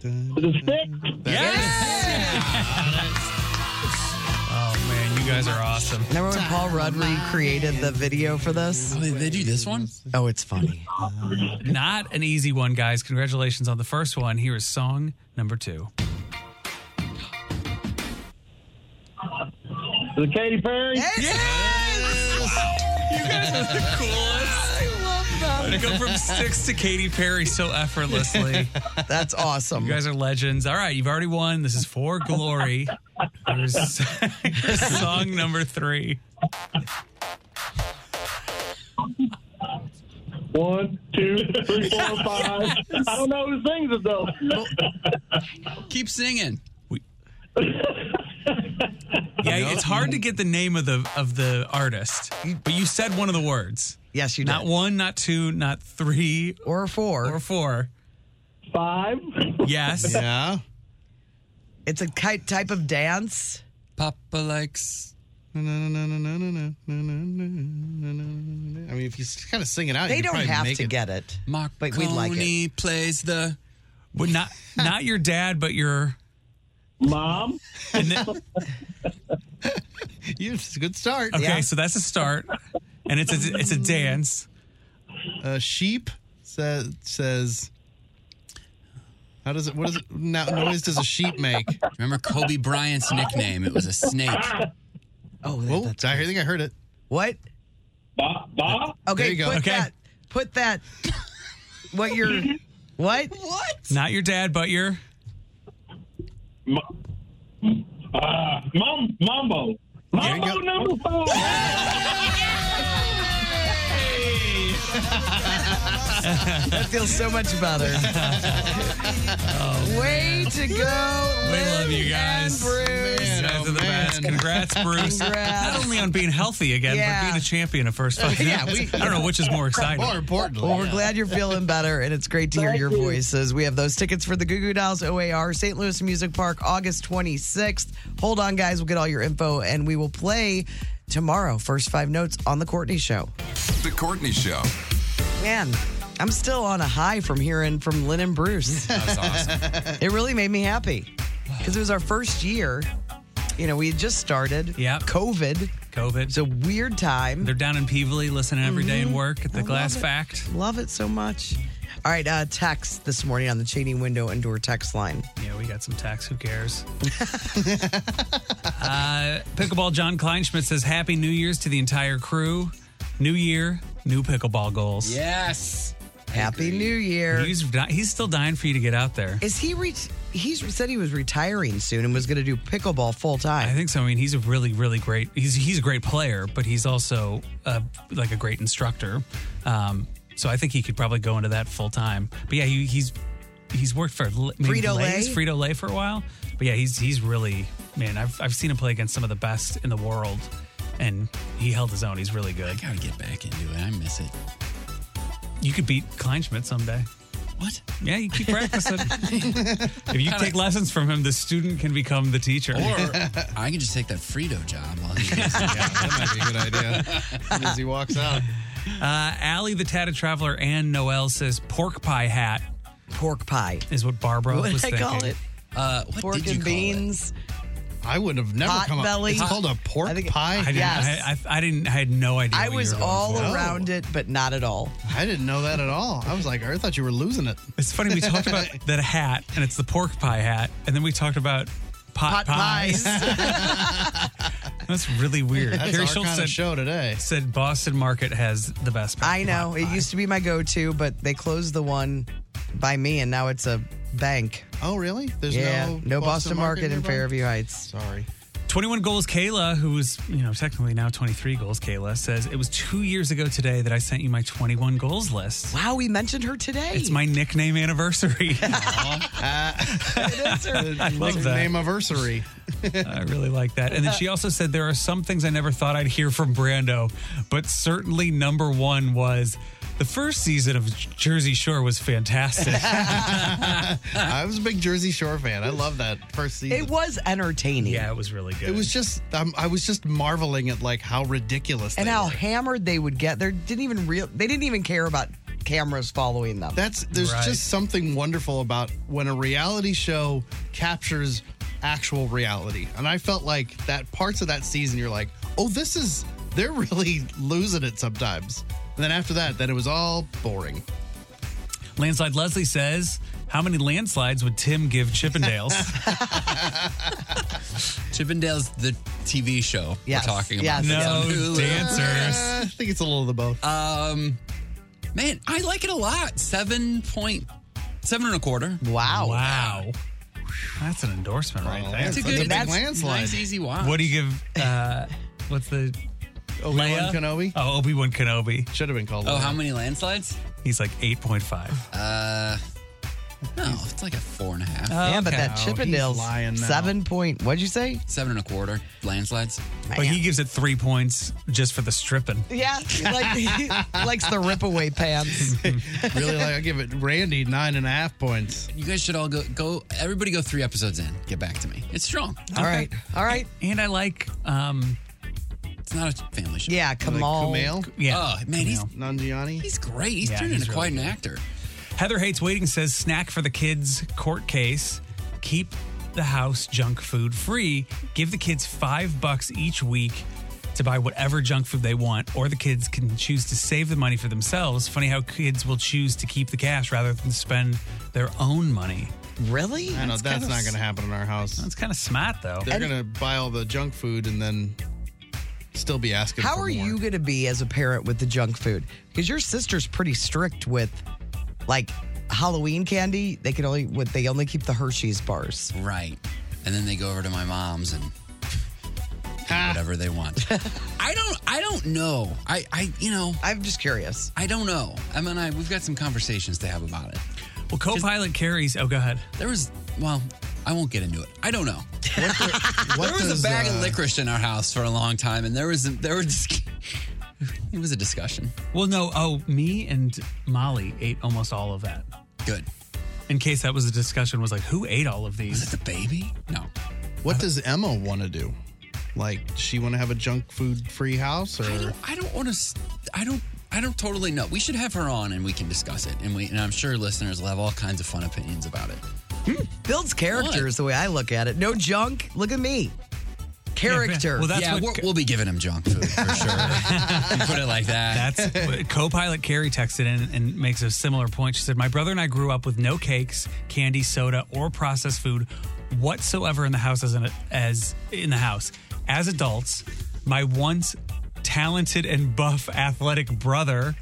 The stick. <laughs> Oh, man, you guys guys are awesome. Remember when Paul Rudd recreated the video for this? Oh, they do this one? Oh, it's funny. Not an easy one, guys. Congratulations on the first one. Here is song number two. Is it Katy Perry? You guys are the coolest. I love To go from Sticks to Katy Perry so effortlessly. That's awesome. <laughs> You guys are legends. All right, you've already won. This is for glory. Here's <laughs> song number three. One, two, three, four, five. I don't know who sings it though. Keep singing. Yeah, it's hard to get the name of the of the artist, but you said one of the words. Yes, you not one, not two, not three, or four, or four, five. Yes. Yeah. It's a ki- type of dance. Papa likes. I mean, if you kind of sing it out, They you could don't probably have make to it. get it. Mark But we'd like it. Coney plays the. Well, not not your dad, but your mom. And then, You- It's a good start. okay, so that's a start, and it's a it's a dance. uh, sheep sa- says, "How does it? What is it? No, noise does a <laughs> sheep make?" Remember Kobe Bryant's nickname? It was a snake. Oh, I think I heard it. What? Uh, Ba ba. Okay, There you go. put Okay. that. Put that. what your? <laughs> What? What? Not your dad, but your Uh, mom, mambo. Mambo number four. that feels so much <laughs> better. Oh, Way to go. We love you guys. you guys are the best. Congrats, Bruce. Oh, Congrats. Not only on being healthy again, Yeah. but being a champion of first five. Yeah, minutes. we- I don't know which is more exciting. More importantly, Well, we're glad you're feeling better, and it's great to hear your voices. We have those tickets for the Goo Goo Dolls OAR, St. Louis Music Park, August 26th. Hold on, guys. We'll get all your info, and we will play tomorrow. First five notes on The Courtney Show. The Courtney Show. Man, I'm still on a high from hearing from Lynn and <laughs> Bruce. That's awesome. it really made me happy because it was our first year. You know, we had just started. Yeah. COVID. COVID. It's a weird time. They're down in Peevely listening every day in work at the Mm-hmm. I Glass love it. Fact. Love it so much. All right, uh, text this morning on the Cheney window and door text line. Yeah, we got some tax. Who cares? uh, pickleball John Kleinschmidt says, Happy New Year's to the entire crew. New year, new pickleball goals. Yes. Happy New Year. He's, di- he's still dying for you to get out there. Is he re- he said he was retiring soon and was going to do pickleball full I time. think so. I mean, he's a really, really great. He's he's a great player, but he's also uh like a great instructor. Um, so I think he could probably go into that full time. But yeah, he, he's he's worked for Frito-Lay? Frito Lay for a while. But yeah, he's he's really man. I've I've seen him play against some of the best in the world, and he held his own. He's really good. Gotta get back into it. I miss it. You could beat Kleinschmidt someday. What? Yeah, you keep <laughs> practicing. if you take lessons from him, the student can become the teacher. Or I can just take that Frito job. <laughs> While he goes. That might be a good idea. As he walks out, Uh, Allie, the tatted traveler, and Noel says pork pie hat Pork pie. is what Barbara What was did I thinking. call it? Uh, what Pork did you and call it? beans. I wouldn't have never Hot come belly. up. It's called a pork I think- pie. I didn't, Yes. I, I, I didn't. I had no idea. I what you was were going all for. around it, but not at all. I didn't know that at all. I was like, I thought you were losing it. It's <laughs> funny we talked about that hat, and it's the pork pie hat, and then we talked about Hot pot, pies. pies. <laughs> That's really weird. That's Carrie our Schultz kind said, of show today. said Boston Market has the best. I know. pot It pie. used to be my go to, but they closed the one by me, and now it's a bank. Oh, really? There's yeah. no Boston, Market, in nearby? Fairview Heights. Sorry. 21 goals Kayla, who is, you know, technically now 23 goals Kayla, says, It was two years ago today that I sent you my 21 goals list. Wow, we mentioned her today. It's my <laughs> nickname anniversary. I love that. Name anniversary. I really like that. And then she also said there are some things I never thought I'd hear from Brando, but certainly number one was the first season of Jersey Shore <laughs> was fantastic. I was a big Jersey Shore fan. I love that first season. It was entertaining. yeah, it was really good. It was just um, I was just marveling at like how ridiculous and they how were. hammered they would get. There didn't even real. They didn't even care about cameras following them. That's there's Right. just something wonderful about when a reality show captures actual reality. And I felt like that parts of that season, you're like, oh, this is, they're really <laughs> losing it sometimes. And then after that, then it was all boring. Landslide Leslie says, How many landslides would Tim <laughs> give Chippendales? Chippendales, the TV show Yes, we're talking yes, about. yes. No dancers. Eh, I think it's a little of the both. Um, man, I like it a lot. Seven point seven and a quarter. Wow. Oh, Wow. That's an endorsement right there. That's a good- that's a nice, easy watch. What do you give? Uh, what's the Leia? Kenobi? Oh, Obi Wan Kenobi. Should have been called. Oh, <laughs> how many landslides? He's like eight point five. Uh, no, it's like a four and a half. Uh, yeah, but that Chippendales seven point. What'd you say? Seven and a quarter landslides. But he gives it three points just for the stripping. Yeah, he like, <laughs> he likes the rip away pants. really like I give it Randy nine and a half points. You guys should all go go. Everybody go three episodes in. Get back to me. It's strong. All right, <laughs> all right. And I like. um It's not a family show. Yeah, Kamal. Kumail? Yeah. Oh man, he's Nanjiani. He's great. He's Yeah, turning he's into really quite an good. actor. Heather hates waiting. Says snack for the kids. Court case. Keep the house junk food free. Give the kids five bucks each week to buy whatever junk food they want, or the kids can choose to save the money for themselves. Funny how kids will choose to keep the cash rather than spend their own money. Really? I know that's, not going to happen in our house. That's kind of smart though. They're going to buy all the junk food and then still be asking. How for are more. you going to be as a parent with the junk food? Because your sister's pretty strict with, like, Halloween candy. They can only what they only keep the Hershey's bars. Right. And then they go over to my mom's and eat whatever they <laughs> want. I don't I don't know. I, I you know I'm just curious. I don't know. Em and I we've got some conversations to have about it. Well, co-pilot carries. Oh, go ahead. There was well, I won't get into it. I don't know. what there was does, a bag uh, of licorice in our house for a long time, and there was there was <laughs> it was a discussion. Well, no. Oh, me and Molly ate almost all of that. Good. In case that was a discussion, was like, who ate all of these? Was it the baby? No. What does Emma want to do? Like, does she want to have a junk food free house or? I don't want to. I don't. I don't totally know. We should have her on and we can discuss it. And we and I'm sure listeners will have all kinds of fun opinions about it. Builds character is the way I look at it. No junk. Look at me. Character. yeah, we're- we'll be giving him junk food for sure. you put it like that. That's co-pilot Carrie texted in and makes a similar point. She said, "My brother and I grew up with no cakes, candy, soda, or processed food whatsoever in the house as in, as in the house. As adults, my once talented and buff athletic brother."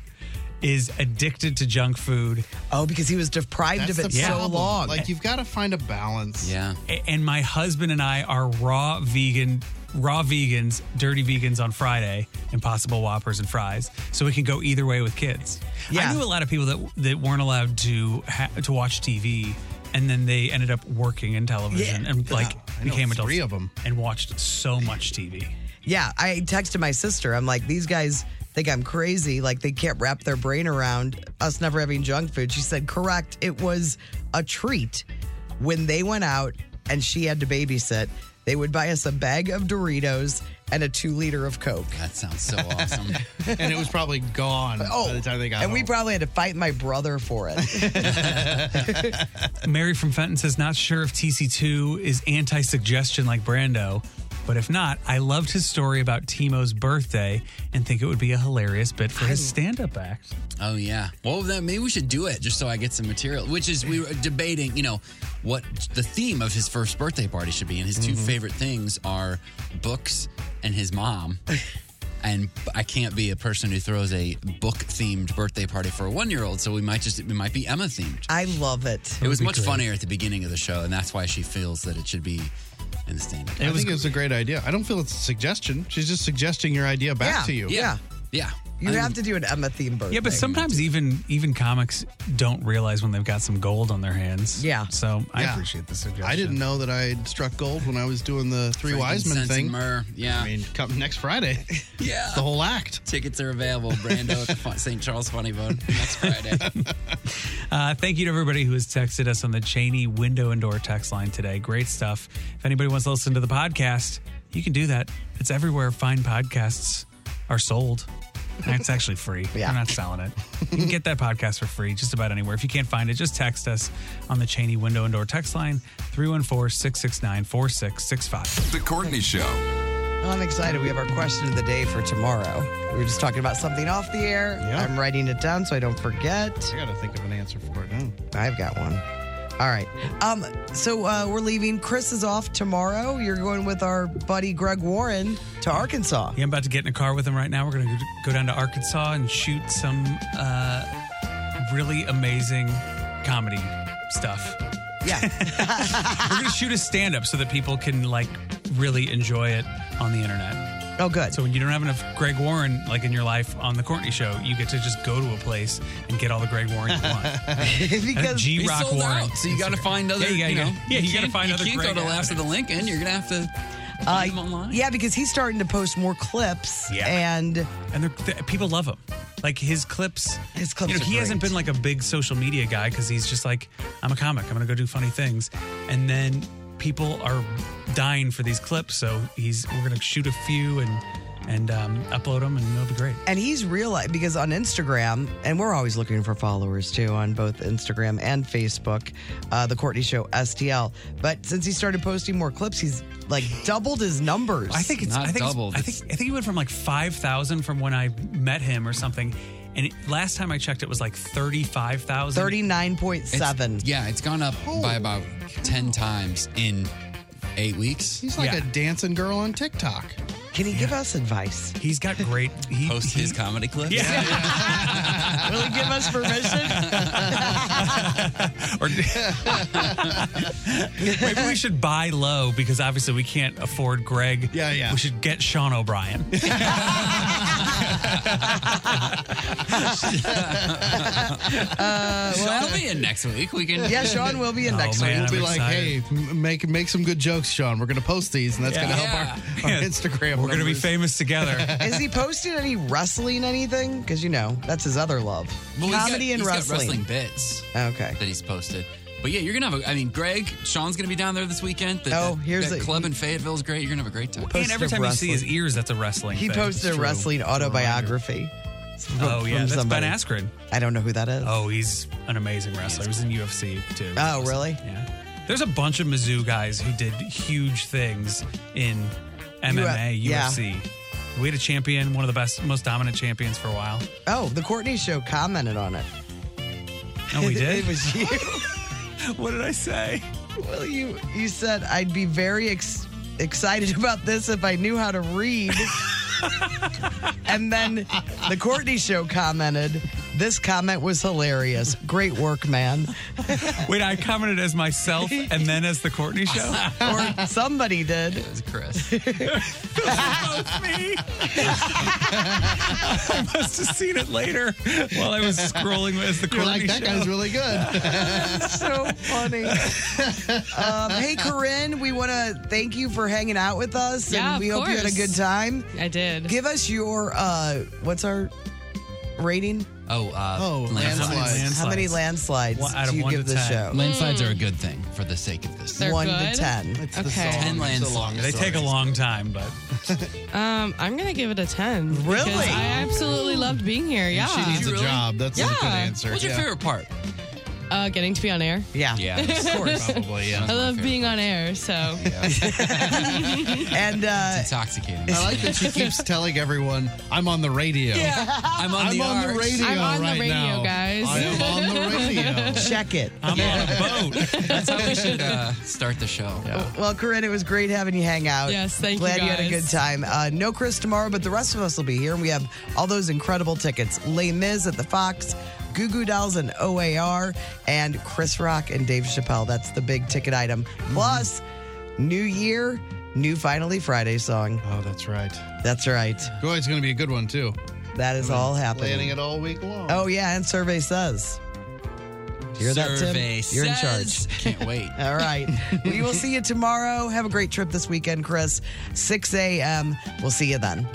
Is addicted to junk food. Oh, because he was deprived of That's it the so problem. long. Like, you've got to find a balance. Yeah. A- and my husband and I are raw vegan, raw vegans, dirty vegans on Friday, impossible whoppers and fries. So we can go either way with kids. I knew a lot of people that that weren't allowed to ha- to watch TV, and then they ended up working in television Yeah. and like Yeah, I know became adults. three of them and watched so much TV. Yeah, I texted my sister. I'm like, these guys think I'm crazy. Like, they can't wrap their brain around us never having junk food. She said, correct. It was a treat when they went out and she had to babysit. They would buy us a bag of Doritos and a two liter of Coke. That sounds so awesome. and it was probably gone oh, by the time they got and we home. probably had to fight my brother for <laughs> it. Mary from Fenton says, not sure if TC2 is anti suggestion like Brando, but if not, I loved his story about Timo's birthday and think it would be a hilarious bit for his stand up act. Oh yeah. Well, then maybe we should do it just so I get some material. Which is we were debating, you know, what the theme of his first birthday party should be, and his two Mhm. favorite things are books and his mom. and I can't be a person who throws a book themed birthday party for a one year old, so we might just it might be Emma themed. I love it. It was much funnier at the beginning of the show, and that's why she feels that it should be in the stand up. I think it was a great idea. I don't feel it's a suggestion. She's just suggesting your idea back to you. Yeah. Yeah. You have to do an Emma theme birthday. Yeah, but sometimes even even comics don't realize when they've got some gold on their hands. Yeah. So I Yeah. appreciate the suggestion. I didn't know that I had struck gold when I was doing the Three Wisemen Frankincense thing. and myrrh, yeah. I mean, come next <laughs> Friday. Yeah. The whole act. Tickets are available, Brando at the <laughs> Fu- St. Charles Funny Bone next <laughs> Friday. Uh, thank you to everybody who has texted us on the Cheney window and door text line today. Great stuff. If anybody wants to listen to the podcast, you can do that. It's everywhere fine podcasts are sold. It's actually free. Yeah. We're not selling it. You can get that podcast for free just about anywhere. If you can't find it, just text us on the Cheney Window and Door text line 314 669 4665. The Courtney Show. Well, I'm excited. We have our question of the day for tomorrow. We were just talking about something off the air. I'm writing it down so I don't forget. I got to think of an answer for it now. I've got one. All right. Um, so uh, we're leaving. Chris is off tomorrow. You're going with our buddy Greg Warren to <laughs> Arkansas. Yeah, I'm about to get in a car with him right now. We're going to go down to Arkansas and shoot some uh, really amazing comedy stuff. Yeah. We're going to shoot a stand up so that people can like really enjoy it on the internet. Oh, good. So when you don't have enough Greg Warren like in your life on the Courtney Show, you get to just go to a place and get all the Greg Warren <laughs> you want. Because- G He's Rock sold Warren, out, so you gotta Instagram. find other, Yeah, you you gotta, know, yeah, you you gotta can't- find you other. can't go Greg to Laughs of the Lincoln. You're gonna have to. Uh, yeah, because he's starting to post more clips. And and they're, th- people love him. Like his clips, his clips. You know, are he hasn't great. been like a big social media guy because he's just like, I'm a comic. I'm gonna go do funny things, and then people are dying for these clips. So he's we're gonna shoot a few and and um, upload them, and it'll be great. And he's real because on Instagram, and we're always looking for followers too on both Instagram and Facebook, uh, the Courtney Show STL. But since he started posting more clips, he's like doubled his numbers. I think it's I think it's- I think I think he went from like five thousand from when I met him or something. And it, last time I checked, it was like thirty-five thousand. Thirty-nine point seven. Yeah, it's gone up by about ten times in eight weeks. He's like a dancing girl on TikTok. Can he give us advice? He's got great. He, Post his comedy clips. <laughs> <laughs> Yeah. Will he give us permission? <laughs> or maybe we should buy low because obviously we can't afford Greg. Yeah, yeah. We should get <laughs> Sean O'Brien. Uh, well, will be in next week. We can. <laughs> Yeah, Sean will Oh, be in next So week. <laughs> we'll be like, hey, m- make make some good jokes, Sean. We're gonna post these, and that's Yeah. gonna help our, our Yeah. Instagram. We're gonna be numbers. famous together. <laughs> Is he posting any wrestling anything? Because you know that's his other love, Well, he's got- comedy and he's got wrestling. wrestling bits. Okay. That he's posted. But yeah, you're gonna have. A, I mean, Greg, Sean's gonna be down there this weekend. The, Oh, the- here's that a- club in Fayetteville's great. You're gonna have <laughs> a great time. and every time you see his ears, that's a wrestling. He thing. posted It's a true. wrestling autobiography. Oh from yeah, that's somebody. Ben Askren. I don't know who that is. Oh, he's an amazing wrestler. He was in UFC too. Oh, really? Yeah. There's a bunch of Mizzou guys who did huge things in MMA, U- yeah. UFC. We had a champion, one of the best, most dominant champions for a while. Oh, the Courtney Show commented on it. Oh, <laughs> we did? it was you. <laughs> what did I say? Well, you you said I'd be very ex- excited about this if I knew how to read. and then the Courtney Show commented, "This comment was hilarious. Great work, man." Wait, I commented <laughs> as myself and then as the Courtney Show. or somebody did. It was Chris. <laughs> I must have seen it later while I was scrolling as the You're Courtney like, that Show. guy's really <laughs> good. so funny. <laughs> Um, hey, Corinne, we want to thank you for hanging out with us, Yeah, and of we hope you had a course. good time. I did. Give us your uh, what's our rating? Oh, uh, Oh, landslides. How many landslides One- out do of you one give to the 10. show? Landslides are a good thing for the sake of this. They're One to good? 10. It's the Okay. song. It's Ten the landslides. longest They take a long time, but <laughs> Um, I'm gonna give it a ten. Really? because I absolutely loved being here. Yeah. She needs a job. That's a good Yeah. answer. What's your favorite part? Uh, getting to be on air. Yeah. Yeah, of course. Probably, yeah. I love being on air. So. and uh, it's intoxicating. I like that she <laughs> keeps telling everyone, "I'm on the radio." Yeah. I'm on the arts. radio I'm on the right radio, now. guys. I am on <laughs> the radio. Check it. <laughs> That's how we should uh, start the show. Well, Corinne, it was great having you hang out. Yes, thank you, Glad you had a guys. good time. Uh, no Chris tomorrow, but the rest of us will be here, and we have all those incredible tickets: Les Mis at the Fox, Goo Goo Dolls and OAR, and Chris Rock and Dave Chappelle. That's the big ticket item. Plus, New Year, new Finally Friday song. Oh, that's right. That's right. Boy, it's going to be a good one too. That is all happening. Planning it all week long. Oh yeah, and survey says. Hear that, Tim? Survey You're in says. charge. Can't wait. All right. we will see you tomorrow. Have a great trip this weekend, Chris. 6 a.m. We'll see you then.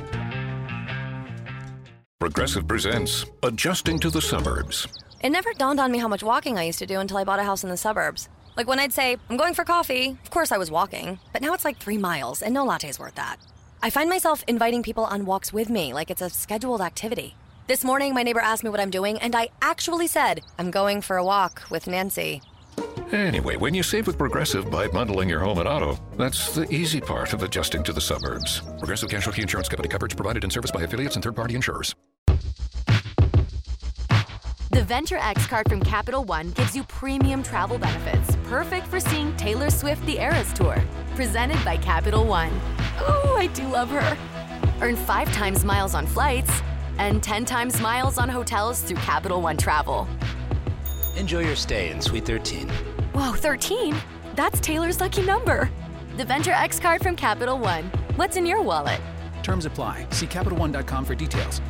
Progressive presents Adjusting to the Suburbs. It never dawned on me how much walking I used to do until I bought a house in the suburbs. Like when I'd say, I'm going for coffee, of course I was walking, but now it's like three miles and no latte's worth that. I find myself inviting people on walks with me like it's a scheduled activity. This morning, my neighbor asked me what I'm doing, and I actually said, I'm going for a walk with Nancy. Anyway, when you save with Progressive by bundling your home and auto, that's the easy part of adjusting to the suburbs. Progressive Casualty Insurance Company coverage provided in service by affiliates and third party insurers. The Venture X card from Capital One gives you premium travel benefits, perfect for seeing Taylor Swift the Eras Tour. Presented by Capital One. Ooh, I do love her. Earn five times miles on flights and 10 times miles on hotels through Capital One Travel. Enjoy your stay in Suite 13. Whoa, 13? That's Taylor's lucky number. The Venture X card from Capital One. What's in your wallet? Terms apply. See CapitalOne.com for details.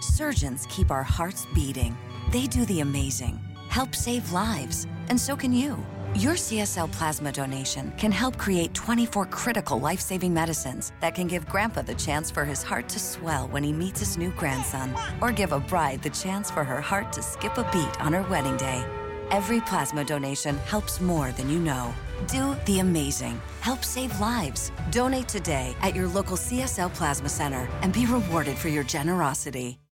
Surgeons keep our hearts beating. They do the amazing, help save lives, and so can you. Your CSL plasma donation can help create 24 critical life saving medicines that can give Grandpa the chance for his heart to swell when he meets his new grandson, or give a bride the chance for her heart to skip a beat on her wedding day. Every plasma donation helps more than you know. Do the amazing. Help save lives. Donate today at your local CSL Plasma Center and be rewarded for your generosity.